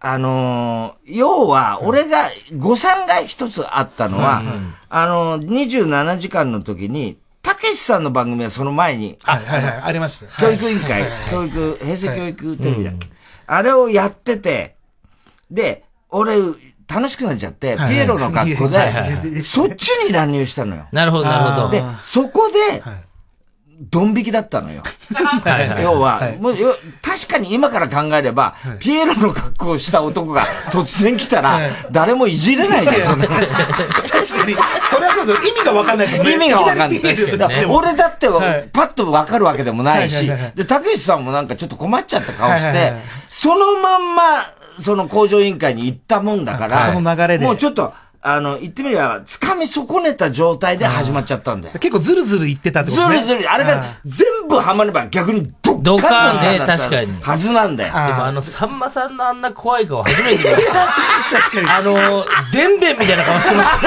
Speaker 1: あのー要は、俺が、誤算が一つあったのは、
Speaker 13: うんうん
Speaker 1: あのー、27時間の時に、たけしさんの番組はその前に、
Speaker 14: はいはい、ありました。
Speaker 1: 教育委員会、教育、平成教育テレビだっけ、あれをやってて、で、俺、楽しくなっちゃって、
Speaker 13: はい
Speaker 1: ピエロの格好
Speaker 13: はいはいは
Speaker 1: で、そっちに乱入したのよ。
Speaker 13: なるほどなるほど
Speaker 1: で、そこで、ドン引きだったのよ。
Speaker 13: はいはい
Speaker 1: 要は、
Speaker 13: はい
Speaker 1: もうよ確かに今から考えれば、ピエロの格好をした男が突然来たら、誰もいじれないじゃん、そん な
Speaker 14: 確かに。それはそうですよ。意味がわかんないですもんね。
Speaker 1: 意味がわかんない。
Speaker 14: きりピエロだっても
Speaker 1: 俺だって、パッとわかるわけでもない
Speaker 14: はい
Speaker 1: し
Speaker 14: はいはいは、
Speaker 1: で、たけしさんもなんかちょっと困っちゃった顔し
Speaker 14: はいはい
Speaker 1: て
Speaker 14: はい、
Speaker 1: そのまんま、その工場委員会に行ったもんだから、
Speaker 14: その流れで
Speaker 1: もうちょっと、あの、言ってみれば、掴み損ねた状態で始まっちゃったんだよ。
Speaker 14: 結構ズルズル言ってたってこ
Speaker 1: ず
Speaker 14: と
Speaker 1: る
Speaker 14: ですね。
Speaker 1: ずる、あれが全部はまれば逆にドッカン
Speaker 13: ドカンね
Speaker 1: なんだった
Speaker 13: 確かに
Speaker 1: はずなんだよ。
Speaker 13: でもあの、さんまさんのあんな怖い顔初めて見ま した。確かに。あの、でんでんみたいな顔して ました。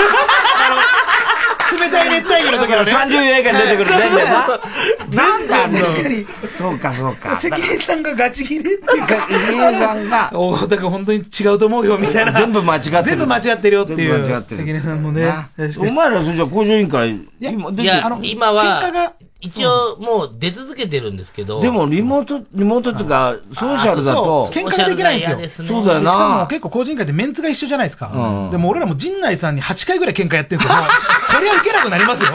Speaker 14: 冷たい熱帯魚の時のね。
Speaker 1: 30映画に出てくる
Speaker 14: はい
Speaker 1: 出てるな
Speaker 14: そうそう
Speaker 1: なんだあの
Speaker 14: 確かに。
Speaker 1: そうか、そうか。
Speaker 14: 関根さんがガチ切れっていうか、
Speaker 1: 関根さんが、
Speaker 14: 大田君本当に違うと思うよみたいな。
Speaker 1: 全部間違ってる
Speaker 14: 全部間違ってるよっていう。
Speaker 1: 全部間違ってる
Speaker 14: 関根さんもね。確かに
Speaker 1: お前ら、それじゃ工場委員会、今出
Speaker 13: い
Speaker 1: て
Speaker 13: や、今
Speaker 14: 喧嘩
Speaker 13: は
Speaker 14: が、
Speaker 13: 一応もう出続けてるんですけど。
Speaker 1: でも、リモート、リモートっていうか、ソーシャルだと、
Speaker 14: 喧嘩ができないん
Speaker 13: おしゃれな嫌で
Speaker 14: ですす
Speaker 13: ね
Speaker 14: よ。
Speaker 1: そうだよな
Speaker 14: しかも結構、個人会ってメンツが一緒じゃないです
Speaker 1: う
Speaker 14: か
Speaker 1: ん。
Speaker 14: でも俺らも陣内さんに8回ぐらい喧嘩やってるんですよ。もうそりゃ受けなくなりますよ。違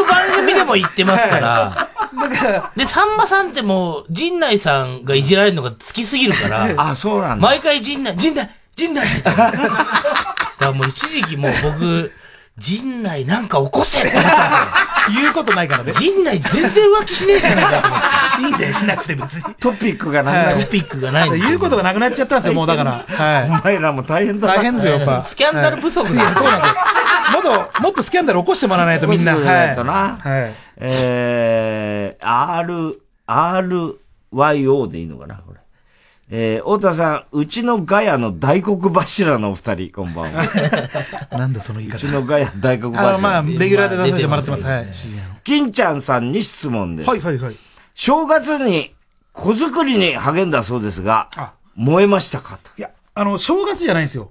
Speaker 13: う番組でも言ってますから。
Speaker 14: だから、
Speaker 13: で、さんまさんってもう、陣内さんがいじられるのが好きすぎるから。
Speaker 1: あ、そうなんだ。
Speaker 13: 毎回陣内、陣内、陣内だからもう一時期もう僕、陣内なんか起こせって思ったんです
Speaker 14: よ。言うことないからね。
Speaker 13: 陣内全然浮気しねえじゃ ないかと思って。
Speaker 14: いいんだよ、しなくて別に。
Speaker 1: トピックがなく
Speaker 14: は
Speaker 1: ないる。
Speaker 13: トピックがないんですよ
Speaker 14: 言うことがなくなっちゃったんですよ、もうだから。はい。
Speaker 1: お前らも大変だ
Speaker 14: 大変ですよ、やっぱ。
Speaker 13: スキャンダル不足だ
Speaker 14: はいいやそうなんですよ。もっと、もっとスキャンダル起こしてもらわないとみんな。
Speaker 1: 面白いこと
Speaker 14: は
Speaker 1: な。えー、R、RYO でいいのかなこれ。えー、太田さん、うちのガヤの大黒柱のお二人、こんばんは。
Speaker 14: い。 なんだその言いう方。
Speaker 1: ちのガヤ大黒柱。
Speaker 14: あの、まあ、レギュラーで出させてもらってます。はい。
Speaker 1: 金ちゃんさんに質問です。
Speaker 14: はいはいはい。
Speaker 1: 正月に子作りに励んだそうですが、燃えましたかと。
Speaker 14: いや、あの、正月じゃないんですよ。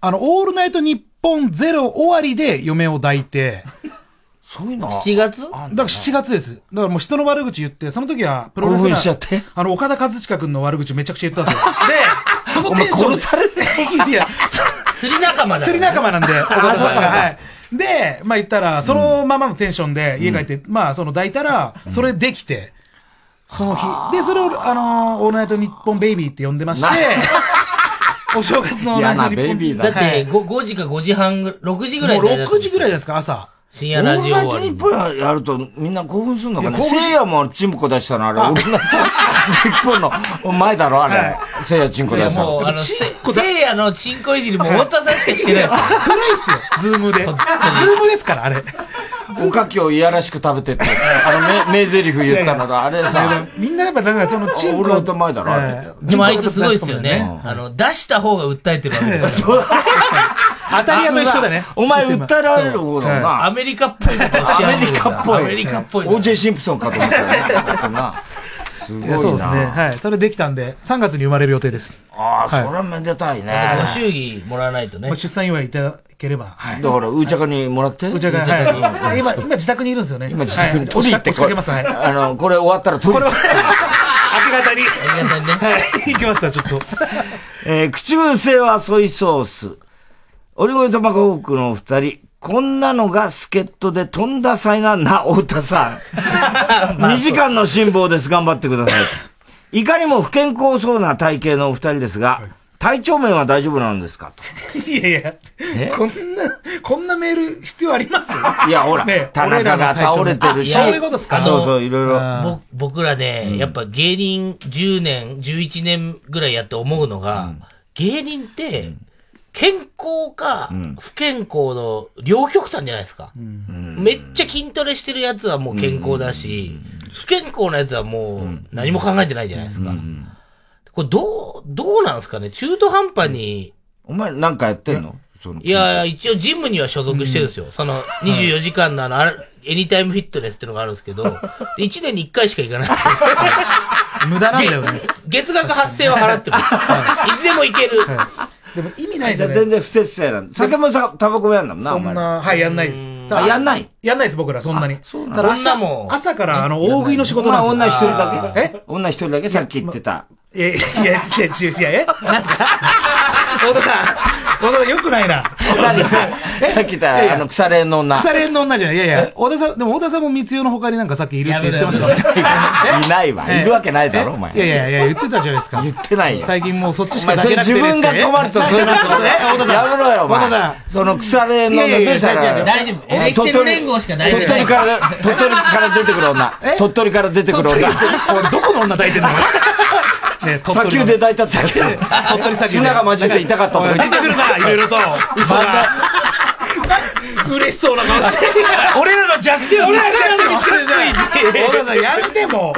Speaker 14: あの、オールナイト日本ゼロ終わりで嫁を抱いて。
Speaker 1: そういうの
Speaker 13: 7月だ
Speaker 14: から7月です。だからもう人の悪口言って、その時はプロレス
Speaker 1: 興奮
Speaker 14: ラ
Speaker 1: しちゃっ
Speaker 14: ー、
Speaker 1: て。
Speaker 14: あの、岡田和親君の悪口めちゃくちゃ言ったんですよ。で、そのテンション。
Speaker 1: お前殺されて
Speaker 14: いや、
Speaker 13: 釣り仲間だからね
Speaker 14: 釣り仲間なんで、岡田さんが。はい。で、まあ言ったら、そのままのテンションで家帰って、まあその抱いたら、それできて、その日。で、それを、あのー、オールナイト日本ベイビーって呼んでまして、 お正月のオールナイト日本
Speaker 13: だっ
Speaker 14: は
Speaker 13: て
Speaker 14: い
Speaker 13: 5, 5時か5時半ぐ、6時ぐらい
Speaker 14: もう
Speaker 13: に
Speaker 14: 6
Speaker 13: 大学
Speaker 14: 時ぐらいですか、朝。
Speaker 13: 深夜ラジオ終
Speaker 1: オー
Speaker 13: わ
Speaker 1: ルナイ
Speaker 13: り
Speaker 1: ト日本やるとみんな興奮するのかね
Speaker 14: いや興奮し
Speaker 1: せいやもチンコ出したのあれ、オールナイト日本のお前だろあれ。せいやチンコ
Speaker 13: い
Speaker 1: 出
Speaker 13: や
Speaker 1: したの
Speaker 13: もう、あ。の、せせいやのチンコいじりも
Speaker 1: はい
Speaker 13: 太田さんしかしてない。
Speaker 14: 暗いっすよ、ズームで。ズームですから、あれ。
Speaker 1: おかきをいやらしく食べてって、あの、め名台詞言ったのが、あれ
Speaker 14: いや
Speaker 1: さ、
Speaker 14: みんなやっぱ、だからそのチンコ。
Speaker 1: オールナイト前だろあれ
Speaker 14: はい
Speaker 13: でもあいつすごいですよね。あの、出した方が訴えてるわけだから。
Speaker 14: 当たり屋と一緒だね
Speaker 1: お前訴えられる方だな。
Speaker 13: アメリカっぽい ことをし
Speaker 1: ア
Speaker 13: 合う
Speaker 1: メリカっぽい。
Speaker 13: アメリカっぽい。
Speaker 1: OJ シンプソンかと思 ったよな。すごい
Speaker 14: いや
Speaker 1: な。
Speaker 14: そうですね。はい。それできたんで、3月に生まれる予定です。
Speaker 1: ああ、そ
Speaker 14: はい
Speaker 1: れはめでたいね。
Speaker 13: ご祝儀もらわないとね
Speaker 14: まあ。出産祝いいただければ。はい。
Speaker 1: だから、うーちゃかにもらって。
Speaker 14: うちゃか、はい。今、今自宅にいるんですよね。
Speaker 1: 今自宅に
Speaker 14: 取
Speaker 1: 取
Speaker 14: り
Speaker 1: り
Speaker 14: 行
Speaker 1: 行
Speaker 14: っ
Speaker 1: ってて
Speaker 14: こけます。はい。明
Speaker 1: あの、これ終わったら取 り 行って。
Speaker 14: け方に。明
Speaker 13: け方にね。
Speaker 14: はい。行きますわ、ちょっと。
Speaker 1: えー口癖はソイソース。オリゴントマホークのお二人、こんなのが助っ人でとんだ災難な太田さ ん。2時間の辛抱です。頑張ってください。いかにも不健康そうな体型のお二人ですが、体調面は大丈夫なんですかと。
Speaker 14: いやいや、こんな、こんなメール必要あります
Speaker 1: いや、ほ ら、
Speaker 14: ね
Speaker 1: 田中が倒れてるし。
Speaker 13: あ
Speaker 14: そういうことですか
Speaker 13: あの
Speaker 1: そうそう、いろいろ。
Speaker 13: ぼ僕らね、やっぱ芸人10年、11年ぐらいやって思うのが、芸人って、健康か不健康の両極端じゃないですか。めっちゃ筋トレしてるやつはもう健康だし、不健康なやつはもう何も考えてないじゃないですか。これどう、どうなんですかね中途半端に、
Speaker 1: お前なんかやってんの
Speaker 13: いやいや、一応ジムには所属してるんですよ。その24時間のあの、あれエニタイムフィットネスっていうのがあるんですけど、1年に1回しか行かないんですよ。
Speaker 14: 無駄なんだよね。
Speaker 13: 月額8000円は払ってます。いつでも行ける。
Speaker 14: でも意味
Speaker 1: じゃあ全然不節制なんだ。酒もさ、タバコもやんだもんな、
Speaker 14: そ
Speaker 1: お
Speaker 14: ん
Speaker 1: 前
Speaker 14: な
Speaker 1: ら。、
Speaker 14: はい、やんないです。
Speaker 1: あやんない
Speaker 14: やんないです、僕ら、そんなに。
Speaker 1: うなんだ
Speaker 14: ただ朝
Speaker 1: 女も
Speaker 14: 朝から、あの、大食いの仕事
Speaker 1: お前
Speaker 14: なんですよ。
Speaker 1: 女一人だけ。
Speaker 14: え
Speaker 1: え女一人だけさっき言ってた。
Speaker 14: いや、いや、違う違う違う、えなんすか太田さ小田さんよくないな。
Speaker 1: さっき言った、あの、腐れの女。
Speaker 14: 腐れ縁の女じゃない。いやいや、小田さん、でも小田さんも密用の他になんかさっきいるって言ってましたよね。
Speaker 1: いないわ。いるわけないだろ、お前。
Speaker 14: いやいやいや、言ってたじゃないですか。言
Speaker 1: ってないよ。
Speaker 14: 最近もうそっちし
Speaker 1: お
Speaker 14: か
Speaker 1: 前、それ自分が困ると、それだと。 やめろよ、お前。 その腐れの
Speaker 13: いや
Speaker 1: 女、
Speaker 13: いや
Speaker 1: どうした
Speaker 13: 違う違う
Speaker 1: ら。
Speaker 13: 大丈夫
Speaker 1: お前
Speaker 13: エレキテル連合しかない
Speaker 1: 鳥取から、鳥取から出てくる女。鳥取から出てくる女。
Speaker 14: どこの女抱いてんのね
Speaker 1: 砂丘で抱いたってや
Speaker 14: 鳥
Speaker 1: つ。
Speaker 14: 取砂丘で
Speaker 1: 砂が混じって痛かったとか言って
Speaker 14: 出てくるな、いろいろと。 嘘が。嬉しそうな顔して。俺らの弱点を俺らの弱点を見つけてる小田さん、やめて も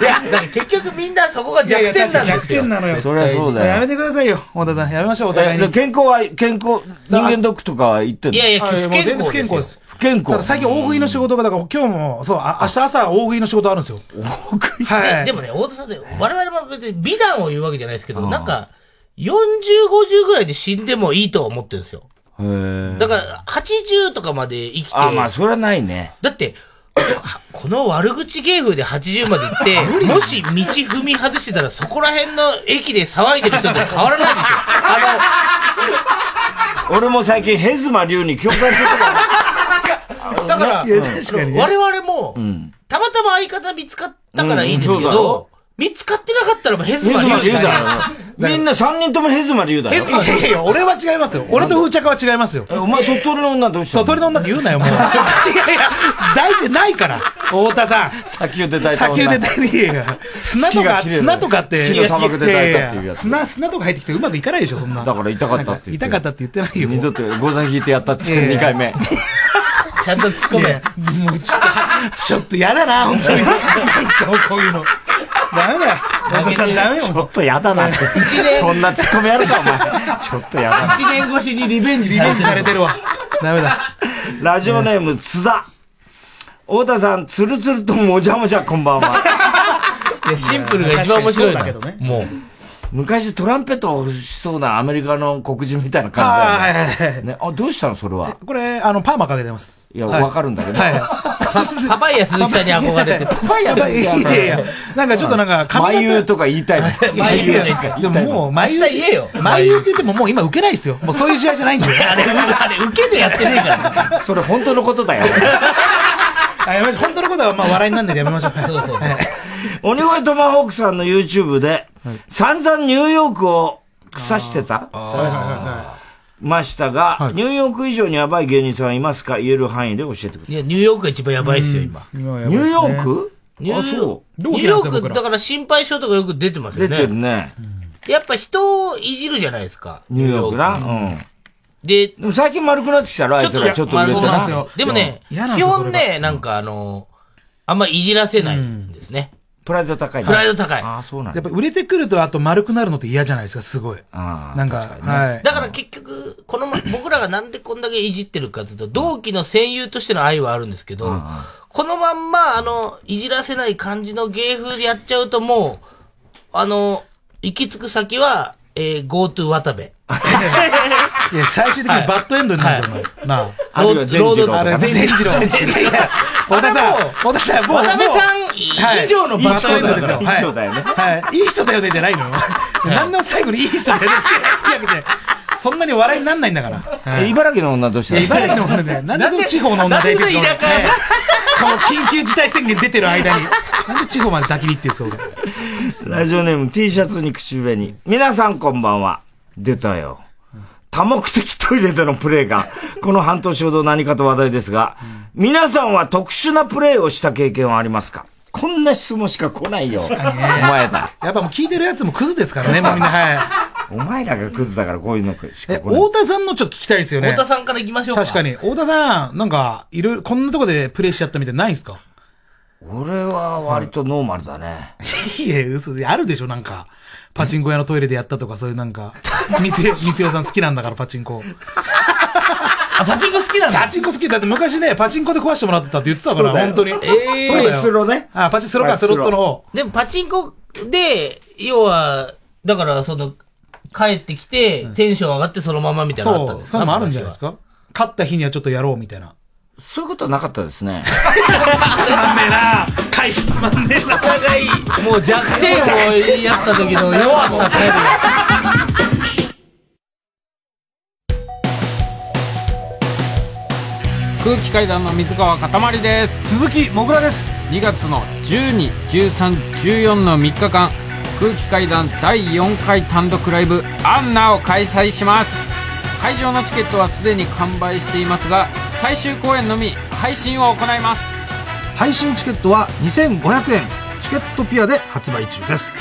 Speaker 14: う。
Speaker 13: いや、だから結局みんなそこが
Speaker 14: いやい
Speaker 13: 弱
Speaker 14: や
Speaker 13: 点なんで
Speaker 14: 弱
Speaker 13: すよ。
Speaker 14: 点なのよ。
Speaker 1: そりゃそうだよ
Speaker 14: やめてくださいよ、小田さん。やめましょう、お互い
Speaker 1: え
Speaker 14: に。
Speaker 1: 健康は、健康、人間ドックとか行ってんの
Speaker 14: あもう全然不健康です。
Speaker 1: 不健
Speaker 14: ただ
Speaker 1: 康。
Speaker 14: 最近大食いの仕事が、だから今日も、そう、あ明日朝大食いの仕事あるんですよ。大食いは
Speaker 13: ね
Speaker 14: い。
Speaker 13: でもね、太田さんって、我々も別に美談を言うわけじゃないですけど、なんか、40、50ぐらいで死んでもいいとは思ってるんですよ。
Speaker 1: へー
Speaker 13: だから、80とかまで生きて、
Speaker 1: あ、まあ、それはないね。
Speaker 13: だって、この悪口芸風で80まで行 って、もし道踏み外してたら、そこら辺の駅で騒いでる人と変わら ないでしょ。
Speaker 1: 俺も最近、ヘズマ龍に共感してたから。
Speaker 13: だから、
Speaker 1: いや確かにね
Speaker 13: 我々も、
Speaker 1: うん。
Speaker 13: たまたま相方見つかったからいいんですけ
Speaker 1: うんうんそうだろ
Speaker 13: ど、見つかってなかったらもうヘズマリ
Speaker 1: ヘズマリュウだよ みんな3人ともヘズマリュウだよ
Speaker 14: いやいやいや、俺は違いますよ。俺と風着は違いますよ。
Speaker 1: お前、鳥取の女どうした
Speaker 14: 鳥取の女って言う なよ、もう。いやいや、抱いてないから、太田さん。
Speaker 1: 砂丘で抱いた
Speaker 14: 砂
Speaker 1: 女
Speaker 14: 丘で抱いて、いやいや砂と
Speaker 1: 月が
Speaker 14: か、
Speaker 1: 綺麗だよ
Speaker 14: 砂とかって。
Speaker 1: 月の砂漠で抱いたって
Speaker 14: や
Speaker 1: いうやつ
Speaker 14: や砂、砂とか入ってきてうまくいかないでしょ、そんな。
Speaker 1: だから痛かったって言って。
Speaker 14: 痛かったって言ってないよ。
Speaker 1: 二度と、ゴザ引いてやったっつっ
Speaker 14: いやい
Speaker 1: て、
Speaker 14: や
Speaker 1: 2回目。
Speaker 13: ちゃんと突っ込め。
Speaker 14: もうちょっと、ちょっと嫌だな、本 当に。なんかもうこういうの。ダメだよ。太田さんダメよ。
Speaker 1: ちょっとやだなって。そんなツッコミあるか、お前。ちょっとやだな。
Speaker 13: 1年越しにリベンジ
Speaker 14: リベンジされてるわ。ダメだ。
Speaker 1: ラジオネーム、津田。太田さん、つるつるともじゃもじゃ、こんばんは。
Speaker 13: いやシンプルが一番面白いな
Speaker 14: 確かにそうだけどね
Speaker 13: もう。
Speaker 1: 昔トランペットを欲しそうなアメリカの黒人みたいな感じだよね。ねあ、どうしたのそれは。
Speaker 14: これ、あの、パーマかけてます。
Speaker 1: いや、
Speaker 14: はい
Speaker 1: わかるんだけど。
Speaker 13: パパイヤ鈴木さんに憧れて。
Speaker 1: パパイヤ鈴木さん
Speaker 14: いやいやいやなんかちょっとなんか髪型
Speaker 1: 眉優とか言いたいの。
Speaker 14: 眉優でももう、眉優。
Speaker 13: 明日言えよ
Speaker 14: 眉優って言ってももう今受けないですよ。もうそういう試合じゃないんで。あれ、
Speaker 13: あれ、受けでやってねえから。
Speaker 1: それ本当のことだよ。
Speaker 14: あやめましょう本当のことはまあ笑いになんないでやめましょう。そうそう。
Speaker 1: 鬼越トマホークさんの YouTube で、散々ニューヨークを腐してたましたが、ニューヨーク以上にやばい芸人さんはいますか言える範囲で教えてください。
Speaker 13: いや、ニューヨークが一番やばいっすよ、今。
Speaker 1: ニューヨーク
Speaker 13: ニュ
Speaker 1: あ、
Speaker 13: ー
Speaker 1: そ
Speaker 13: ヨ
Speaker 1: う。
Speaker 13: ーク、ニューヨーク、だから心配性とかよく出てますよ
Speaker 1: 出
Speaker 13: ね。
Speaker 1: てるね。
Speaker 13: やっぱ人をいじるじゃないですか。
Speaker 1: ニューヨークな。うん。
Speaker 13: で、
Speaker 1: でも最近丸くなってきたら、あいつらちょっと売れて
Speaker 13: まあ
Speaker 1: な
Speaker 13: そうなんですよ。でもね、基本ね、なんかあの、あんまいじらせないんですね。
Speaker 1: プライド高い
Speaker 13: プライド高い。
Speaker 1: あそうなん
Speaker 14: やっぱ売れてくるとあと丸くなるのって嫌じゃないですか、すごい。なんか、はい。
Speaker 13: だから結局、このま、僕らがなんでこんだけいじってるかっていうと、同期の戦友としての愛はあるんですけど、このまんま、あの、いじらせない感じの芸風でやっちゃうともう、あの、行き着く先は、えー、GoTo 渡部。
Speaker 14: いや、最終的にバッドエンドになるんじゃない、なあ。
Speaker 13: あるいは善次郎
Speaker 14: あれは善次郎。
Speaker 13: 善
Speaker 14: いやいや小田さん、小田さん、もう。
Speaker 13: 渡辺さん
Speaker 14: もう
Speaker 13: 以上のバッドエンドですよ
Speaker 14: はい
Speaker 13: 以上
Speaker 1: だよね。
Speaker 14: はい。いい人だよね、じゃないのよ。何でも最後にいい人だよね。いやいやいやそんなに笑いになんないんだから。
Speaker 1: え茨城の女どうし
Speaker 14: い
Speaker 1: た
Speaker 14: や
Speaker 1: の
Speaker 14: 茨城の女で、なんでその地方の女で
Speaker 1: なんで
Speaker 14: この緊急事態宣言出てる間に。なんで地方まで焚き火って言うんですか、俺
Speaker 1: ラジオネーム T シャツに口紅。皆さんこんばんは。出たよ。多目的トイレでのプレイが、この半年ほど何かと話題ですが、皆さんは特殊なプレイをした経験はありますかこんな質問しか来ないよ。お
Speaker 14: 確かにね
Speaker 1: 前だ。
Speaker 14: やっぱもう聞いてるやつもクズですからね、もうみんな。はい。
Speaker 1: お前らがクズだからこういうのしか
Speaker 14: え、
Speaker 1: 来ない。
Speaker 14: 太田さんのちょっと聞きたいですよね。
Speaker 13: 太田さんから行きましょうか。
Speaker 14: 確かに。太田さん、なんか、いろいろ、こんなとこでプレイしちゃったみたいなのないんすか
Speaker 1: 俺は割とノーマルだね。
Speaker 14: いや、嘘で、あるでしょ、なんか。パチンコ屋のトイレでやったとか、そういうなんか。三つよ、三つよさん好きなんだから、パチンコ。
Speaker 13: あ、パチンコ好きなんだ。
Speaker 14: パチンコ好きだって昔ね、パチンコで壊してもらってたって言ってたから、本当に。
Speaker 13: え
Speaker 14: そうだよ
Speaker 1: ロね。
Speaker 14: あ、パチスロか、スロットの方。
Speaker 13: でもパチンコで、要は、だからその、帰ってきて、テンション上がってそのままみたいなのあった
Speaker 14: そ
Speaker 13: んで
Speaker 14: う、
Speaker 13: す
Speaker 14: そういうのもあるんじゃないですか勝った日にはちょっとやろう、みたいな。
Speaker 1: そういうことはなかったですね。
Speaker 14: つまんねえな返しつまんねえなお
Speaker 13: 互い、もう弱点をやった時の弱さたる
Speaker 3: 空気階段の水川かたまりです
Speaker 14: 鈴木もぐらです
Speaker 3: 2月の121314の3日間空気階段第4回単独ライブ「アンナ」を開催します会場のチケットはすでに完売していますが最終公演のみ配信を行います
Speaker 14: 配信チケットは2500円チケットピアで発売中です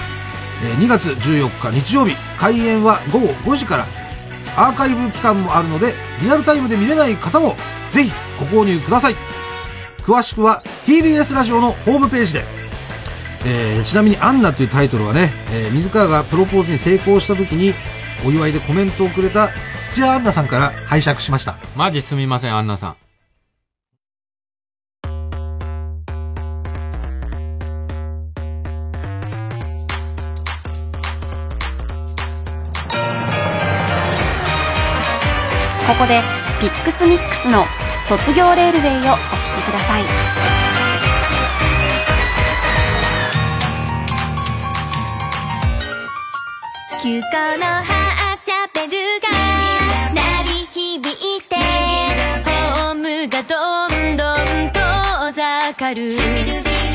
Speaker 14: えー2月14日日曜日開演は午後5時からアーカイブ期間もあるのでリアルタイムで見れない方もぜひご購入ください詳しくは TBS ラジオのホームページで、えーちなみに「アンナ」というタイトルはね、えー水川がプロポーズに成功した時にお祝いでコメントをくれた土屋アンナさんから拝借しました
Speaker 3: マジすみませんアンナさん
Speaker 15: ここでピックスミックスの卒業レールウェイをお聴きください
Speaker 16: 急行の発車ベルが鳴り響いてホームがどんどん遠ざかる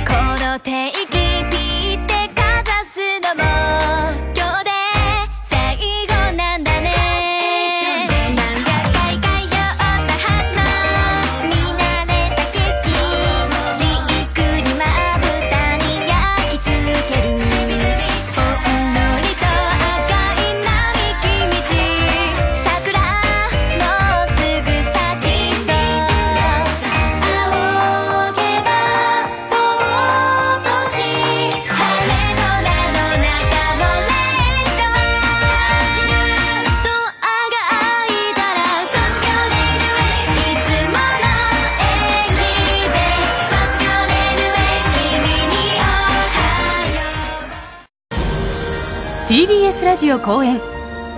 Speaker 16: この定期ピってかざすのも今日で最後なんだね何百回通ったはずの見慣れた景色じっくりまぶたに焼き付けるほんのりと赤い並木道桜もうすぐ差しそう仰げば尊し晴れ空の中の列車は走るドアが開いたら卒業レールウェイいつもの演技で卒業レールウェイ君におはよう
Speaker 6: TBS ラジオ公演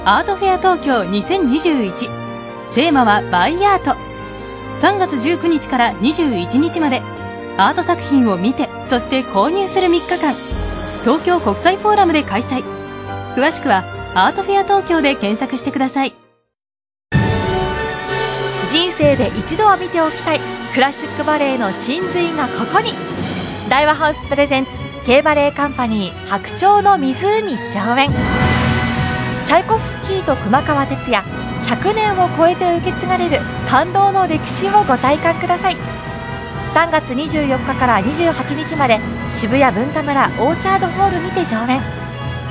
Speaker 6: アートフェア東京2021テーマはバイアート3月19日から21日までアート作品を見てそして購入する3日間東京国際フォーラムで開催詳しくはアートフェア東京で検索してください
Speaker 10: 人生で一度は見ておきたいクラシックバレエの真髄がここに大和ハウスプレゼンツ K バレエカンパニー「白鳥の湖」上演チャイコフスキーと熊川哲也100年を超えて受け継がれる感動の歴史をご体感ください3月24日から28日まで渋谷文化村オーチャードホールにて上演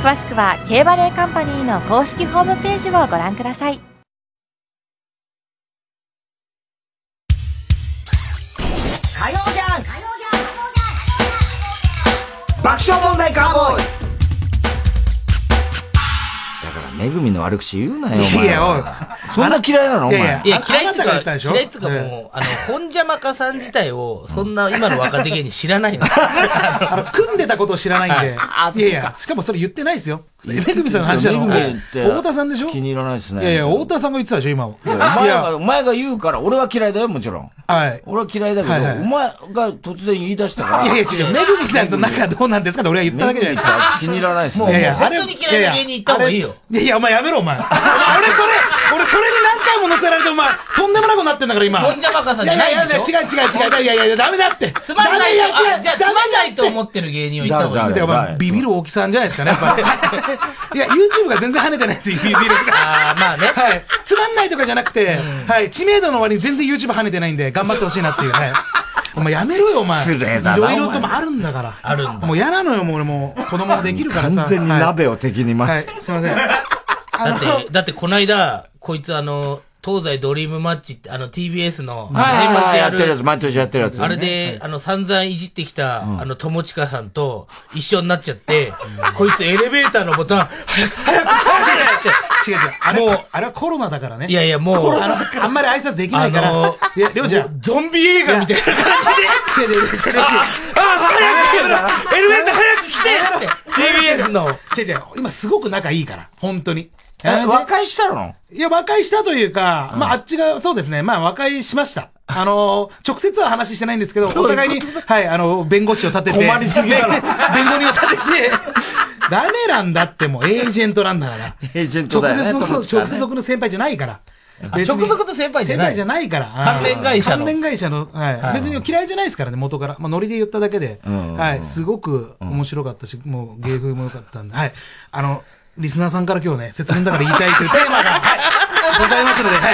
Speaker 10: 詳しくは K バレエカンパニーの公式ホームページをご覧ください
Speaker 5: 火曜じゃん爆笑問題カーボーイ
Speaker 1: 恵みの悪口言うなよ、お前。
Speaker 13: いやおい
Speaker 1: そんな嫌いなの、お
Speaker 13: いや
Speaker 1: 前。
Speaker 13: いや、嫌いっていう
Speaker 1: あなたが言った
Speaker 13: か、
Speaker 1: でしょ
Speaker 13: 嫌いっていうかもう、あの、本邪魔家さん自体を、そんな今の若手芸人知らないんですよ
Speaker 14: 組んでたことを知らないんで
Speaker 13: ああ
Speaker 14: いやい
Speaker 13: そう
Speaker 14: や
Speaker 13: か
Speaker 14: しかもそれ言ってないですよめぐみさんの話だろ
Speaker 1: めぐみって
Speaker 14: 太田さんでしょ
Speaker 1: 気に入らないですね。
Speaker 14: いやいや、太田さんが言ってたでしょ、今はい
Speaker 1: やお前が、お前が言うから、俺は嫌いだよ、もちろん。
Speaker 14: はい。
Speaker 1: 俺は嫌いだけど、
Speaker 14: はいはい
Speaker 1: お前が突然言い出したから。
Speaker 14: いやいや、違う、めぐみさんと仲どうなんですかって俺は言っただけじゃないです
Speaker 1: めぐみってあ
Speaker 14: か
Speaker 1: い。つ気に入らないですね
Speaker 14: もういやいや
Speaker 1: もう
Speaker 14: あれ
Speaker 1: 本当に嫌いな芸人行った方がいいよ
Speaker 14: いやいや、お前やめろ、お前。俺 それ、俺それに何回も乗せられて、お前、とんでもなくなってんだから、今。
Speaker 13: 本邪魔家さん
Speaker 14: い
Speaker 13: じ
Speaker 14: や
Speaker 13: ゃ
Speaker 14: い
Speaker 13: な
Speaker 14: やい
Speaker 13: いんでし
Speaker 14: や、違
Speaker 13: ょ
Speaker 14: う違う違う。いやいやいや、ダメだって。
Speaker 13: つまんない
Speaker 14: ダメだ
Speaker 13: あ
Speaker 14: 違う
Speaker 13: じゃあ、つまんないと思ってる芸人を言った方がいい。
Speaker 14: だからビビる大きさんじゃないですかね、やっぱり。いや、YouTube が全然跳ねてないですよ、ビビる。あまあね。 はい。つまんないとかじゃなくて、はい。知名度の割に全然 YouTube 跳ねてないんで、頑張ってほしいなっていう。はい。お前やめろよ、お前。
Speaker 1: 失礼だない
Speaker 14: ろいろともあるんだから。あるんだ。もう嫌なのよ、もう俺もう。子供もできるからさ。
Speaker 1: 完全に
Speaker 14: はい
Speaker 1: 鍋を敵に
Speaker 14: は
Speaker 1: 回
Speaker 14: い。
Speaker 1: して。
Speaker 14: すいません。
Speaker 13: だって、だってこの間、こいつあの、東西ドリームマッチって、あの TBS の、
Speaker 1: はいはいはいやってるやつ、
Speaker 13: 年
Speaker 1: 毎年やってるやつ。
Speaker 13: あれで、あの、散々いじってきた、あの、友近さんと一緒になっちゃって、こいつエレベーターのボタン、早く、早く、 早くって。
Speaker 14: 違う違う。あれ、もう、あれはコロナだからね。
Speaker 13: いやいやもう
Speaker 14: コロナだからあんまり挨拶できないから。
Speaker 13: あの
Speaker 14: いや、りょうちゃん。
Speaker 13: ゾンビ映画みたいな感
Speaker 14: じで。違う違う違う違う違う。
Speaker 13: あ
Speaker 14: あ、早くエレベーター早く
Speaker 13: 来て
Speaker 14: って !TBS の。違う違う。今すごく仲いいから。本当に。
Speaker 1: え和解したの
Speaker 14: いや、和解したというか、まあ、あっちが、そうですね。まあ、和解しました。あのー直接は話してないんですけど、お互いに、はい、あの、弁護士を立てて。
Speaker 1: 困りすぎだろ
Speaker 14: 弁 弁護人を立てて、 ダメなんだってもう、エージェントなんだから。
Speaker 1: エージェントだよね。
Speaker 14: 直接僕
Speaker 1: 友
Speaker 14: の、
Speaker 1: 近ね
Speaker 14: 直接僕の先輩じゃないから。
Speaker 13: あ
Speaker 14: 別に
Speaker 13: 直属の先輩じゃな
Speaker 14: 先
Speaker 13: い
Speaker 14: 輩じゃないから。
Speaker 13: 関連会社の
Speaker 14: 関連会社の。は
Speaker 13: はい
Speaker 14: い。別に嫌いじゃないですからね、元から。まあ、ノリで言っただけで。
Speaker 13: うん
Speaker 14: はい。すごく面白かったし、もう芸風も良かったんで。はい。あの、リスナーさんから今日ね、節分だから言いたいというテー マが、はいございますので、は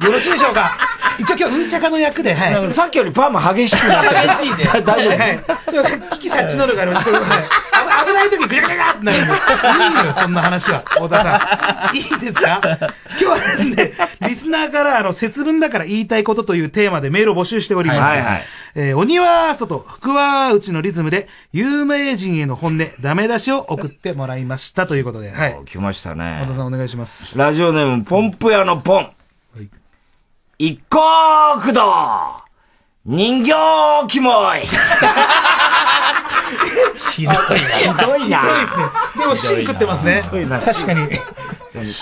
Speaker 14: い。よろしいでしょうか一応今日、ウーチャカの役で、はい。
Speaker 1: さっきよりパーマ激しくなってる
Speaker 14: 激しいね
Speaker 1: 大丈夫
Speaker 14: はい。危機察知能力あります。ちょっとはい危危ない時ぐちゃぐちゃぐちゃってなるんで。いいのよ、そんな話は。太田さん。いいですか今日はですね、リスナーから、あの、節分だから言いたいことというテーマでメールを募集しております。
Speaker 26: はいはい
Speaker 14: えー鬼は外、福は内のリズムで、有名人への本音、ダメ出しを送ってもらいましたということで。はい。
Speaker 1: 来ましたね。
Speaker 14: 太田さんお願いします。
Speaker 1: ラジオネーム、ポンプ屋のポン。一国道人形キモ い
Speaker 13: ひどいな。
Speaker 1: ひどいな。
Speaker 14: でも芯食ってますね
Speaker 1: ひどいな
Speaker 14: 確かに。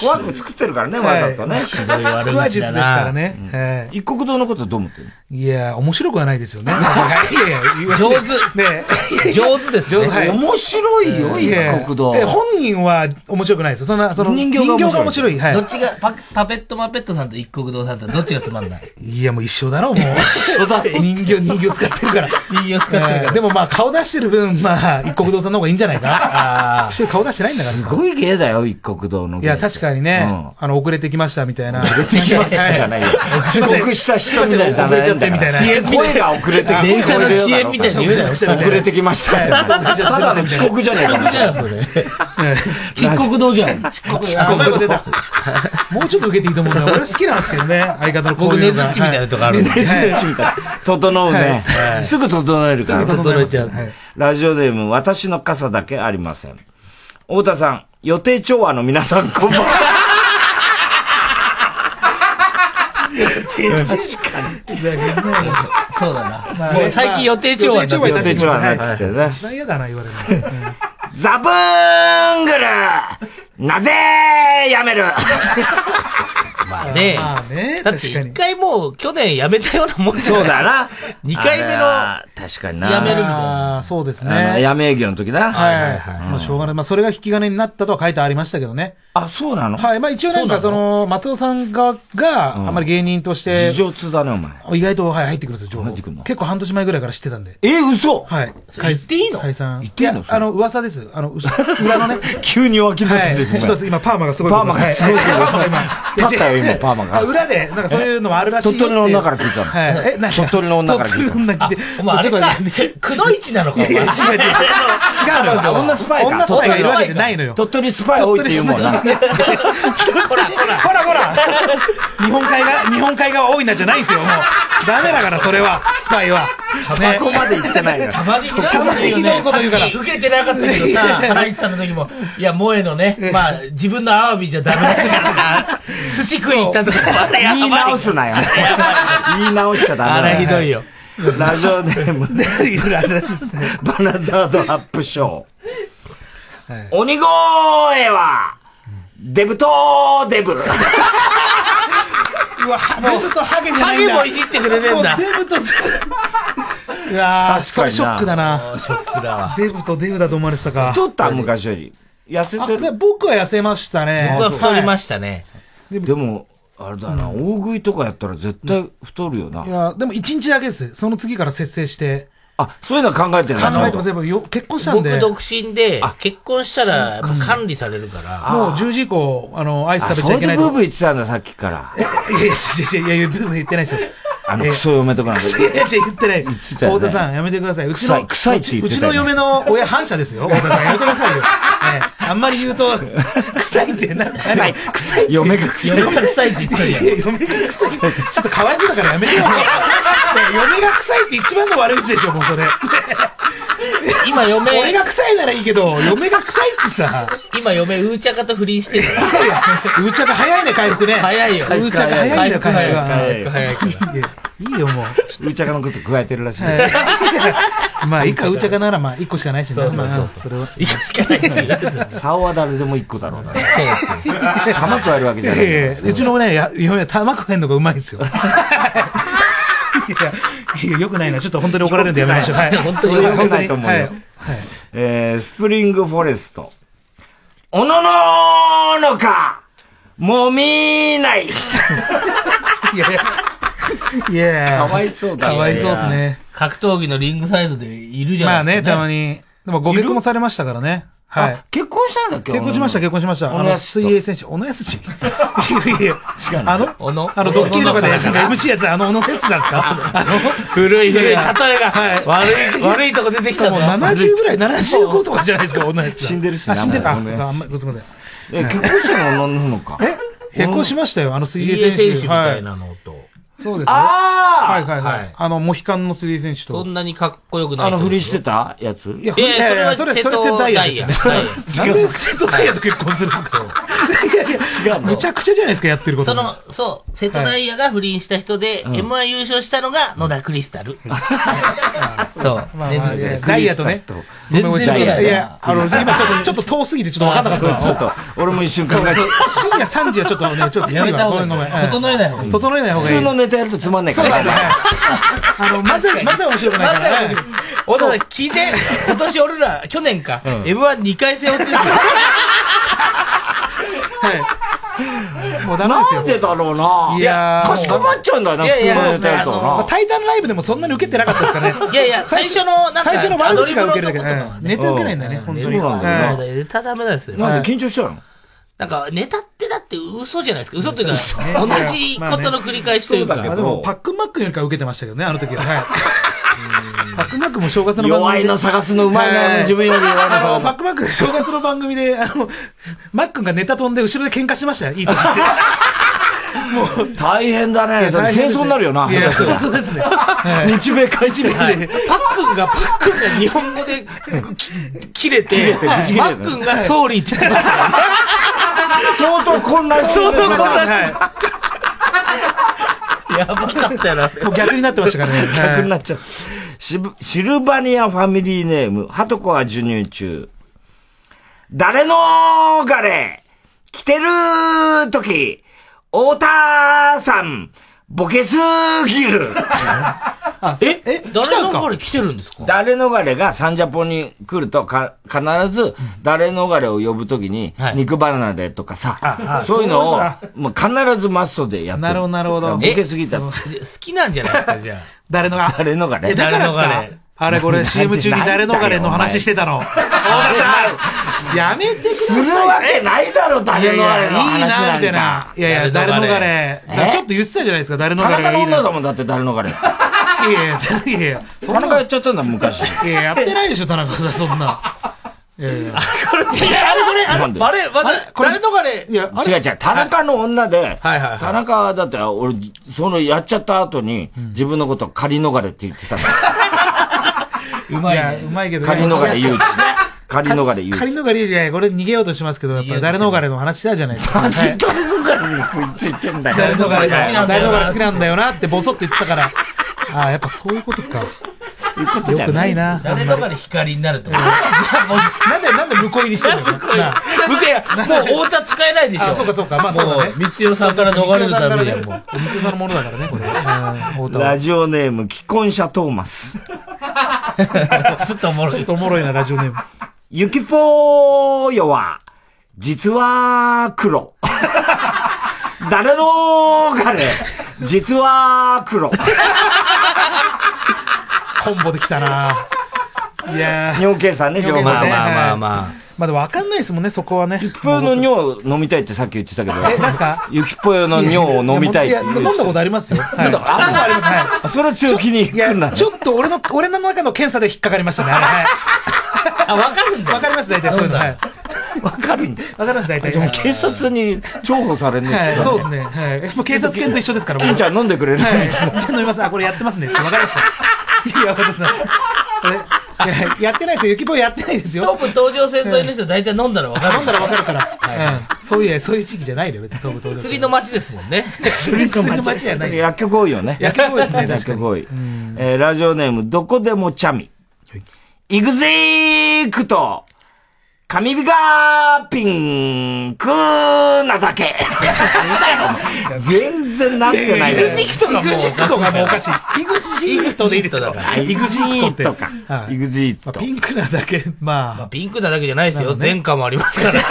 Speaker 1: 怖く作ってるからね、わざとね。
Speaker 14: はいひどい悪口だな腹話術ですからね
Speaker 1: うん
Speaker 14: ね。
Speaker 1: 一国道のことはどう思ってる
Speaker 14: いや、面白くはないですよね。いやいや言わ
Speaker 1: 上手
Speaker 14: ねえ
Speaker 1: 上手ですね面白いよ
Speaker 14: いや
Speaker 1: 一国道
Speaker 14: で本人は面白くないですよ。そんな、その、
Speaker 13: 人形が面白い
Speaker 14: が面白い。はい
Speaker 13: どっちがパ、パペットマペットさんと一国堂さんとどっちがつまんない
Speaker 14: いや、もう一緒だろう、もう。一緒だ人形、人形使ってるから。人形
Speaker 13: 使ってるから
Speaker 14: でもまあ、顔出してる分、まあ、一国堂さんの方がいいんじゃないかな。一緒に顔出してないんだから。
Speaker 1: すごい芸だよ、一国道の
Speaker 14: い
Speaker 1: 芸。
Speaker 14: や、確かにね、あの、遅れてきましたみたいな。遅れ
Speaker 1: てきましたじ ゃないよ 遅刻した人みたいな
Speaker 14: 遅れちゃってみたいな。
Speaker 1: 声が遅れてき
Speaker 14: 電車の遅
Speaker 1: 声
Speaker 14: 延
Speaker 1: が
Speaker 14: みたいな言うなよ
Speaker 1: 遅れてきました。
Speaker 14: はい
Speaker 1: ただの遅刻じゃねえか。
Speaker 14: 遅刻道じゃん。遅刻道出た。もうちょっと受けていいと思うんだよ。俺好きなんですけどね、相方のこういうのが。
Speaker 13: 僕ネズッチみたいなとこあるんで
Speaker 14: はい
Speaker 13: ネズッチ
Speaker 1: みたいな整うね
Speaker 14: は。い
Speaker 1: すぐ整えるから。
Speaker 14: すぐ整えちゃう
Speaker 1: ラジオネーム、私の傘だけありません。太田さん、予定調和の皆さんこんばんは。
Speaker 13: そうだな。
Speaker 14: まあ
Speaker 13: もう最近予定調和
Speaker 14: 予定調和になってきますね
Speaker 1: 予定調和になってきてるね
Speaker 14: 一番嫌だな、言われるの。
Speaker 1: ザブーングルなぜやめる
Speaker 13: まあね。
Speaker 14: まあね
Speaker 13: だって一回もう去年辞めたようなもんじゃない
Speaker 1: そうだな。
Speaker 13: 二回目の
Speaker 1: あれは確かにな。
Speaker 13: やめるみたい
Speaker 14: ああ、そうです
Speaker 1: あの、
Speaker 14: ね。
Speaker 1: やめ営業の時な。
Speaker 14: はいはいはい。まあ、しょうがない。まあ、それが引き金になったとは書いてありましたけどね。
Speaker 1: あ、そうなの
Speaker 14: はい。まあ、一応なんか、その、松尾さん側が、あんまり芸人として、
Speaker 1: 事情通だね、お前。
Speaker 14: 意外と、はい、入ってくるんですよ、情報。結構半年前ぐらいから知ってたんで。
Speaker 1: え、嘘
Speaker 14: はい。
Speaker 1: 言っていいの
Speaker 14: 解散。言って
Speaker 1: いいの
Speaker 14: あの、噂です。あの、うし裏 のね。
Speaker 1: 急に脇になっ
Speaker 14: は
Speaker 1: てる
Speaker 14: い。ちょっと今、パーマがすごい。
Speaker 1: パーマがすごい
Speaker 14: はパーマ 今
Speaker 1: 立ったよ今パーマが
Speaker 14: あ裏で、なんかそういうのもあるらしいよって
Speaker 1: 鳥取の女から聞いたの。
Speaker 14: はい。え、なんか
Speaker 1: 鳥取の女から聞
Speaker 14: 鳥
Speaker 1: いた
Speaker 14: 取の女聞いて。
Speaker 13: お前あれか
Speaker 14: ちょっとね
Speaker 13: くのいちなのか、お前。
Speaker 14: いやいや違 う違う違う
Speaker 13: あ
Speaker 14: 違うの
Speaker 13: 女スパイか
Speaker 14: 女スパイがいるわけじゃないのよ。
Speaker 1: 鳥取スパイ多いって言うもんな。
Speaker 14: ほらほら日本海側、日本海側多いなじゃないんですよ、もう。ダメだから、それは、スパイは。
Speaker 1: そこまで言ってないから
Speaker 14: た
Speaker 13: た
Speaker 14: ま
Speaker 13: ま
Speaker 14: に
Speaker 13: に
Speaker 14: ひどいこと言うから。
Speaker 13: 受けてなかったけどさ、原市さんの時も、いや、萌えのね、まあ、自分のアワビじゃダメだったから とか、寿司食い行ったとか、またや
Speaker 1: 言い直す なよ。言い直しちゃダメだよ。
Speaker 13: あれひどいよ。
Speaker 1: ラジオネーム。バナザードアップショー。鬼越は、デブとデブ。
Speaker 14: うわ、デブとハゲじゃないんだ
Speaker 13: ハゲもいじってくれねえんだ
Speaker 14: もうデブと、うわ
Speaker 1: 確かにな
Speaker 14: ー、これショックだな。
Speaker 13: ショックだわ。
Speaker 14: デブとデブだと思われてたか。
Speaker 1: 太った昔より。痩せてる。
Speaker 14: 僕は痩せましたね。。
Speaker 1: 僕は太りま
Speaker 13: したね。
Speaker 1: でも、あれだな、大食いとかやったら絶対太るよない
Speaker 14: や、でも一日だけです。その次から節制して。
Speaker 1: あ、そういうのは考えて
Speaker 14: 考
Speaker 1: るんだ
Speaker 14: えてます。やっぱよ結婚したんで。
Speaker 13: 僕
Speaker 14: もう
Speaker 13: 独身で、結婚したら、やっぱ管理されるから。
Speaker 14: 10時以降、あの、アイス食べちゃいけない
Speaker 1: あ
Speaker 14: と
Speaker 1: それでブーブー言ってたんだ、さっきから。
Speaker 14: いやいや、違う違ういやいや、ブーブー言ってないですよ。
Speaker 1: あの、クソ嫁とかなんか。
Speaker 14: いやいや、違う言ってない。
Speaker 1: たよね
Speaker 14: 太田さん、やめてください。うち
Speaker 1: 臭い
Speaker 14: の、
Speaker 1: 臭いって言って
Speaker 14: うち
Speaker 1: たよ
Speaker 14: の
Speaker 1: ね
Speaker 14: 嫁の親反射ですよ。太田さん、やめてくださいよ。ええあんまり言う と、臭いってな、臭い。臭いって。
Speaker 1: 嫁が臭い
Speaker 14: 嫁が臭いって言ってるやん。いや嫁が臭い。ちょっとか わいそうだからやめてよ。ねえ嫁が臭いって一番の悪口でしょ、もうそれ。
Speaker 13: 今嫁
Speaker 14: 俺が臭いならいいけど、嫁が臭いってさ。
Speaker 13: 今、嫁、ウーチャカと不倫してるか
Speaker 14: うーちゃんが早いね、回復ね。
Speaker 13: 早いよ
Speaker 14: うーちゃんが早いんだよ、
Speaker 13: 回復早い
Speaker 14: 回復
Speaker 13: 回復
Speaker 14: いやいいよ、もう。
Speaker 1: うちゃかのこと加えてるらしい。
Speaker 14: まあ、一回うーちゃかなら、まあ、一個しかないしね。
Speaker 1: そうそうそう
Speaker 14: まあそれは。
Speaker 1: 竿は誰でも一個だろ うな。玉加えるわけじゃない
Speaker 14: いやいやうちのね、や嫁は玉食えんのがうまいんですよ。いや、よくないな。ちょっと本当に怒られるんでやめましょう。はい。
Speaker 1: それは良くないと思うよ
Speaker 14: はい。
Speaker 1: えー、スプリングフォレスト。おのののかもみない
Speaker 14: いやいや。いや
Speaker 1: かわいそうだね
Speaker 14: かわいそうですね。
Speaker 13: 格闘技のリングサイドでいるじ
Speaker 14: ま
Speaker 13: ゃ
Speaker 14: あ
Speaker 13: ない
Speaker 14: ね、
Speaker 13: ですか、
Speaker 14: たまに。でも、ご結婚もされましたからね。はい。
Speaker 1: 結婚したんだっけ
Speaker 14: 結婚しました、結婚しました。
Speaker 13: 小
Speaker 14: あ
Speaker 13: 野
Speaker 14: の、
Speaker 13: 安
Speaker 14: 水泳選手、小野安氏。いやいや、あの、
Speaker 13: 小野
Speaker 14: あの、ドッキリとかで、なんか MC やつ、あの、小野安さんです かあの、
Speaker 13: 古い古い例えが
Speaker 14: はい
Speaker 13: 悪い 悪いとこ出てきたな
Speaker 14: もう70ぐらい、75とかじゃないですか、小野安さん。
Speaker 1: 死んでるし
Speaker 14: あ死んでるか。あ
Speaker 1: 名
Speaker 14: ん
Speaker 1: 前
Speaker 14: ま
Speaker 1: 小野
Speaker 14: り
Speaker 1: 安
Speaker 14: すみません。
Speaker 1: え、結婚したの女の子か。え
Speaker 14: 結婚しましたよ、あの水泳選手。
Speaker 13: 水泳選手みたいなのと。
Speaker 14: そうですね。
Speaker 13: あー
Speaker 14: はいはいは。
Speaker 13: はい
Speaker 14: あの、モヒカンの水泳選手と。
Speaker 13: そんなにかっこよくない
Speaker 1: あの、
Speaker 13: 人
Speaker 1: ふ
Speaker 13: で
Speaker 1: り
Speaker 13: す
Speaker 1: し
Speaker 13: よ
Speaker 1: てたやつ
Speaker 14: いやいやいやそれそれ瀬戸大也ですよ ね なんで瀬戸大也と結婚するんですかいやいや、むちゃくちゃじゃないですか、やってること
Speaker 13: そ
Speaker 14: も。
Speaker 13: の、そう、瀬戸大也が不倫した人で、
Speaker 14: うん
Speaker 13: M1 優勝したのが野田クリスタル。そう。
Speaker 14: まあまあ
Speaker 13: 全然
Speaker 14: ダイヤとね。
Speaker 13: 全
Speaker 14: ごめん
Speaker 13: 然
Speaker 14: ごめん
Speaker 13: ダイヤ
Speaker 14: いや、あの、今ちょっと、ちょっと遠すぎてちょっと分かんなかった。
Speaker 1: ちょっと、俺も一瞬考えちゃった
Speaker 14: そう深夜3時はちょっとね、ちょっときついわ
Speaker 1: やめた方がいい
Speaker 14: ごめんごめんは
Speaker 1: 整えない方がいい
Speaker 14: 整えない方がいい。
Speaker 1: 普通のネタやるとつまんないから。
Speaker 14: あの、まずは、まずは面白くないから。
Speaker 13: まずは小田さん、聞いて、今年俺ら、去年か、M12 回戦落ちですよ。
Speaker 14: もうダメですよ。なんで
Speaker 1: だろうない
Speaker 14: や
Speaker 1: かしこまっちゃうんだよな
Speaker 14: 普通
Speaker 1: 普通の
Speaker 14: の
Speaker 1: ネタやるとな
Speaker 14: タイタンライブでもそんなに受けてなかったですかね。
Speaker 13: いやいや最初のなんか
Speaker 14: 最初の悪口が受けるだけで
Speaker 13: アドリブ
Speaker 14: ネタ
Speaker 13: のとことかは。ね
Speaker 14: 受けないんだね、本当に。
Speaker 13: そうなんだよ
Speaker 14: は
Speaker 13: ね
Speaker 14: い
Speaker 13: ネタダメなんですよ。
Speaker 14: なんで
Speaker 1: 緊張したの
Speaker 13: なんか、ネタってだって嘘じゃないですか。嘘っていうか、同
Speaker 14: ね
Speaker 13: じことの繰り返しというか。
Speaker 14: まあねでも、パックンマックンよりかは受けてましたけどね、あの時は。 はい。パックンマックンも正月の番組で。
Speaker 1: 弱いの探すのうまいな
Speaker 14: は
Speaker 1: 自分より弱いの探す
Speaker 14: あパックンマックン、正月の番組で、あの、マックンがネタ飛んで後ろで喧嘩してましたよ。いい年して。
Speaker 1: 大変だね。それ戦争になるよな。
Speaker 14: いや、
Speaker 1: 下
Speaker 14: そ
Speaker 1: 手
Speaker 14: う
Speaker 1: したら
Speaker 14: そうですね。
Speaker 1: 日米開示
Speaker 13: はい
Speaker 1: で。
Speaker 13: パックンが、パックンが日本語でき切れ
Speaker 1: 切
Speaker 13: て、
Speaker 1: れて
Speaker 13: パ
Speaker 1: ぶち切れて
Speaker 13: ックンが総理って言ってましたからね。
Speaker 1: 相当混乱
Speaker 13: 相当混乱
Speaker 14: やばかったよな。もう逆になってましたからね。
Speaker 1: 逆になっちゃった。シブシルバニアファミリーネーム、ハトコは授乳中。誰のガレ着てる時、太田さん、ボケすぎ る。ええ
Speaker 13: 誰の方に来てるんですか
Speaker 1: 誰逃れがサンジャポに来るとか、必ず、誰逃れを呼ぶときに、肉離れとか
Speaker 14: あ
Speaker 1: さ
Speaker 14: あ、
Speaker 1: そういう
Speaker 14: そ
Speaker 1: の
Speaker 14: う
Speaker 1: を
Speaker 14: だ、
Speaker 1: もう必ずマストでやって
Speaker 14: なるほどなるほど
Speaker 1: ボケすぎた。
Speaker 13: 好きなんじゃないですか、じゃあ。
Speaker 14: 誰のが
Speaker 1: 誰逃
Speaker 14: え
Speaker 1: れ
Speaker 14: だからですかあれこれ CM 中に誰逃れの話してたの。やめてください。
Speaker 1: するわけないだろ誰逃れの話なんか
Speaker 14: いやいやいいみたいな。いやいや、誰逃れ。だからちょっと言ってたじゃないですか、誰逃
Speaker 1: 田
Speaker 14: れが
Speaker 1: 中
Speaker 14: い
Speaker 1: の
Speaker 14: いな
Speaker 1: 女だもんだって誰逃れ。
Speaker 14: いやいや、いやいや、
Speaker 1: 田中やっちゃったんだ、昔。
Speaker 14: いややってないでしょ、田中さん、そんな。いやいや。
Speaker 13: いや、あれこれ、あ
Speaker 1: なんで
Speaker 13: れ、あれ、まだ、誰の彼、いや、
Speaker 1: 違う違う、田中の女で、田中はだって、俺、そのやっちゃった後に、自分のこと仮逃れって言ってたんだ。
Speaker 14: うまいや。うまいけどね。
Speaker 1: 仮逃れ誘致。仮逃れ誘致。
Speaker 14: 仮逃れいいじゃない。これ逃げようとしますけど、やっぱ誰逃れの話だじゃないですか。はい
Speaker 1: 誰逃れに食いつい てんだよ。
Speaker 14: 誰逃れ
Speaker 1: 好
Speaker 14: が
Speaker 1: きなんだ
Speaker 14: 誰
Speaker 1: よ
Speaker 14: 逃れ好きなんだよなってボソッと言ってたから。ああ、やっぱそういうことか。
Speaker 1: そういうこと
Speaker 14: じゃないよくないな
Speaker 13: 誰の彼光になると。向
Speaker 14: なんで、なんで向こう入りしてるの向こ
Speaker 13: こうや、もう太田使えないでしょ。
Speaker 14: あそうかそうかまあそうだね
Speaker 13: もう光代さんから逃れるためにはもう。
Speaker 14: う。三さんのものだからね、これ。うん太田は
Speaker 1: ラジオネーム、既婚者トー マス。
Speaker 14: ちょっとおもろい。ちょっとおもろいな、ラジオネーム。
Speaker 1: ゆきぽーよは、実は黒。誰の彼、実は黒。
Speaker 14: コンボできたな。いやー。
Speaker 1: 尿検査ね、両方。
Speaker 14: 尿検査ねまあまあまあ
Speaker 1: まあ。
Speaker 14: まあでも分かんないですもんね、そこはね。ゆき
Speaker 1: ゆきぽよの尿飲みたいってさっき言ってたけど。
Speaker 14: え何すか
Speaker 1: ゆきぽよの尿を飲みたいって
Speaker 14: や
Speaker 1: 言
Speaker 14: 飲んだことありますよ。はい
Speaker 1: とあるの
Speaker 14: あります、はい。
Speaker 1: あそれは強気に来るな。
Speaker 14: ちょっと俺の、俺の中の検査で引っかかりましたね。あれはい。あ、わかるんだ。わかります、大体そういうの。はい。わ
Speaker 1: かるんだ。
Speaker 14: わかります、大体。
Speaker 1: でも警察に重宝されるん
Speaker 14: はい
Speaker 1: です
Speaker 14: そう
Speaker 1: よ。
Speaker 14: ですね。はい。もう警察犬と一緒ですから、もう
Speaker 1: 金ちゃん飲んでくれる
Speaker 14: はい。 じゃあ飲みます。あ、これやってますねって。わかりますよ。いや、私さん。これいややってないですよ。ゆきぽやってないですよ。
Speaker 13: 東武東上線沿いの人大体飲んだらわかる。飲んだらわかるから。
Speaker 14: うんそういう、そういう地域じゃないのよ、別に東武東上線
Speaker 13: 釣りの街ですもんね。
Speaker 1: 薬
Speaker 14: 薬の街じゃない
Speaker 1: 薬局多いよね。
Speaker 14: 薬局多いですね確かに
Speaker 1: 薬局多い。えーラジオネーム、どこでもチャミ。いくぜーくと、神ビがピンクな だけ。なんだよ、お前全然なってない。
Speaker 14: イグジットがもうイグジットがもうおかしい。イグジットでいいでしょ。
Speaker 1: イグジットか。イグジット。
Speaker 14: ピンクなだけ、まあ。
Speaker 13: ピンクなだけじゃないですよ。
Speaker 14: なるほどね
Speaker 13: 前科もありますから。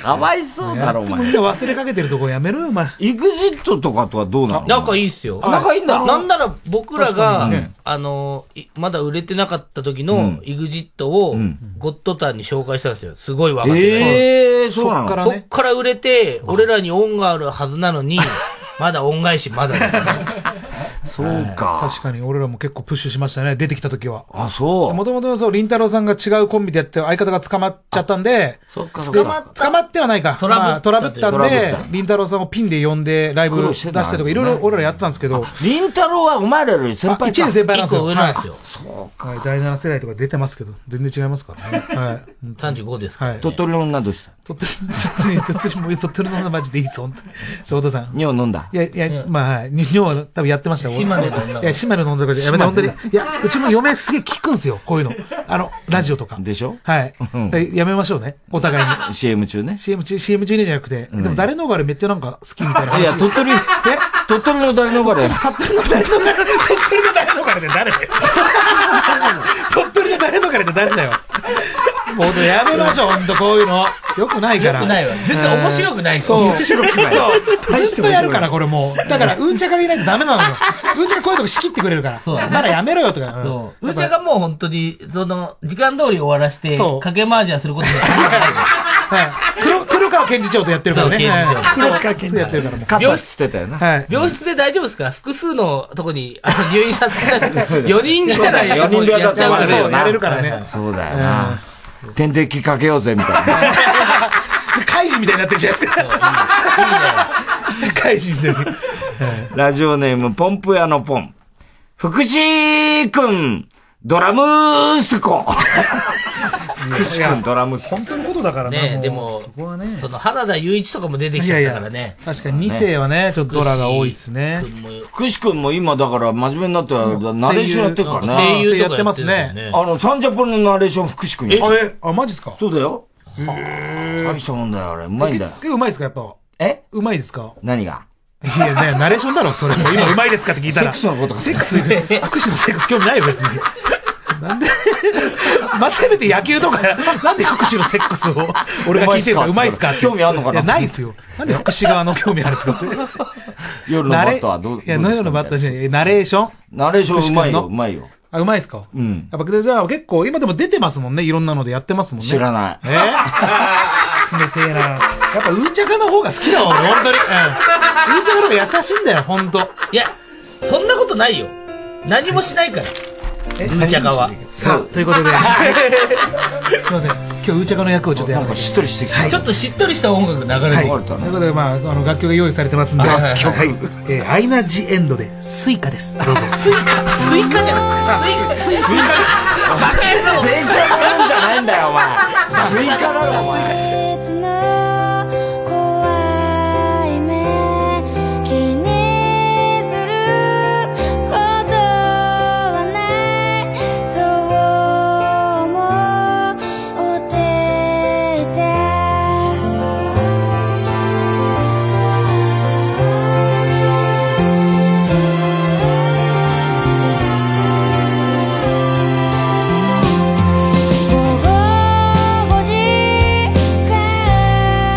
Speaker 1: かわいそうだろ、お前。
Speaker 14: みんな忘れかけてるとこやめろよ、お前。
Speaker 1: イグジットとかとはどうなの
Speaker 13: 仲いいっすよ。
Speaker 1: あ仲いいんだ
Speaker 13: なんなら僕ら
Speaker 1: 確か
Speaker 13: が
Speaker 1: にね、
Speaker 13: あの、いまだ売れてなかった時
Speaker 1: う
Speaker 13: の
Speaker 1: ん
Speaker 13: EXIT をゴッドタンに紹介したんですよ。すごい若手が
Speaker 1: えーそうなの
Speaker 13: そっからねそっから売れて、俺らに恩があるはずなのに、まだ恩返しまだですね
Speaker 1: そう
Speaker 14: か。確かに、俺らも結構プッシュしましたね、出てきた時は。
Speaker 1: あ、そう。
Speaker 14: もともとそう、りんたろーさんが違うコンビでやって、相方が捕まっちゃったんで、
Speaker 1: そっか
Speaker 14: 捕ま、捕まってはないか。ト
Speaker 1: ラブった
Speaker 14: トラブった
Speaker 1: ト
Speaker 14: ん
Speaker 1: ラブ
Speaker 14: で
Speaker 1: った、
Speaker 14: りんたろーさんをピンで呼んで、ライブ
Speaker 1: 苦労
Speaker 14: 出
Speaker 1: して
Speaker 14: したたりとか、いろいろ俺らやってたんですけど、
Speaker 1: りんたろーはお前らより先輩か
Speaker 14: あ一年先輩なんですよ。
Speaker 13: 一個上なんですよ
Speaker 14: はいそうか。第7世代とか出てますけど、全然違いますからね。はい。
Speaker 13: 35ですからね
Speaker 1: 鳥取の女どうした
Speaker 14: 鳥取、鳥取、もう鳥取の女マジでいいぞ、本当に。翔太さん。
Speaker 1: 尿飲んだ
Speaker 14: いや、いや、まあ、はい。に尿は多分やってました、
Speaker 13: 島根の女
Speaker 14: いや、島根の女とかじゃやめて、
Speaker 13: 島
Speaker 14: 本当
Speaker 13: 根
Speaker 14: に。いや、うちも嫁すげえ聞くんですよ、こういうの。あの、ラジオとか。
Speaker 1: でしょ
Speaker 14: はい。でやめましょうね、お互いに。
Speaker 1: CM 中ね。
Speaker 14: CM 中、CM 中にじゃなくて、でも誰の方があれめっちゃなんか好きみたいな話。
Speaker 1: いや、鳥取、鳥取の誰の彼
Speaker 14: 鳥取の誰の彼鳥取の誰の彼って誰だよ鳥取の誰の彼って誰だよもう本当やめましょう、本当こういうの。よくないから。
Speaker 13: 良くないわ全然面白くないです
Speaker 14: そう。
Speaker 13: 面白くない
Speaker 14: そう。ずっとやるから、これもう。だから、
Speaker 13: う
Speaker 14: うんちゃかがいないとダメなのよ。 うんちゃかこういうとこ仕切ってくれるから。
Speaker 13: そうだね
Speaker 14: まだやめろよとか。
Speaker 13: そう。うーちゃんがもう本当に、その、時間通り終わらして、
Speaker 14: そう
Speaker 13: 掛け回しはすることが
Speaker 14: 黒、黒川検事長とやってるからね。
Speaker 13: そう検事
Speaker 14: は
Speaker 13: 長
Speaker 14: い
Speaker 13: 黒川
Speaker 14: そうそうやってるからもう。
Speaker 1: 肩つってたよな。
Speaker 14: はい。
Speaker 13: 病室で大丈夫ですか複数のとこにあの入院させた4 人いたら
Speaker 1: 4人部屋だったら
Speaker 13: やっちゃう
Speaker 1: な
Speaker 13: やれ
Speaker 1: そうだよな。点滴かけようぜ、みたいな。
Speaker 14: 怪人みたいになってるじゃないですか。 怪人みたいな。
Speaker 1: ラジオネーム、ポンプ屋のポン。福士くん、ドラム息 子。福士くん、ドラム息子。
Speaker 14: 本当のことだからね。も
Speaker 13: ね
Speaker 14: う
Speaker 13: でも、その花田雄一とかも出てきちゃったからね。
Speaker 14: 確かに2世はね、ちょっとドラが多いですね。
Speaker 1: 福士くんも今だから真面目になって、ナレーションやってるからね。
Speaker 13: 声優とかやってますね声優やってますね
Speaker 1: あの、サンジャポのナレーション福士くんやってる
Speaker 14: え、あ、マジっすか
Speaker 1: そうだよ。大したもんだよ、あれ。うまいんだよ。
Speaker 14: え、うまいですか、やっぱ。
Speaker 1: え
Speaker 14: うまいですか
Speaker 1: 何が
Speaker 14: いや、ね、ナレーションだろ、それ。もう今うまいですかって聞いたら。
Speaker 1: セックスのことか
Speaker 14: セックス、福祉のセックス興味ないよ、別に。なんで、まあ、せめて野球とか、なんで福祉のセックスを、俺が聞いてるから、
Speaker 1: う
Speaker 14: う
Speaker 1: ま
Speaker 14: ま
Speaker 1: い
Speaker 14: い
Speaker 1: っ
Speaker 14: っ
Speaker 1: す
Speaker 14: す
Speaker 1: か
Speaker 14: か
Speaker 1: 興味あんのかな
Speaker 14: や、ないっすよ。なんで福祉側の興味あるんですか
Speaker 1: 夜のバットはどう
Speaker 14: いや、夜のバットじゃないえナレーション
Speaker 1: ナレーションうまいよ、
Speaker 14: 福士君の
Speaker 1: うまいよ。
Speaker 14: あ、うまいっすか
Speaker 1: うん。
Speaker 14: やっぱ、でじゃあ結構、今でも出てますもんね。いろんなのでやってますもんね。
Speaker 1: 知らない
Speaker 14: えー冷てえな。やっぱ、うーちゃかの方が好きだわ、俺本当に。うん。うーちゃかの方が優しいんだよ、本当。
Speaker 13: いや、そんなことないよ。何もしないから。うーちゃかは。
Speaker 14: さあ、ということで。すいません。今日、うーちゃかの役をちょっとやる。なんか
Speaker 1: しっとりしてき
Speaker 14: た。
Speaker 13: ちょっとしっとりした音楽流れて
Speaker 14: はい。
Speaker 13: る。
Speaker 14: ということで、まあ、あの、楽曲が用意されてますんで。
Speaker 13: 楽曲
Speaker 14: はい。えーアイナ・ジ・エンドで、スイカです。どうぞ。スイカスイカじゃないスイカです。
Speaker 13: バカ野郎
Speaker 1: 電車乗るんじゃないんだよ、お前。スイカだろ、お前。
Speaker 16: 「気にすることはない」「そう思っていて」「午後5時から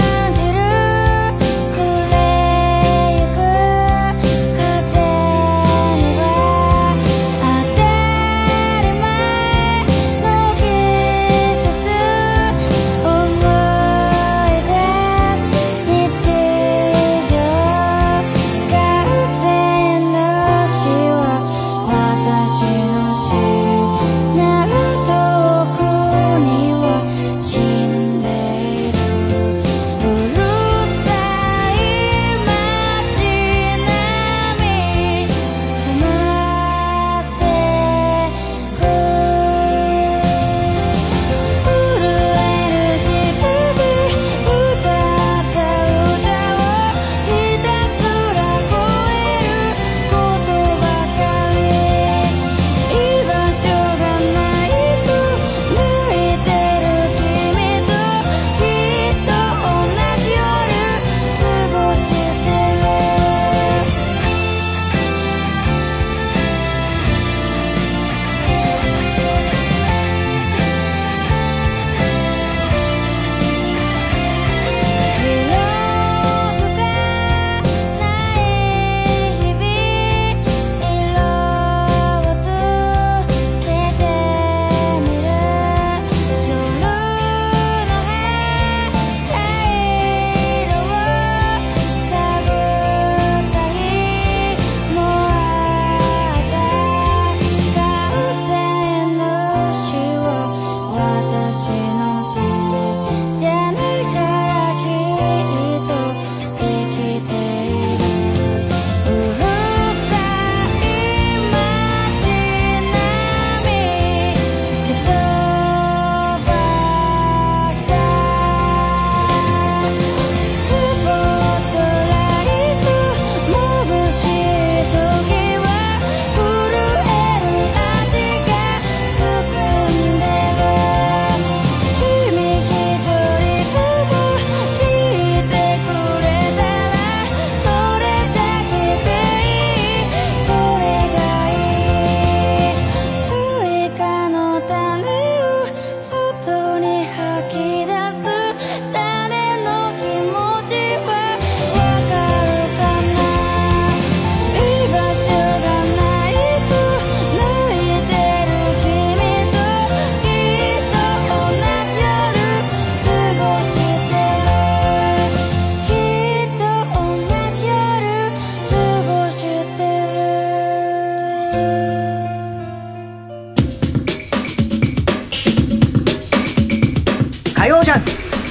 Speaker 5: ャン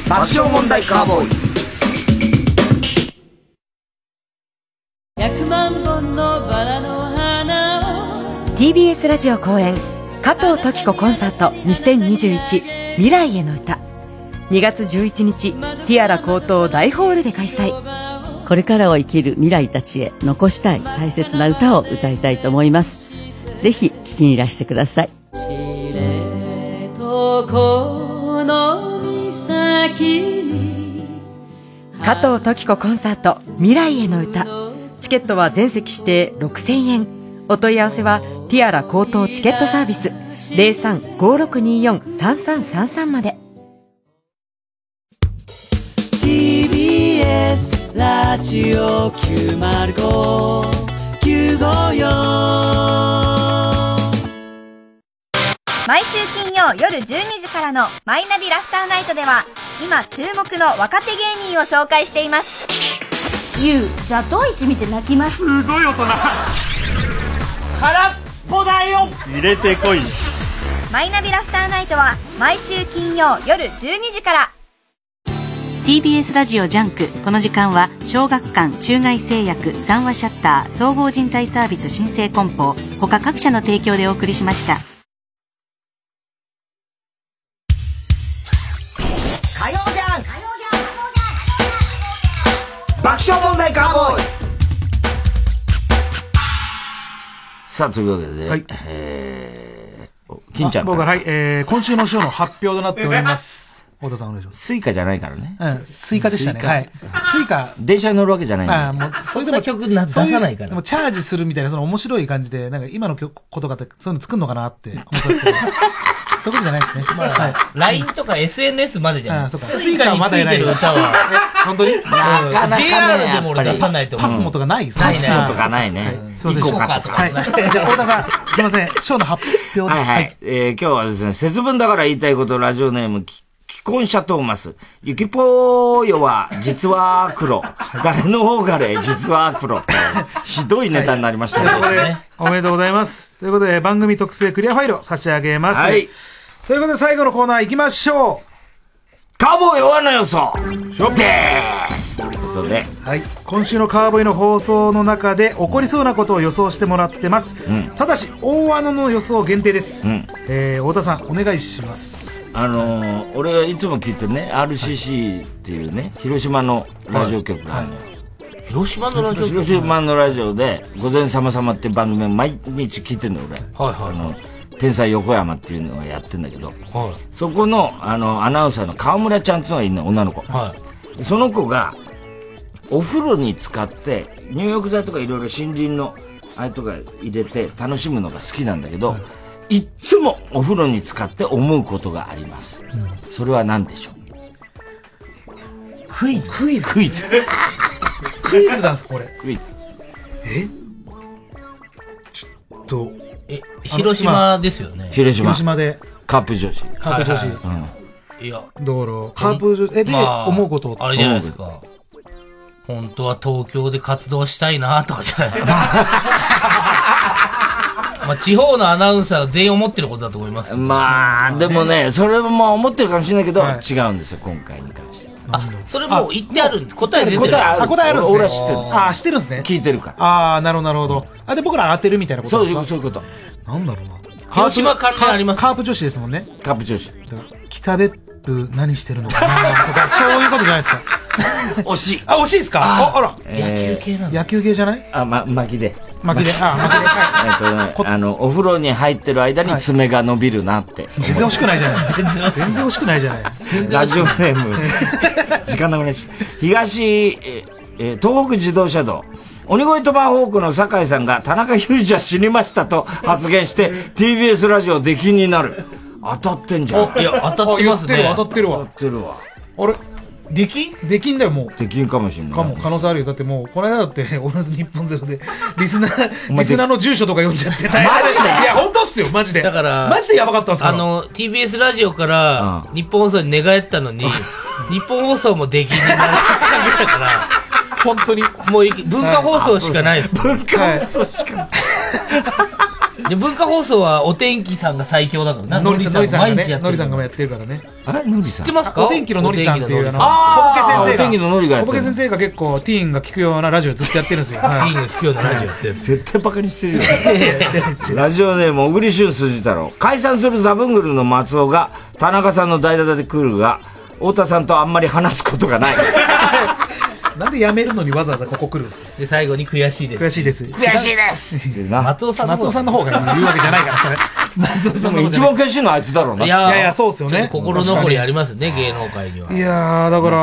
Speaker 5: 爆笑問題カーボーイ
Speaker 16: 100万本のバラの花を
Speaker 24: TBS ラジオ公演加藤時子コンサート2021未来への歌2月11日ティアラ高等大ホールで開催
Speaker 25: これからを生きる未来たちへ残したい大切な歌を歌いたいと思いますぜひ聴きにいらしてください
Speaker 16: どこの岬に
Speaker 24: 加藤時子コンサート未来への歌チケットは全席して6000円お問い合わせはティアラ高等チケットサービス0356243333まで
Speaker 16: TBS ラジオ905954
Speaker 12: 毎週金曜夜12時からの「マイナビラフターナイト」では今注目の若手芸人を紹介していますゆうザトウイチ見て泣きますすごい大人空っぽだよ
Speaker 26: 入れてこい
Speaker 12: マイナビラフターナイトは毎週金曜夜12時から
Speaker 20: TBS ラジオジャンクこの時間は小学館中外製薬三話シャッター総合人材サービス新生梱包他各社の提供でお送りしました
Speaker 5: 火曜じゃん爆笑問題カーボーイ
Speaker 1: さあ、というわけで、えー、金
Speaker 14: 金
Speaker 1: ちゃん。
Speaker 14: 僕は、はいい、えー、今週の週の発表となっております。太田さんお願いします。
Speaker 1: スイカじゃないからね。
Speaker 14: うん、スイカでしたね。
Speaker 1: スイカ
Speaker 14: はい。スイカ、
Speaker 1: 電車に乗るわけじゃないん
Speaker 14: あ
Speaker 1: だ
Speaker 14: あ、もう、それでも曲
Speaker 13: な出さないから
Speaker 14: でもチャージするみたいな、その面白い感じで、なんか今の曲ことかって、そういうの作るのかなって思ったんですけど。そういうことじゃないですね。まあ、はい。
Speaker 13: LINE とか SNS までじゃない
Speaker 14: あそうか
Speaker 13: スイカについてる歌は。
Speaker 14: 本当にな
Speaker 13: かなかね JR でも俺出さないと思う
Speaker 14: パスモとかないです
Speaker 13: ない
Speaker 14: パ
Speaker 13: ね
Speaker 14: ス
Speaker 13: パスモとか
Speaker 1: ないね
Speaker 14: はいすいません。
Speaker 1: 行こうかとか
Speaker 14: はい。太田さん、すいません。ショーの発表
Speaker 1: は
Speaker 14: で
Speaker 1: い
Speaker 14: す。
Speaker 1: は。い。えー今日はですね、節分だから言いたいこと、ラジオネーム、き既婚者トーマス。ゆきぽーよは、実は黒。誰の方がれ、実は黒。ひどいネタになりましたね。
Speaker 14: ということで、おめでとうございます。ということで、番組特製クリアファイルを差し上げます。
Speaker 1: はい。
Speaker 14: ということで、最後のコーナー行きましょう。
Speaker 1: カーボーイ大穴予想
Speaker 14: ショップ
Speaker 1: ですということで、
Speaker 14: はい。今週のカーボーイの放送の中で起こりそうなことを予想してもらってます。
Speaker 1: うん
Speaker 14: ただし、大穴の予想限定です。
Speaker 1: うん
Speaker 14: えー、太田さん、お願いします。
Speaker 1: あのー俺はいつも聞いてるね、RCC っていうね、広島のラジオ局があるのよ
Speaker 13: 広島のラジオ
Speaker 1: 広島のラジオで、午前様様っていう番組を毎日聞いてんのよ、俺。あの、天才横山っていうのをやってんだけど、そこの、あの、アナウンサーの川村ちゃんっていうのがいるの、女の子。その子が、お風呂に使って、入浴剤とかいろいろ新人の、あれとか入れて楽しむのが好きなんだけど、い、っつもお風呂に使って思うことがあります。それは何でしょう
Speaker 14: クイズクイズ
Speaker 1: クイ ズ。
Speaker 14: クイズなんです、これ。
Speaker 1: クイズ。
Speaker 14: えちょっと。
Speaker 13: え、
Speaker 1: 広島ですよね広島
Speaker 14: 広島で。
Speaker 1: カープ女子。
Speaker 14: カープ女子
Speaker 1: はいはい
Speaker 13: いや、
Speaker 14: だから、カープ女子、え、で、
Speaker 13: まあ
Speaker 14: 思うこと。
Speaker 13: あれじゃないですか。本当は東京で活動したいなとかじゃない ですか。まあ、地方のアナウンサーは全員思ってることだと思いますけど。
Speaker 1: まあ、でもね、それも思ってるかもしれないけど、違うんですよ、今回に関して。
Speaker 13: あ、それもう言ってあるんです。答え出てる。
Speaker 1: 答えある。
Speaker 14: 答えあるんですね
Speaker 1: 俺は知ってる。
Speaker 14: あー知ってるんですね。
Speaker 1: 聞いてるから。
Speaker 14: ああ、なるほど、なるほど。あ、で、僕ら当てるみたいなことですか
Speaker 1: そういうこと。
Speaker 14: なんだろうな。
Speaker 13: 広島関連あります
Speaker 14: カープ女子ですもんね。
Speaker 1: カープ女子。
Speaker 14: 北別府何してるのかなとか、そういうことじゃない ですか。
Speaker 1: 惜しい。
Speaker 14: あ、惜しいですかああら。
Speaker 1: えー野球系
Speaker 14: なの野球系じゃない
Speaker 1: あ、ま、巻きで。
Speaker 14: 巻きで。あ、巻きで。
Speaker 1: えっとね、あの、お風呂に入ってる間に爪が伸びる なって。
Speaker 14: 全然惜しくないじゃない。全然惜しくないじゃない。
Speaker 1: ラジオネ ーム。時間なくなっちゃった。東、ええー東北自動車道。鬼越トマホークの酒井さんが田中裕二は死にましたと発言して TBS ラジオ出禁になる。当たってんじゃん。
Speaker 13: おいや当たってますね
Speaker 14: あ言ってるわ当たってるわ
Speaker 1: 当たってるわ。
Speaker 14: あれできんできんだよ、もう。
Speaker 1: 出禁かもしれない。
Speaker 14: かも、可能性あるよ。だってもう、この間だって、 俺の日本ゼロで、リスナ
Speaker 1: お
Speaker 14: ー、
Speaker 1: 前
Speaker 14: リスナーの住所とか読んじゃって
Speaker 13: マジで
Speaker 14: いや、本当っすよ、マジで。
Speaker 13: だから、
Speaker 14: マジでやばかったんすか
Speaker 13: あ
Speaker 14: ら
Speaker 13: の、TBS ラジオから、日本放送に寝返ったのに、日本放送も出禁になる感じだから、
Speaker 14: 本当に。
Speaker 13: もうい文化放送しかないです。
Speaker 1: 文化放送しかない。
Speaker 13: で文化放送はお天気さんが最強だからな。
Speaker 14: ノリさん、ノリさんが
Speaker 13: 毎日や
Speaker 14: ね、
Speaker 13: って
Speaker 14: ノリ
Speaker 13: る
Speaker 14: さんがやってるからね。
Speaker 1: あれノリ
Speaker 13: さん知ってますか
Speaker 14: お天気のノリさんっていう、あの、
Speaker 13: あー
Speaker 14: 小ボケ先生が。
Speaker 13: お天気のノリがやっ
Speaker 14: 小
Speaker 13: て
Speaker 14: ボ
Speaker 13: る
Speaker 14: ケ先生が結構、ティーンが聞くようなラジオずっとやってるんですよ。ティ
Speaker 13: ーンが聞くようなラジオやってる。
Speaker 1: 絶対バカにしてるよ。ラジオネーム、小栗旬辻太郎。解散するザブングルの松尾が、田中さんの代打で来るが、太田さんとあんまり話すことがない。
Speaker 14: なんで辞めるのにわざわざここ来るんですか
Speaker 13: で、最後に悔しいです。
Speaker 14: 悔しいです。
Speaker 1: 悔しいです
Speaker 13: 松尾さんの方
Speaker 14: 松尾さんの方が言うわけじゃないから、それ。
Speaker 1: でも一番悔しいのはあいつだろうな。
Speaker 13: い
Speaker 14: いやい
Speaker 13: や
Speaker 14: やそうっすよね
Speaker 13: ちょっと心残りありますね、芸能界には。
Speaker 14: いやー、だから、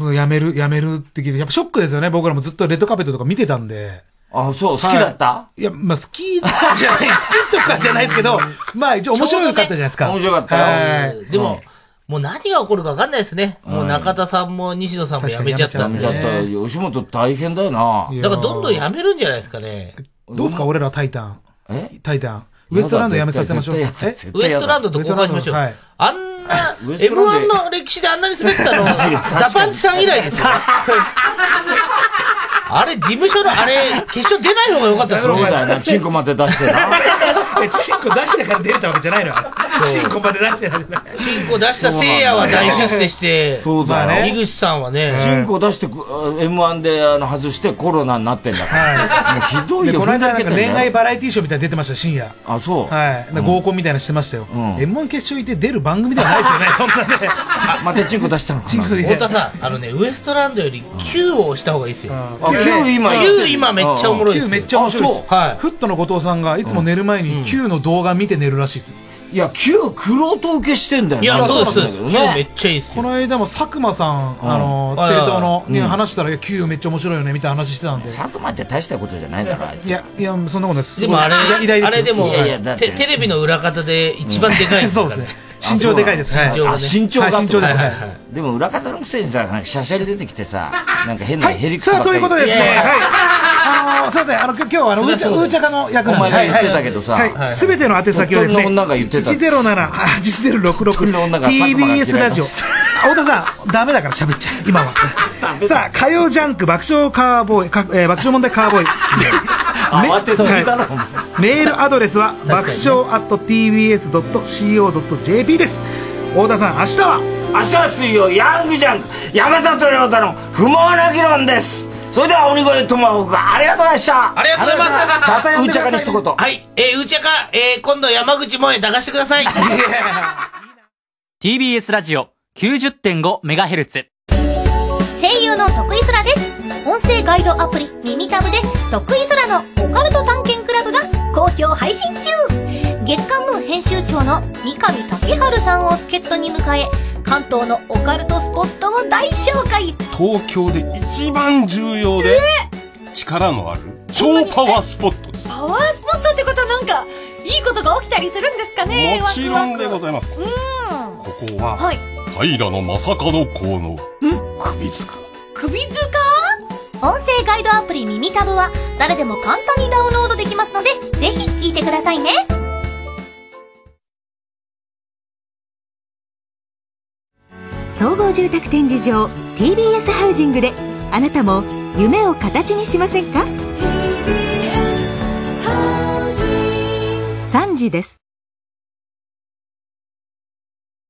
Speaker 14: もう辞める、辞めるって聞いて、やっぱショックですよね。僕らもずっとレッドカーペットとか見てたんで。
Speaker 1: あ、そ
Speaker 13: 好
Speaker 1: う、
Speaker 13: きだった
Speaker 14: いや、まあ好きじゃない、好きとかじゃないですけど、まあ一応面白かったじゃないですか。
Speaker 13: 面白かった
Speaker 14: は
Speaker 13: よ
Speaker 14: い。
Speaker 13: でも、もう何が起こるか分かんないですね。もう中田さんも西野さんも辞めちゃったんで。
Speaker 1: やめちゃ
Speaker 13: だ
Speaker 1: った吉本大変だよな。
Speaker 13: からどんどん辞めるんじゃないですかね。
Speaker 14: どうすか、俺らタイタン。
Speaker 1: え
Speaker 14: タイタン。ウエストランドやめさせましょう。
Speaker 1: ウ
Speaker 14: え
Speaker 1: エス
Speaker 13: ウエストランドと交換しましょう。
Speaker 14: はい
Speaker 13: あんな、
Speaker 14: エスト
Speaker 13: M1
Speaker 14: ランドで
Speaker 13: の歴史であんなに滑ったの、ザパンチさん以 来ですよ。あれ、事務所の、あれ、決勝出ない方が良かったです
Speaker 1: そうだよな、
Speaker 13: ね。
Speaker 1: チンコまで出してな。
Speaker 14: えチンコ出してから出れたわけじゃないのよ。チンコまで出してない。
Speaker 13: チンコ出したせいやは大出世して、
Speaker 1: そうだよ
Speaker 13: まあ井口さんはね、
Speaker 1: チンコ出してく、M1 であの外してコロナになってんだから。もうひどい
Speaker 14: で
Speaker 1: よ、
Speaker 14: この間なん
Speaker 1: ふ
Speaker 14: か
Speaker 1: ざけて
Speaker 14: 恋
Speaker 1: んだよ
Speaker 14: 愛バラエティショーみたいに出てました、深夜。
Speaker 1: あ、そう。
Speaker 14: はい。なんか合コンみたいなのしてましたよ。M1 決勝行って出る番組ではないですよね、そんなね。
Speaker 1: またチンコ出したのかな。
Speaker 13: 太田さん、あのね、ウエストランドより Q を押した方がいいですよ。
Speaker 1: Q 今やってる
Speaker 13: Q 今めっちゃおもろいですよ。
Speaker 14: Q めっちゃ面白いです
Speaker 13: あ。そうはい。
Speaker 14: フットの後藤さんがいつも寝る前に Q の動画見て寝るらしいですよ。
Speaker 1: いや、Q クロート受けしてんだよ
Speaker 13: いや、そうです、そうです。
Speaker 1: ね
Speaker 13: Q めっちゃいいっすよ。
Speaker 14: この間も佐久間さん、
Speaker 1: うん
Speaker 14: あの、
Speaker 1: はい
Speaker 14: テ
Speaker 1: は
Speaker 14: レ
Speaker 1: いはい
Speaker 14: 東の、に
Speaker 1: うん
Speaker 14: 話したら、いや、Q めっちゃ面白いよね、みたいな話してたんで。
Speaker 1: 佐久間って大したことじゃないだろ、あいつ。
Speaker 14: いや、いや、そんなことないです。
Speaker 13: でもあれ、
Speaker 14: すごい偉大
Speaker 13: あれでも
Speaker 1: いやいやだっ、て
Speaker 13: テテレビの裏方で一番でかいです からね。
Speaker 14: 身長でかいですはい
Speaker 13: 身長がね
Speaker 1: あ身長が
Speaker 13: はい身長です
Speaker 1: はい
Speaker 13: はいはい
Speaker 1: でも裏方のくせにさ、なんかシャシャリ出てきてさ、なんか変なヘリクス
Speaker 14: さあ、ということでですね、
Speaker 1: いやいや
Speaker 14: はい。あの、すいません、あの、今日は、あの、う
Speaker 1: そりゃ
Speaker 14: ーちゃ、
Speaker 1: そう
Speaker 14: う
Speaker 1: だよ
Speaker 14: ーちゃかの役
Speaker 1: お
Speaker 14: なんで。
Speaker 1: 前が言ってたけどさはいはい
Speaker 14: はい。すべての宛先はですね、
Speaker 1: 鳥の女が言ってた
Speaker 14: 107、
Speaker 1: 鳥の
Speaker 14: 1066、
Speaker 1: 女が佐久間が嫌いだ
Speaker 14: TBS ラジオ。 太田さん、ダメだから喋っちゃう、今は。さあ、火曜ジャンク爆笑カーボーイ、かえー爆笑問題カーボーイ。
Speaker 1: 慌てすぎだろ、
Speaker 14: はいメールアドレスは爆笑 at tbs.co.jp です太田さん明日は
Speaker 1: 明日は水曜ヤングジャンク山里亮太の不毛な議論ですそれでは鬼越トマホークありがとうございました
Speaker 13: ありがとうございます
Speaker 1: たたうちゃかに一言
Speaker 13: はい。えー、うちゃか、えー、今度山口もえ流してく ださい。
Speaker 27: TBS ラジオ 90.5MHz
Speaker 28: 声優の徳井空です音声ガイドアプリ「耳タブ」で徳井空のオカルト探検クラブが好評配信中月刊ムー編集長の三上竹春さんを助っ人に迎え関東のオカルトスポットを大紹介
Speaker 11: 東京で一番重要で、力のある超パワースポットです。
Speaker 28: パワースポットってことはなんかいいことが起きたりするんですか ね
Speaker 11: もちろんでございますす。
Speaker 28: うん
Speaker 11: ここは、
Speaker 28: はい
Speaker 11: 平の正門公の首塚。
Speaker 28: 首塚音声ガイドアプリ「耳タブ」は誰でも簡単にダウンロードできますのでぜひ聞いてくださいね
Speaker 29: 総合住宅展示場 TBS ハウジングであなたも夢を形にしませんか3時です